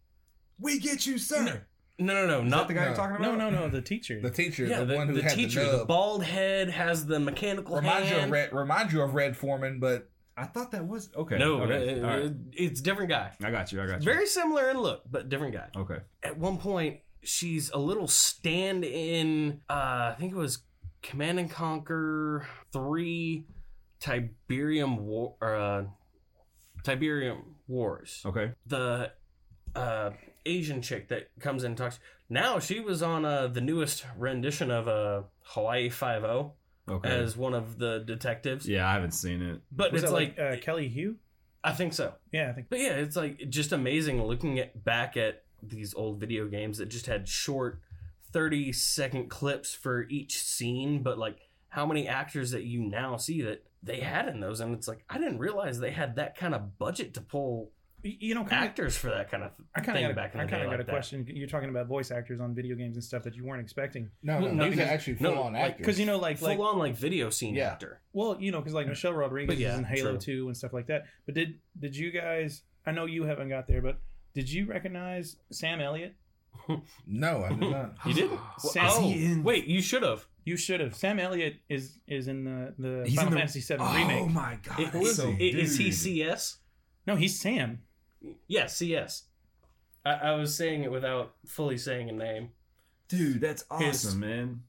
We get you, sir.
No, no, no,
Is that
not
the guy you're
No.
talking about?
No, no, no. The teacher.
The teacher,
yeah,
the,
the,
one who
the
had
teacher,
the
the,
nub,
bald head has the mechanical
remind you
hand.
of Red, remind you of Red Foreman, but
I thought that was okay.
No,
okay.
uh,
All right.
uh, it's different guy.
I got you. I got you.
Very similar in look, but different guy.
okay.
At one point, she's a little stand-in. Uh, I think it was Command and Conquer Three, Tiberium War, uh, Tiberium Wars.
Okay.
The uh, Asian chick that comes in and talks. Now she was on uh, the newest rendition of uh, Hawaii Five O
Okay.
as one of the detectives.
yeah, I haven't seen it.
But
Was
it's
that
like,
like, uh, Kelly Hugh?
I think so.
Yeah, I think.
But yeah, it's like just amazing looking at back at these old video games that just had short 30 second clips for each scene, but like how many actors that you now see that they had in those and it's like I didn't realize they had that kind of budget to pull
Y- You know, kind of.
actors for that kind of
I kind
thing
of
back
got a,
in
I
the
kind
day
of got
like
a
that.
question. You're talking about voice actors on video games and stuff that you weren't expecting.
no,
Well, no,
these are
because-
actually
no,
full on
like,
actors.
Because you know, like,
Full
like,
on like video scene
Yeah.
actor.
well, you know, because like Michelle Rodriguez
But yeah,
is in Halo
true.
Two and stuff like that. But did did you guys? I know you haven't got there, but did you recognize Sam Elliott?
no, I did not.
You didn't?
Sam-
oh,
Is he in-
wait, you should have.
You should have. Sam Elliott is is in the the
He's in
Final
the-
Fantasy VII
Oh
remake.
my god.
It-
that's
is,
so
it- is he
dude.
CS?
No, he's Sam.
Yeah, CS. I, I was saying it without fully saying a name.
Dude, that's awesome,
His-
man.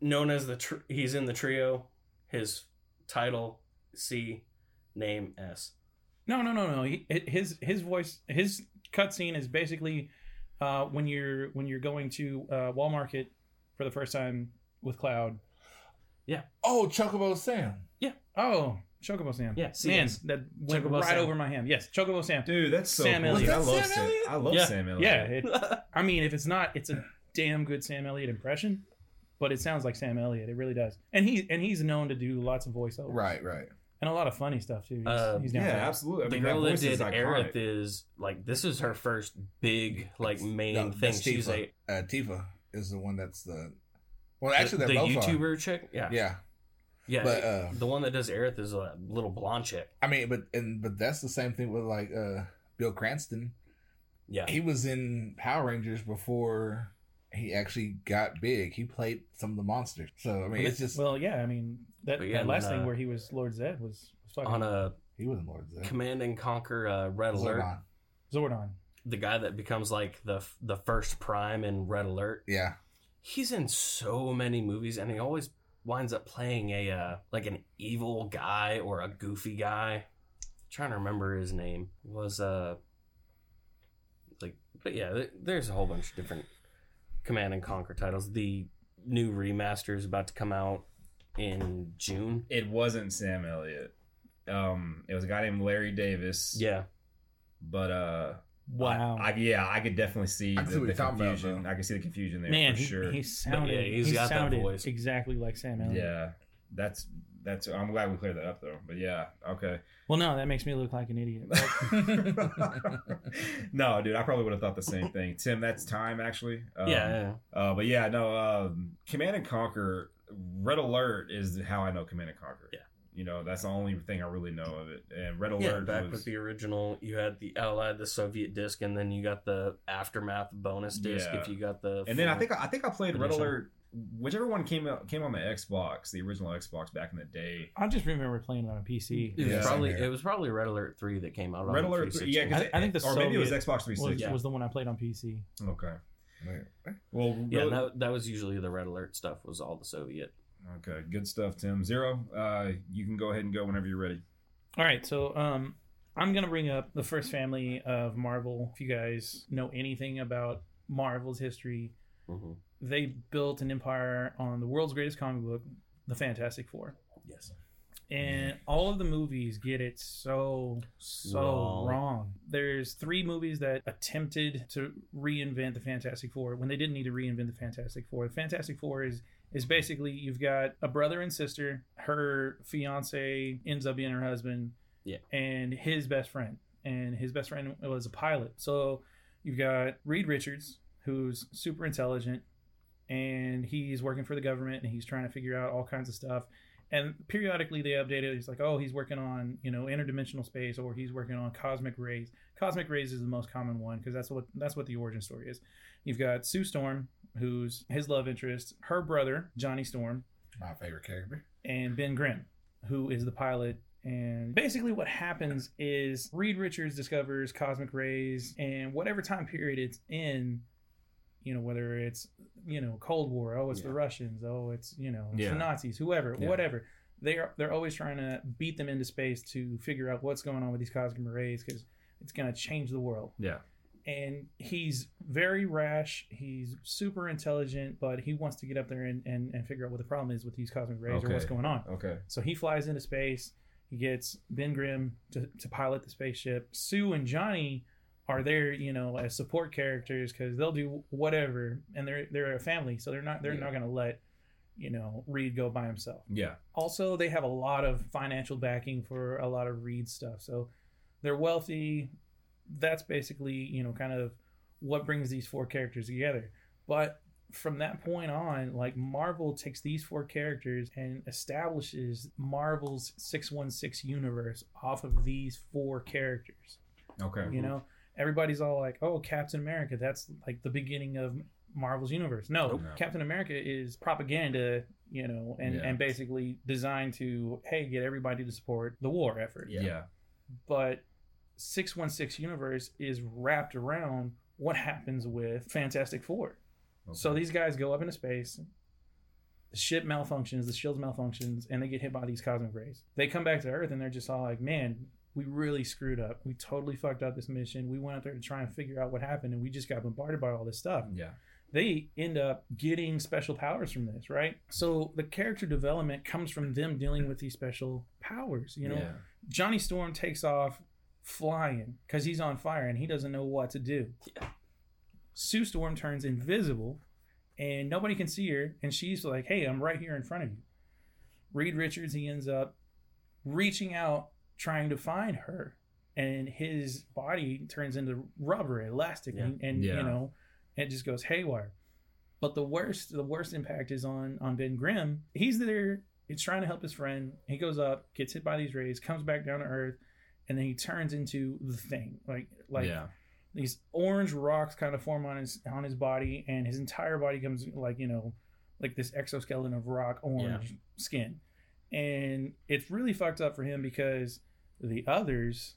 known as the tr- he's in the trio. His title C, name S.
No, no, no, no. He, it- his his voice his cutscene is basically uh, when you're when you're going to uh, Walmart for the first time with Cloud.
Oh, Chocobo Sam.
Oh, Chocobo Sam.
Yeah, CS.
man, that went
Chocobo
right
Sam.
over my hand. Yes, Chocobo Sam.
Dude, that's so
Sam
cool.
Elliott.
I
Was that
love
Sam
Sam.
Elliott?
I love
Yeah.
Sam Elliott.
Yeah, it, I mean, if it's not, it's a damn good Sam Elliott impression, but it sounds like Sam Elliott. It really does. And he and he's known to do lots of voiceovers,
Right, right.
And a lot of funny stuff too. He's,
Uh,
he's
Yeah,
down for that.
absolutely. I
the
mean,
girl that
voice
did
is iconic.
Aerith is like this is her first big like main
No,
thing.
that's
She's
Tifa.
a
Uh, Tifa is the one that's the. Well, actually,
the,
they're
the
both
YouTuber chick. Yeah,
Are. Yeah,
yeah.
but uh,
the one that does Aerith is a little blonde chick.
I mean, but and but that's the same thing with like uh Bill Cranston.
Yeah,
He was in Power Rangers before he actually got big. He played some of the monsters. So I mean, it's just
Well, yeah, I mean that,
But yeah,
that last
and, uh,
thing where he was Lord Zed was, was fucking
on a
he was in Lord of the
Command and Conquer uh, Red Alert,
Zordon.
Zordon.
the guy that becomes like the f- the first Prime in Red Alert.
Yeah,
he's in so many movies and he always winds up playing a uh, like an evil guy or a goofy guy trying to remember his name was uh like but yeah th- there's a whole bunch of different command and conquer titles the new remaster is about to come out in june
It wasn't Sam Elliott. Um, it was a guy named Larry Davis.
yeah
But uh,
Wow.
I, I- yeah, I could definitely see
I
the,
can see what
the
you're talking about,
confusion.
though.
I can see the confusion there
Man,
for
he,
sure.
he sounded
yeah, he's
he
got that
sounded
voice.
exactly like Sam Elliott.
yeah, that's that's. I'm glad we cleared that up though. But yeah, okay.
Well, no, that makes me look like an idiot.
no, dude, I probably would have thought the same thing. Tim, that's time actually. Um,
yeah, yeah
Uh, but yeah, no. Um, Command and Conquer Red Alert is how I know Command and Conquer.
Yeah.
You know, that's the only thing I really know of it. And Red
yeah,
Alert
back
was
with the original, you had the Allied, the Soviet disc, and then you got the Aftermath bonus disc.
Yeah.
If you got the,
And then I
full-
think I think I played Red
Edition.
Alert, whichever one came out came on the Xbox, the original Xbox back in the day.
I just remember playing it on a PC.
It was
Yeah.
probably
Same here.
it was probably Red Alert three that came out.
Red
on
Alert,
the
three, yeah, 'cause
I-
it-
I think the
or maybe it was
Soviet
Xbox
Was,
360.
Yeah.
was the one I played on PC.
Okay.
Wait, what?
Well,
yeah,
really-
and that, that was usually the Red Alert stuff was all the Soviet.
okay, good stuff, Tim. Zero, uh, you can go ahead and go whenever you're ready.
All right, so um, I'm gonna bring up the first family of Marvel. If you guys know anything about Marvel's history,
Mhm.
they built an empire on the world's greatest comic book, the Fantastic Four.
Yes,
and all of the movies get it so so
Wrong.
wrong. There's three movies that attempted to reinvent the Fantastic Four when they didn't need to reinvent the Fantastic Four. The Fantastic Four is is basically you've got a brother and sister. Her fiance ends up being her husband.
Yeah.
And his best friend, and his best friend was a pilot. So you've got Reed Richards, who's super intelligent, and he's working for the government, and he's trying to figure out all kinds of stuff and periodically they update it. It's like, oh, he's working on you know interdimensional space, or he's working on cosmic rays. Cosmic rays is the most common one because that's what that's what the origin story is. You've got Sue Storm, who's his love interest, her brother Johnny Storm,
My favorite character.
and Ben Grimm, who is the pilot. And basically, what happens is Reed Richards discovers cosmic rays, and whatever time period it's in, you know, whether it's, you know, Cold War, oh, it's the
Yeah.
Russians, oh, it's, you know, it's
Yeah.
the Nazis, whoever,
Yeah.
whatever. They are, they're always trying to beat them into space to figure out what's going on with these cosmic rays because it's going to change the world
Yeah.
and he's very rash. He's super intelligent, but he wants to get up there and, and, and figure out what the problem is with these cosmic rays or
Okay.
what's going on.
Okay.
So he flies into space. He gets Ben Grimm to, to pilot the spaceship. Sue and Johnny are there, you know, as support characters because they'll do whatever, and they're they're a family, so they're not they're
Yeah.
not gonna let you know Reed go by himself
Yeah.
also they have a lot of financial backing for a lot of reed stuff so they're wealthy that's basically you know kind of what brings these four characters together but from that point on like marvel takes these four characters and establishes marvel's 616 universe off of these four characters
Okay.
you know everybody's all like oh captain america that's like the beginning of marvel's universe no
Nope.
captain america is propaganda you know and,
Yeah.
and basically designed to hey get everybody to support the war effort
Yeah. Yeah.
but 616 universe is wrapped around what happens with fantastic four so
Okay.
these guys go up into space. The ship malfunctions, the shields malfunctions, and they get hit by these cosmic rays. They come back to Earth and they're just all like, man, we really screwed up. We totally fucked up this mission. We went out there to try and figure out what happened, and we just got bombarded by all this stuff
yeah.
they end up getting special powers from this, right? So the character development comes from them dealing with these special powers. You know,
Yeah.
Johnny Storm takes off flying because he's on fire and he doesn't know what to do. Sue Storm turns invisible and nobody can see her. And she's like, hey, I'm right here in front of you. Reed Richards, he ends up reaching out, trying to find her. And his body turns into rubber, elastic, and, and
Yeah.
you know, it just goes haywire. But the worst, the worst impact is on on Ben Grimm. He's there. He's trying to help his friend. He goes up, gets hit by these rays, comes back down to earth, and then he turns into the thing. Like like
yeah.
these orange rocks kind of form on his on his body, and his entire body comes like you know like this exoskeleton of rock orange skin, and it's really fucked up for him because the others,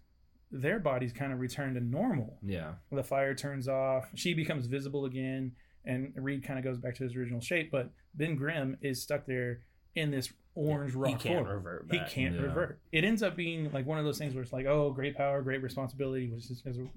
their bodies kind of return to normal
Yeah.
the fire turns off. She becomes visible again, and Reed kind of goes back to his original shape. But Ben Grimm is stuck there in this orange rock.
He can't
form.
revert
He
back.
can't
Yeah.
revert. It ends up being like one of those things where it's like, oh, great power, great responsibility, which is, is a
Which is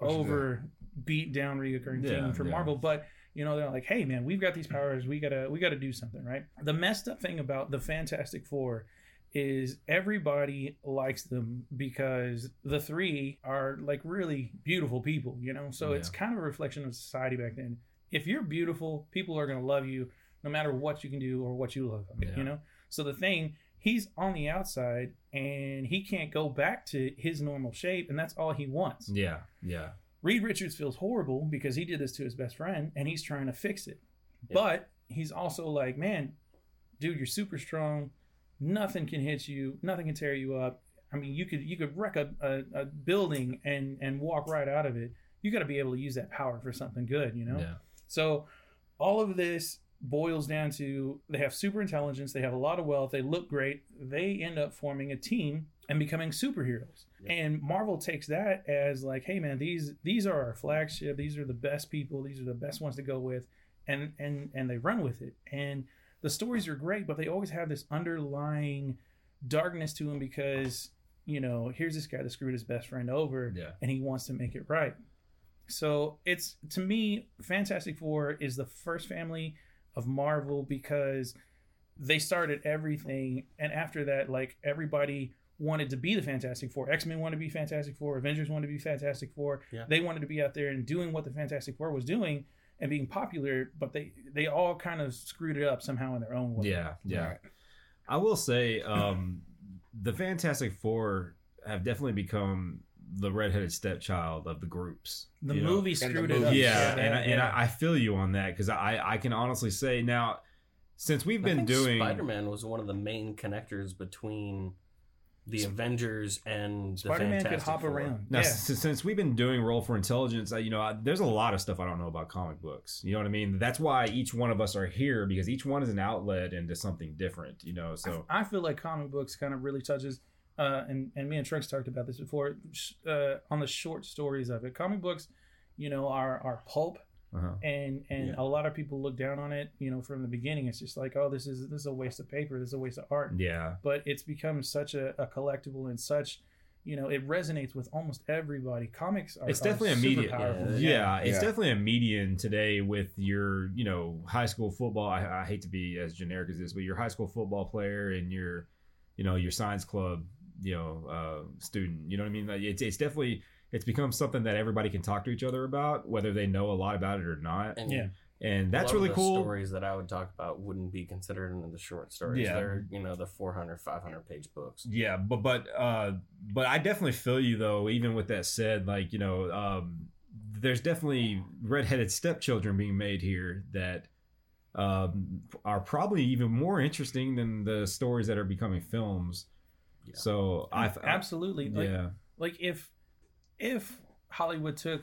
over beat down reoccurring
Yeah,
theme for
yeah.
Marvel. But you know, they're like, hey man, we've got these powers, we gotta we gotta do something, right? The messed up thing about the Fantastic Four is everybody likes them because the three are like really beautiful people, you know? So it's kind of a reflection of society back then. If you're beautiful, people are gonna love you no matter what you can do or what you love,
Yeah.
you know? So the thing he's on the outside and he can't go back to his normal shape and that's all he wants.
Yeah. Yeah.
Reed Richards feels horrible because he did this to his best friend and he's trying to fix it.
Yeah.
But he's also like, man, dude, you're super strong. Nothing can hit you. Nothing can tear you up. I mean, you could you could wreck a, a, a building and and walk right out of it. You got to be able to use that power for something good, you know.
Yeah.
So all of this boils down to they have super intelligence, they have a lot of wealth, they look great, they end up forming a team and becoming superheroes.
Yep.
And Marvel takes that as like, hey man, these these are our flagship, these are the best people, these are the best ones to go with, and and and they run with it. And the stories are great, but they always have this underlying darkness to them because, you know, here's this guy that screwed his best friend over
Yeah.
and he wants to make it right. So it's to me, Fantastic Four is the first family of Marvel because they started everything, and after that, like everybody wanted to be the Fantastic Four. X Men wanted to be Fantastic Four. Avengers wanted to be Fantastic Four.
Yeah.
They wanted to be out there and doing what the Fantastic Four was doing and being popular, but they they all kind of screwed it up somehow in their own way.
Yeah, yeah.
Right.
I will say um, the Fantastic Four have definitely become the redheaded stepchild of the groups.
The
you know?
movie
the
screwed it
movie.
up.
yeah,
so
and I,
bad,
and
yeah.
I, I feel you on that because I I can honestly say now since we've been doing
Spider Man was one of the main connectors between the Avengers and
Spider
the
Man could
Fantastic
hop
Four.
around.
Now,
yeah.
since, since we've been doing Roll for Intelligence, I, you know, I, there's a lot of stuff I don't know about comic books. You know what I mean? That's why each one of us are here because each one is an outlet into something different. You know, so
I feel like comic books kind of really touches, uh, and and me and Trunks talked about this before sh- uh, on the short stories of it. Comic books, you know, are are pulp,
uh
and and a lot of people look down on it. You know, from the beginning, it's just like, oh, this is this is a waste of paper, this is a waste of art.
yeah,
But it's become such a, a collectible and such, you know, it resonates with almost everybody. Comics are
It's definitely
are
a
super
media-
powerful.
yeah, it's
Yeah.
definitely a median today with your, you know, high school football. I, I hate to be as generic as this, but your high school football player and your, you know, your science club, you know, uh, student. You know what I mean? Like, it's it's definitely it's become something that everybody can talk to each other about, whether they know a lot about it or not.
And
Yeah.
and
a
that's
lot of
really
the
cool.
Stories that I would talk about wouldn't be considered in the short stories.
Yeah.
They're you know the 400, 500 page books.
Yeah, but but uh, but I definitely feel you though. Even with that said, like you know, um, there's definitely redheaded stepchildren being made here that um, are probably even more interesting than the stories that are becoming films.
Yeah.
So I
Absolutely. Like,
yeah
like if if hollywood took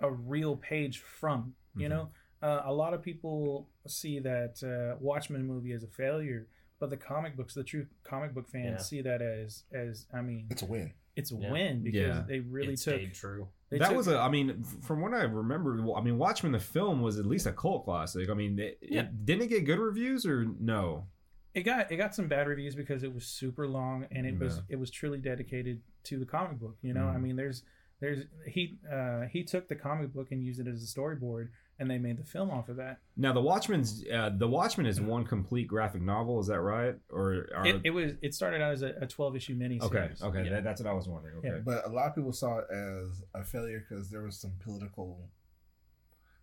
a real page from you
Mhm.
know uh, a lot of people see that uh, watchmen movie as a failure but the comic books the true comic book fans
Yeah.
see that as as i mean
It's a win.
it's a
Yeah.
win because
Yeah.
they really
It
took
stayed true.
they
that
took-
was a. I mean, f- from what I remember, I mean, Watchmen the film was at least a cult classic. I mean, it,
Yeah.
it didn't it get good reviews or no.
it got it got some bad reviews because it was super long and it was
Yeah.
it was truly dedicated to the comic book you know
Mhm.
i mean there's there's he uh he took the comic book and used it as a storyboard and they made the film off of that
Now the Watchmen's uh, the Watchmen is one complete graphic novel. Is that right? Or are,
Mm-hmm. it, it was it started out as a, a 12 issue mini
Okay, okay,
Yeah.
that, that's what I was wondering. Okay,
But a lot of people saw it as a failure because there was some political.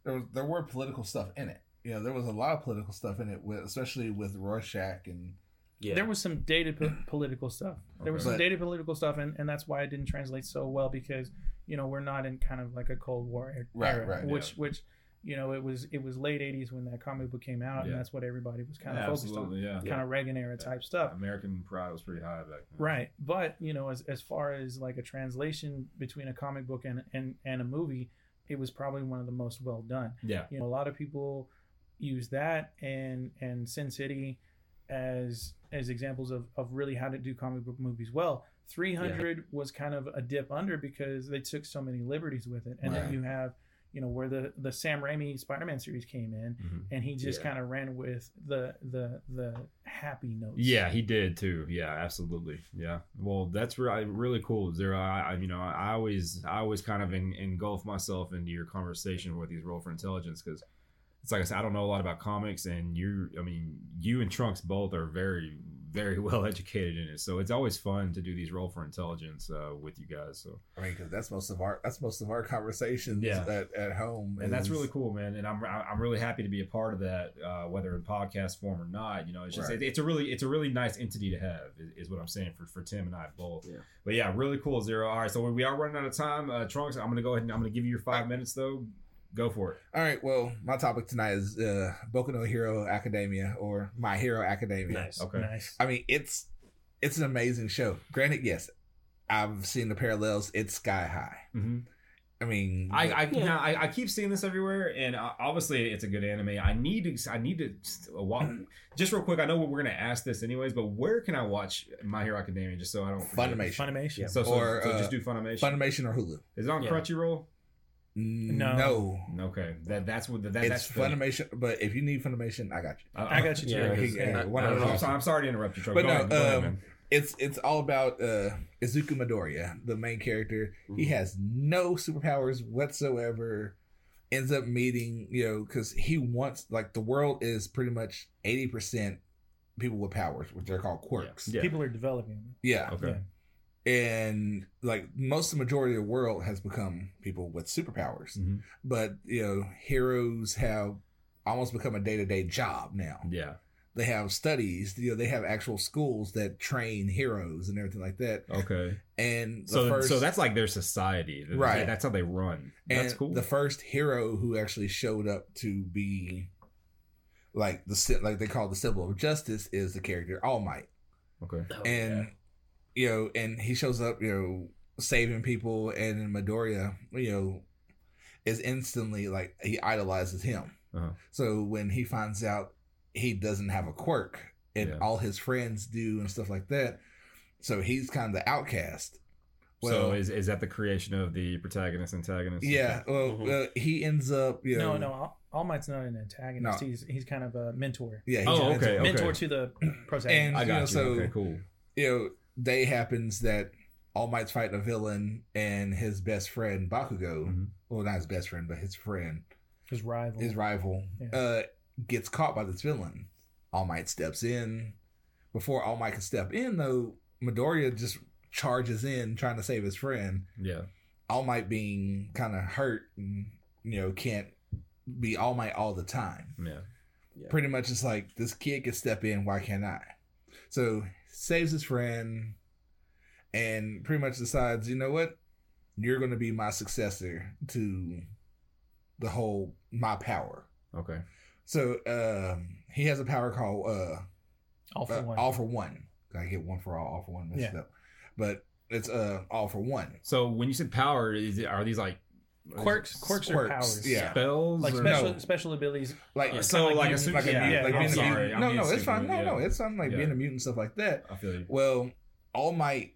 There was there were political stuff in it. You know, there was a lot of political stuff in it, with, especially with Rorschach and
Yeah.
There was some dated po- political stuff. There was
Okay.
some
But-
dated political stuff, and, and that's why it didn't translate so well because you know we're not in kind of like a Cold War e-, era,
Right, right,
which which you know it was it was late '80s when that comic book came out,
Yeah.
and that's what everybody was kind of focused
absolutely, yeah.
on, kind of Reagan era type stuff.
American pride was pretty high back then.
Right, but you know, as as far as like a translation between a comic book and and, and a movie, it was probably one of the most well done.
Yeah.
you know a lot of people use that and and sin city as as examples of of really how to do comic book movies well 300 was kind of a dip under because they took so many liberties with it and
Right.
then you have you know where the the sam raimi spider-man series came in
Mm-hmm.
Mhm.
and he just
Yeah.
kind of ran with the the the happy notes
Yeah, he did too. Yeah, absolutely. Yeah. Well, that's really really cool. Zero. I, I you know I always I always kind of en- engulf myself into your conversation with these role for intelligence because it's like I said I don't know a lot about comics and you I mean you and Trunks both are very very well educated in it so it's always fun to do these role for intelligence uh, with you guys so
I mean, because that's most of our that's most of our conversations
Yeah.
at, at home,
and that's
is-
really cool, man. And I'm I'm really happy to be a part of that, uh, whether in podcast form or not. You know, it's just
Right.
it's a really it's a really nice entity to have, is, is what I'm saying for for Tim and I both.
Yeah.
But yeah, really cool, Zero. All right, so we are running out of time. Uh, Trunks, I'm gonna go ahead and I'm gonna give you your five minutes though. Go for it.
All right, well, my topic tonight is uh, Boku no Hero Academia or My Hero Academia.
nice.
Okay.
nice
I mean, it's it's an amazing show. Granted, yes, I've seen the parallels. It's sky high.
hmm
I mean,
I I,
Yeah.
now, I I keep seeing this everywhere, and uh, obviously it's a good anime. I need to I need to uh, watch just real quick. I know we're gonna ask this anyways, but where can I watch My Hero Academia just so I don't forget?
Funimation,
funimation
So, so,
Or,
so
uh,
just do Funimation.
Funimation or Hulu?
Is it on
Yeah.
Crunchyroll?
No.
no.
Okay, that that's what that, that's
It's
the- uh,
Funimation, but if you need Funimation, I got you.
I,
i got you
Yeah,
Jared.
he-
yeah,
uh, one
I,
of
am
those-
sorry, I'm sorry to interrupt you, Troy.
But
go
no,
ahead, go ahead,
um,
man.
It's it's all about uh, Izuku Midoriya, the main character. He
Mhm.
has no superpowers whatsoever. Ends up meeting, you know, because he wants like the world is pretty much eighty percent people with powers, which they're called quirks.
Yeah.
People are developing. them.
Yeah.
Okay.
And like most of the majority of the world has become people with superpowers.
Mhm.
But you know, heroes have almost become a day to day job now.
Yeah.
They have studies, you know, they have actual schools that train heroes and everything like that.
Okay.
And the
So
first
so that's like their society. That-
Right.
That's how they run. That's
and
cool.
The first hero who actually showed up to be like the sy- like they call the symbol of justice is the character All Might.
okay.
Oh,
and you know, and he shows up, you know, saving people, and in Midoriya, you know, is instantly like he idolizes him.
Uh-huh.
So when he finds out he doesn't have a quirk, and
Yeah.
all his friends do, and stuff like that, so he's kind of the outcast.
so
Well,
is is that the creation of the protagonist antagonist?
yeah, well,
Mhm.
uh, he ends up, you know,
Mm-hmm. No, no, All, All Might's not an antagonist.
No.
He's he's kind of a mentor,
yeah, he's
Oh,
a
okay,
mentor.
okay.
mentor to the protagonist.
I
you know,
got you.
so-
okay. Cool.
you know, day happens that All Might's fighting a villain and his best friend Bakugo,
Mhm.
well, not his best friend, but his friend,
his rival.
his rival,
Oh. Yeah.
uh, gets caught by this villain. All Might steps in. Before All Might can step in, though, Midoriya just charges in trying to save his friend.
Yeah.
All Might being kind of hurt and, you know, can't be All Might all the time
Yeah.
pretty much it's like this kid can step in why can't i so saves his friend and pretty much decides you know what you're going to be my successor to the whole my power
Okay.
so um he has a power called uh
all for
uh,
one.
all for one i get one for all all for one messed up but it's uh all for one
So when you said power, is it, are these like uh,
quirks, quirks, are powers.
yeah
spells?
like
or-
special
No.
special abilities.
like
Yeah, So
Kinda
like
like
a
being-
super.
like a
yeah,
mutant- like
I'm
being a
sorry.
mutant.
I'm
no
being
no it's
stupid,
fine no
yeah.
no it's fine like
Yeah.
being a mutant stuff like that
I feel you.
Well, All Might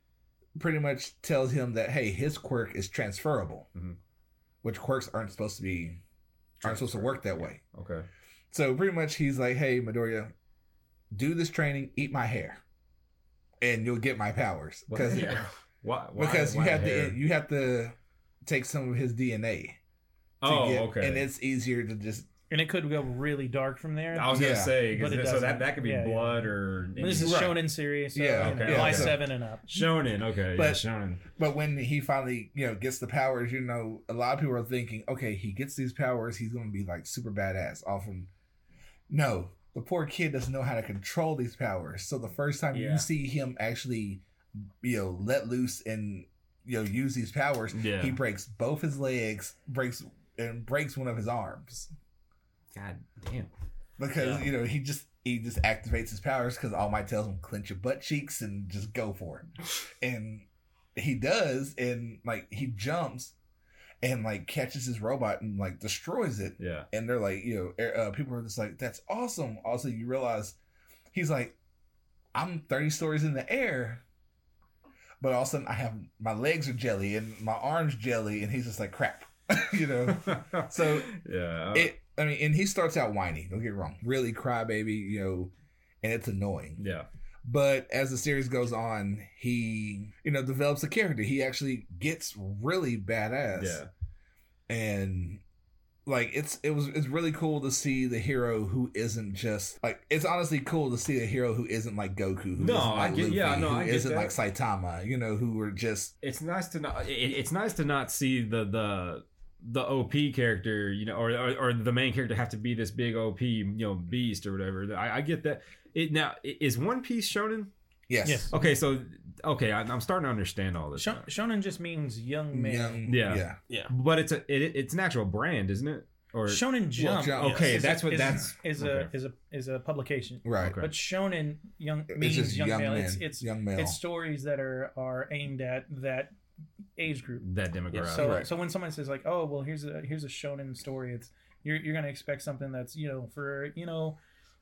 pretty much tells him that hey, his quirk is transferable,
Mhm.
which quirks aren't supposed to be aren't supposed to work that way.
Okay.
So pretty much he's like, hey, Midoriya, do this training, eat my hair, and you'll get my powers
What-
because
yeah. Why, why,
because you
why
have
hair?
to you have to take some of his DNA. to
Oh,
get-
okay.
And it's easier to just
And it could go really dark from there.
I was gonna
Yeah.
say 'cause
But it
so that
doesn't.
that could be
Yeah, yeah.
blood or
But this is
Right.
shown in series. So,
Yeah,
yeah, you know,
okay,
July
okay.
seven and up.
Shonen. Okay, yeah,
But-
Shonen.
But when he finally, you know, gets the powers, you know, a lot of people are thinking, okay, he gets these powers, he's gonna be like super badass. Often, no, the poor kid doesn't know how to control these powers. So the first time
Yeah.
you see him actually, you know, let loose and you know use these powers,
Yeah.
he breaks both his legs, breaks and breaks one of his arms
God damn.
because
Yeah.
you know he just he just activates his powers because All Might tells him clench your butt cheeks and just go for it, and he does, and like he jumps, and like catches his robot and like destroys it,
Yeah.
and they're like you know er- uh, people are just like that's awesome. Also, you realize he's like I'm thirty stories in the air. But all of a sudden, I have my legs are jelly and my arms jelly, and he's just like crap, you know. So-
yeah, uh,
It, I mean, and he starts out whiny. Don't get me wrong, really crybaby, you know, and it's annoying.
yeah.
But as the series goes on, he, you know, develops a character. He actually gets really badass.
Yeah.
and like it's it was it's really cool to see the hero who isn't just like it's honestly cool to see a hero who isn't like Goku, who
No,
isn't like
I get- yeah, no,
who
I get
isn't
that.
like Saitama, you know, who are just
It's nice to not. It, it's nice to not see the the the OP character, you know, or, or or the main character have to be this big OP, you know, beast or whatever. I, I get that. It now i- is One Piece shonen.
yes,
Yes.
Okay, so okay, I, I'm starting to understand all this.
Shon-
now.
Shonen just means young
young-
man.
Yeah.
yeah,
But it's a it, it's an actual brand, isn't it? Or
Shonen Jump.
Jump.
Okay,
is
that's
a,
what-
is-
that's-
is a
okay.
is a is a publication.
right.
Okay.
But Shonen young
It's
means
just
young,
young,
male.
men,
It's it's
young male.
it's stories that are are aimed at that age group.
that demographic.
So
Right.
so when someone says like, oh well, here's a here's a shonen story, it's you're you're gonna expect something that's you know for you know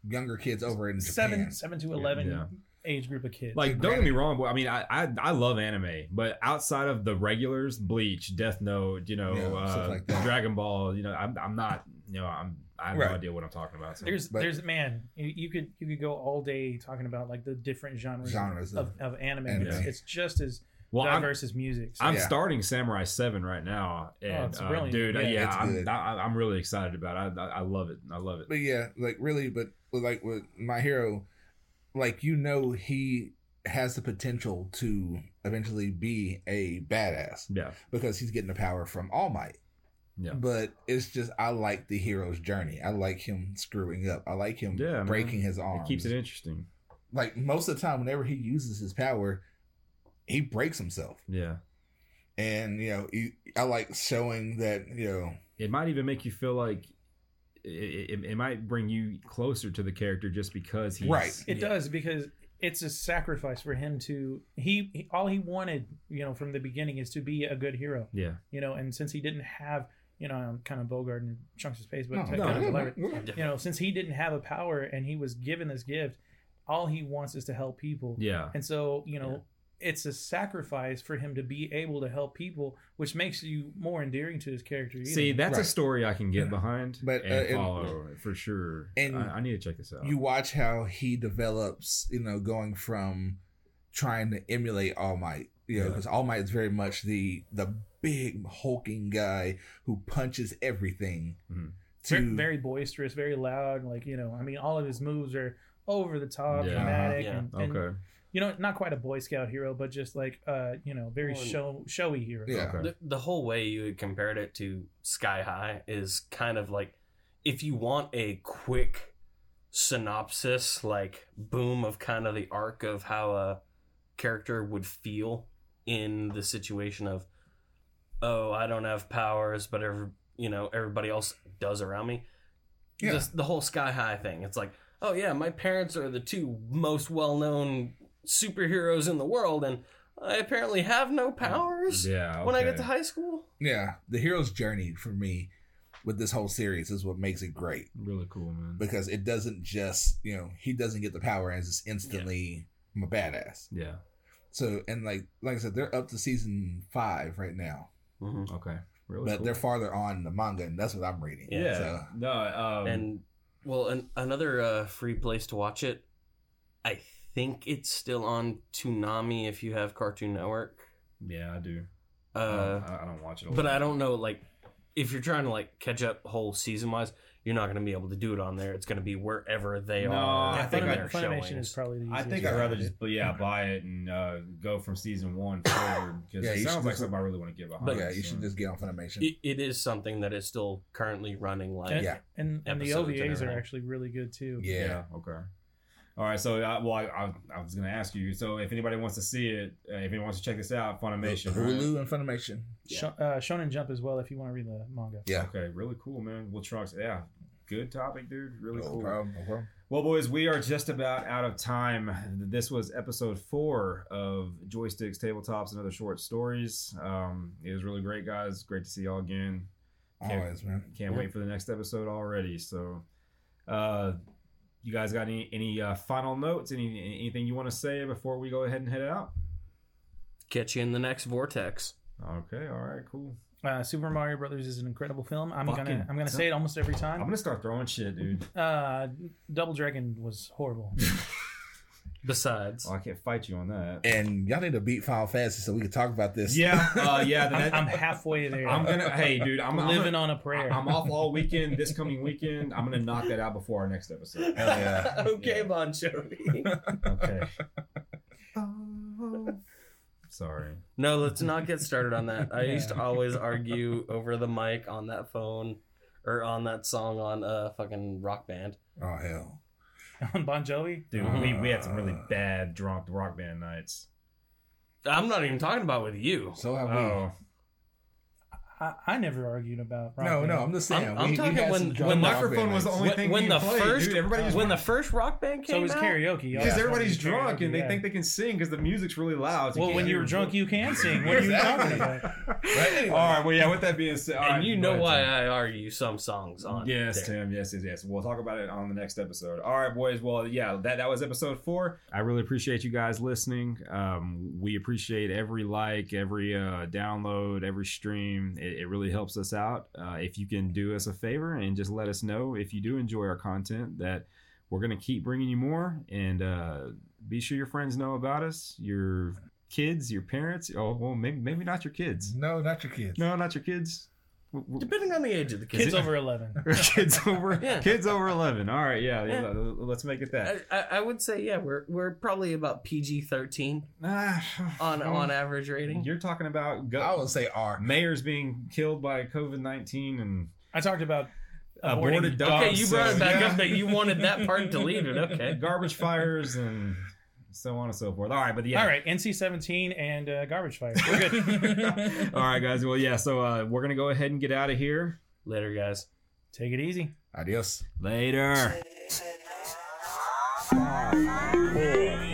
Younger kids over in Japan.
seven seven to eleven
Yeah.
age group of kids.
Like,
Dude,
don't get me
granted-
wrong, but I mean, I, I I love anime, but outside of the regulars, Bleach, Death Note, you know,
Yeah, stuff
uh,
like that.
Dragon Ball, you know, I'm, I'm not, you know, I'm I have
Right.
no idea what I'm talking about. So.
there's
but-
there's man, you, you could you could go all day talking about like the different genres,
Genres
of,
of-
of anime.
anime.
It's, it's just as
well, I'm,
diverse as music. So
I'm
Yeah.
starting Samurai Seven right now, and
it's
uh,
brilliant.
dude, yeah,
Yeah,
it's
I'm,
good.
I, I'm really excited about. It. I, I I love it. I love it.
But yeah, like really, but like with my hero, like you know he has the potential to eventually be a badass
Yeah.
because he's getting the power from All Might.
Yeah.
But it's just I like the hero's journey. I like him screwing up. I like him
Yeah, man.
breaking his arms.
It keeps it interesting.
Like most of the time, whenever he uses his power, he breaks himself.
Yeah.
And you know, he, I like showing that you know
It might even make you feel like it, it, it might bring you closer to the character just because he's
Right.
It
Yeah.
does because it's a sacrifice for him to he, he all he wanted, you know, from the beginning is to be a good hero,
Yeah.
you know, and since he didn't have, you know, I'm kind of Bogard and chunks his face, but
no,
to
no,
kind of
no,
elaborate,
no, no.
you know, since he didn't have a power and he was given this gift, all he wants is to help people.
Yeah.
And so, you know, it's a sacrifice for him to be able to help people, which makes you more endearing to his character. you
See,
know?
that's a
Right.
story I can get behind
But,
and
uh, and-
follow for sure.
and
I, I need to check this out.
you watch how he develops, you know, going from trying to emulate All Might, you know,
Yeah.
because All Might is very much the the big hulking guy who punches everything.
Mhm.
To
very, very boisterous, very loud. Like you know, I mean, all of his moves are over the top,
Uh-huh. Yeah.
dramatic,
Yeah.
and, and,
okay.
you know, not quite a Boy Scout hero, but just like uh, you know, very
Well,
show showy hero.
yeah,
Okay.
The, the whole way you had compared it to Sky High is kind of like if you want a quick synopsis, like boom of kind of the arc of how a character would feel in the situation of, oh, I don't have powers, but every you know everybody else does around me.
Yeah.
Just the whole Sky High thing. It's like, oh yeah, my parents are the two most well-known superheroes in the world, and I apparently have no powers
Yeah.
when I get
okay.
to high school.
yeah. The hero's journey for me with this whole series is what makes it great
really cool, man.
because it doesn't just you know he doesn't get the power and it's instantly I'm a badass.
yeah.
So and like like I said, they're up to season five right now,
Okay. Really
but
Oh, cool.
they're farther on in the manga, and that's what I'm reading.
Yeah.
yeah.
So,
No. Um,
And well, an, another uh, free place to watch it. I think it's still on Toonami if you have Cartoon Network.
yeah, I do.
Uh,
I don't- I, I don't watch it. a
but
lot.
I don't know, like, if you're trying to like catch up whole season wise, you're not going to be able to do it on there. It's going to be wherever they
No,
are.
I
Yeah,
when
think
Funima-
they're
Funimation
showing.
is probably the
I
easiest.
think I'd rather just, but yeah, buy it and uh, go from season one forward because
Yeah,
it
you
sounds
should
like
just-
something I really want to get behind.
But-
yeah, you
so.
should just get on Funimation.
It, it is something that is still currently running. Like,
and,
Yeah.
and, and the
Episodes and
OVAs are
everything.
actually really good too.
Yeah.
yeah.
Okay. All right. So, I, well, I, I, I was going to ask you. So, if anybody wants to see it, uh, if anyone wants to check this out, Funimation, right?
Hulu and Funimation.
Sh- uh, Shonen Jump as well if you want to read the manga.
Yeah.
Okay, really cool, man. Well, Trunks, yeah, good topic, dude. Really
No
cool.
problem, no problem.
Well, boys, we are just about out of time. This was episode four of Joysticks, Tabletops, and Other Short Stories. Um, it was really great, guys. Great to see y'all again. Can't-
Always, man.
Can't
Yeah.
wait for the next episode already. So, uh, you guys got any any uh, final notes? Any anything you want to say before we go ahead and head out?
catch you in the next vortex.
Okay. All right. Cool.
Uh, Super Mario Brothers is an incredible film. I'm
Fucking
gonna I'm gonna say it almost every
I'm
time.
gonna start throwing shit, dude.
Uh, Double Dragon was horrible.
Besides,
Oh, I can't fight you on that.
And y'all need to beat Final Fantasy so we can talk about this.
Yeah. Uh, yeah. the-
I'm, I'm halfway there.
I'm gonna. Hey, dude. I'm I'm
living
gonna-
on a prayer.
I'm off all weekend. This coming weekend, I'm gonna knock that out before our next episode.
Hell yeah.
okay,
Yeah.
Bon Jovi.
Okay. Sorry.
No, let's not get started on that. I used to always argue over the mic on that phone or on that song on uh fucking rock band.
Oh hell.
on Bon Jovi.
Dude, we, we had some really bad drunk rock band nights.
I'm not even talking about with you.
So have
Oh,
I, I never argued about.
we.
Rock
No,
Band.
no, I'm just saying.
I'm- I'm talking
had
when-
some
when
drunk
the
rock band
microphone was
nights.
the only- thing
when
we
the
played,
first
dude, everybody just-
when the first rock band
So it
came
was
out,
karaoke. y'all
because
just
everybody's
wanted to do
drunk and they
karaoke,
think they
yeah.
can sing because the music's really loud.
Well, when you were drunk, you can sing. What are you talking
Exactly.
about?
But
all
anyway,
right. Well, yeah. With that being said, all
and
right,
you
go
know
ahead,
why
Tim.
I argue some songs on.
Yes,
there.
Tim. Yes, yes, yes. We'll talk about it on the next episode. All right, boys. Well, yeah, that, that was episode four. I really appreciate you guys listening. Um, we appreciate every like, every uh, download, every stream. It, it really helps us out. Uh, if you can do us a favor and just let us know if you do enjoy our content, that we're going to keep bringing you more. And uh, be sure your friends know about us, your kids, your parents. Oh, well, maybe, maybe not your kids.
no, not your kids.
No, not your kids.
Depending on the age of the kid.
Kids over 11.
kids over
Yeah.
kids over 11 all right yeah,
Yeah.
l- l- let's make it that
I, I I would say yeah, we're we're probably about PG thirteen
Ah,
Uh, on
well,
on average rating.
you're talking about go-
I would say R.
mayors being killed by covid-19 and
I talked about aborting
aborted
dogs.
dogs
Okay, you brought it back
yeah.
up that you wanted that part deleted. Okay,
garbage fires and so on and so forth all right but yeah
All right, NC 17 and uh, Garbage Fire. We're good.
all right guys well yeah so uh, we're gonna go ahead and get out of here
later, guys.
Take it easy.
Adios.
later
Four,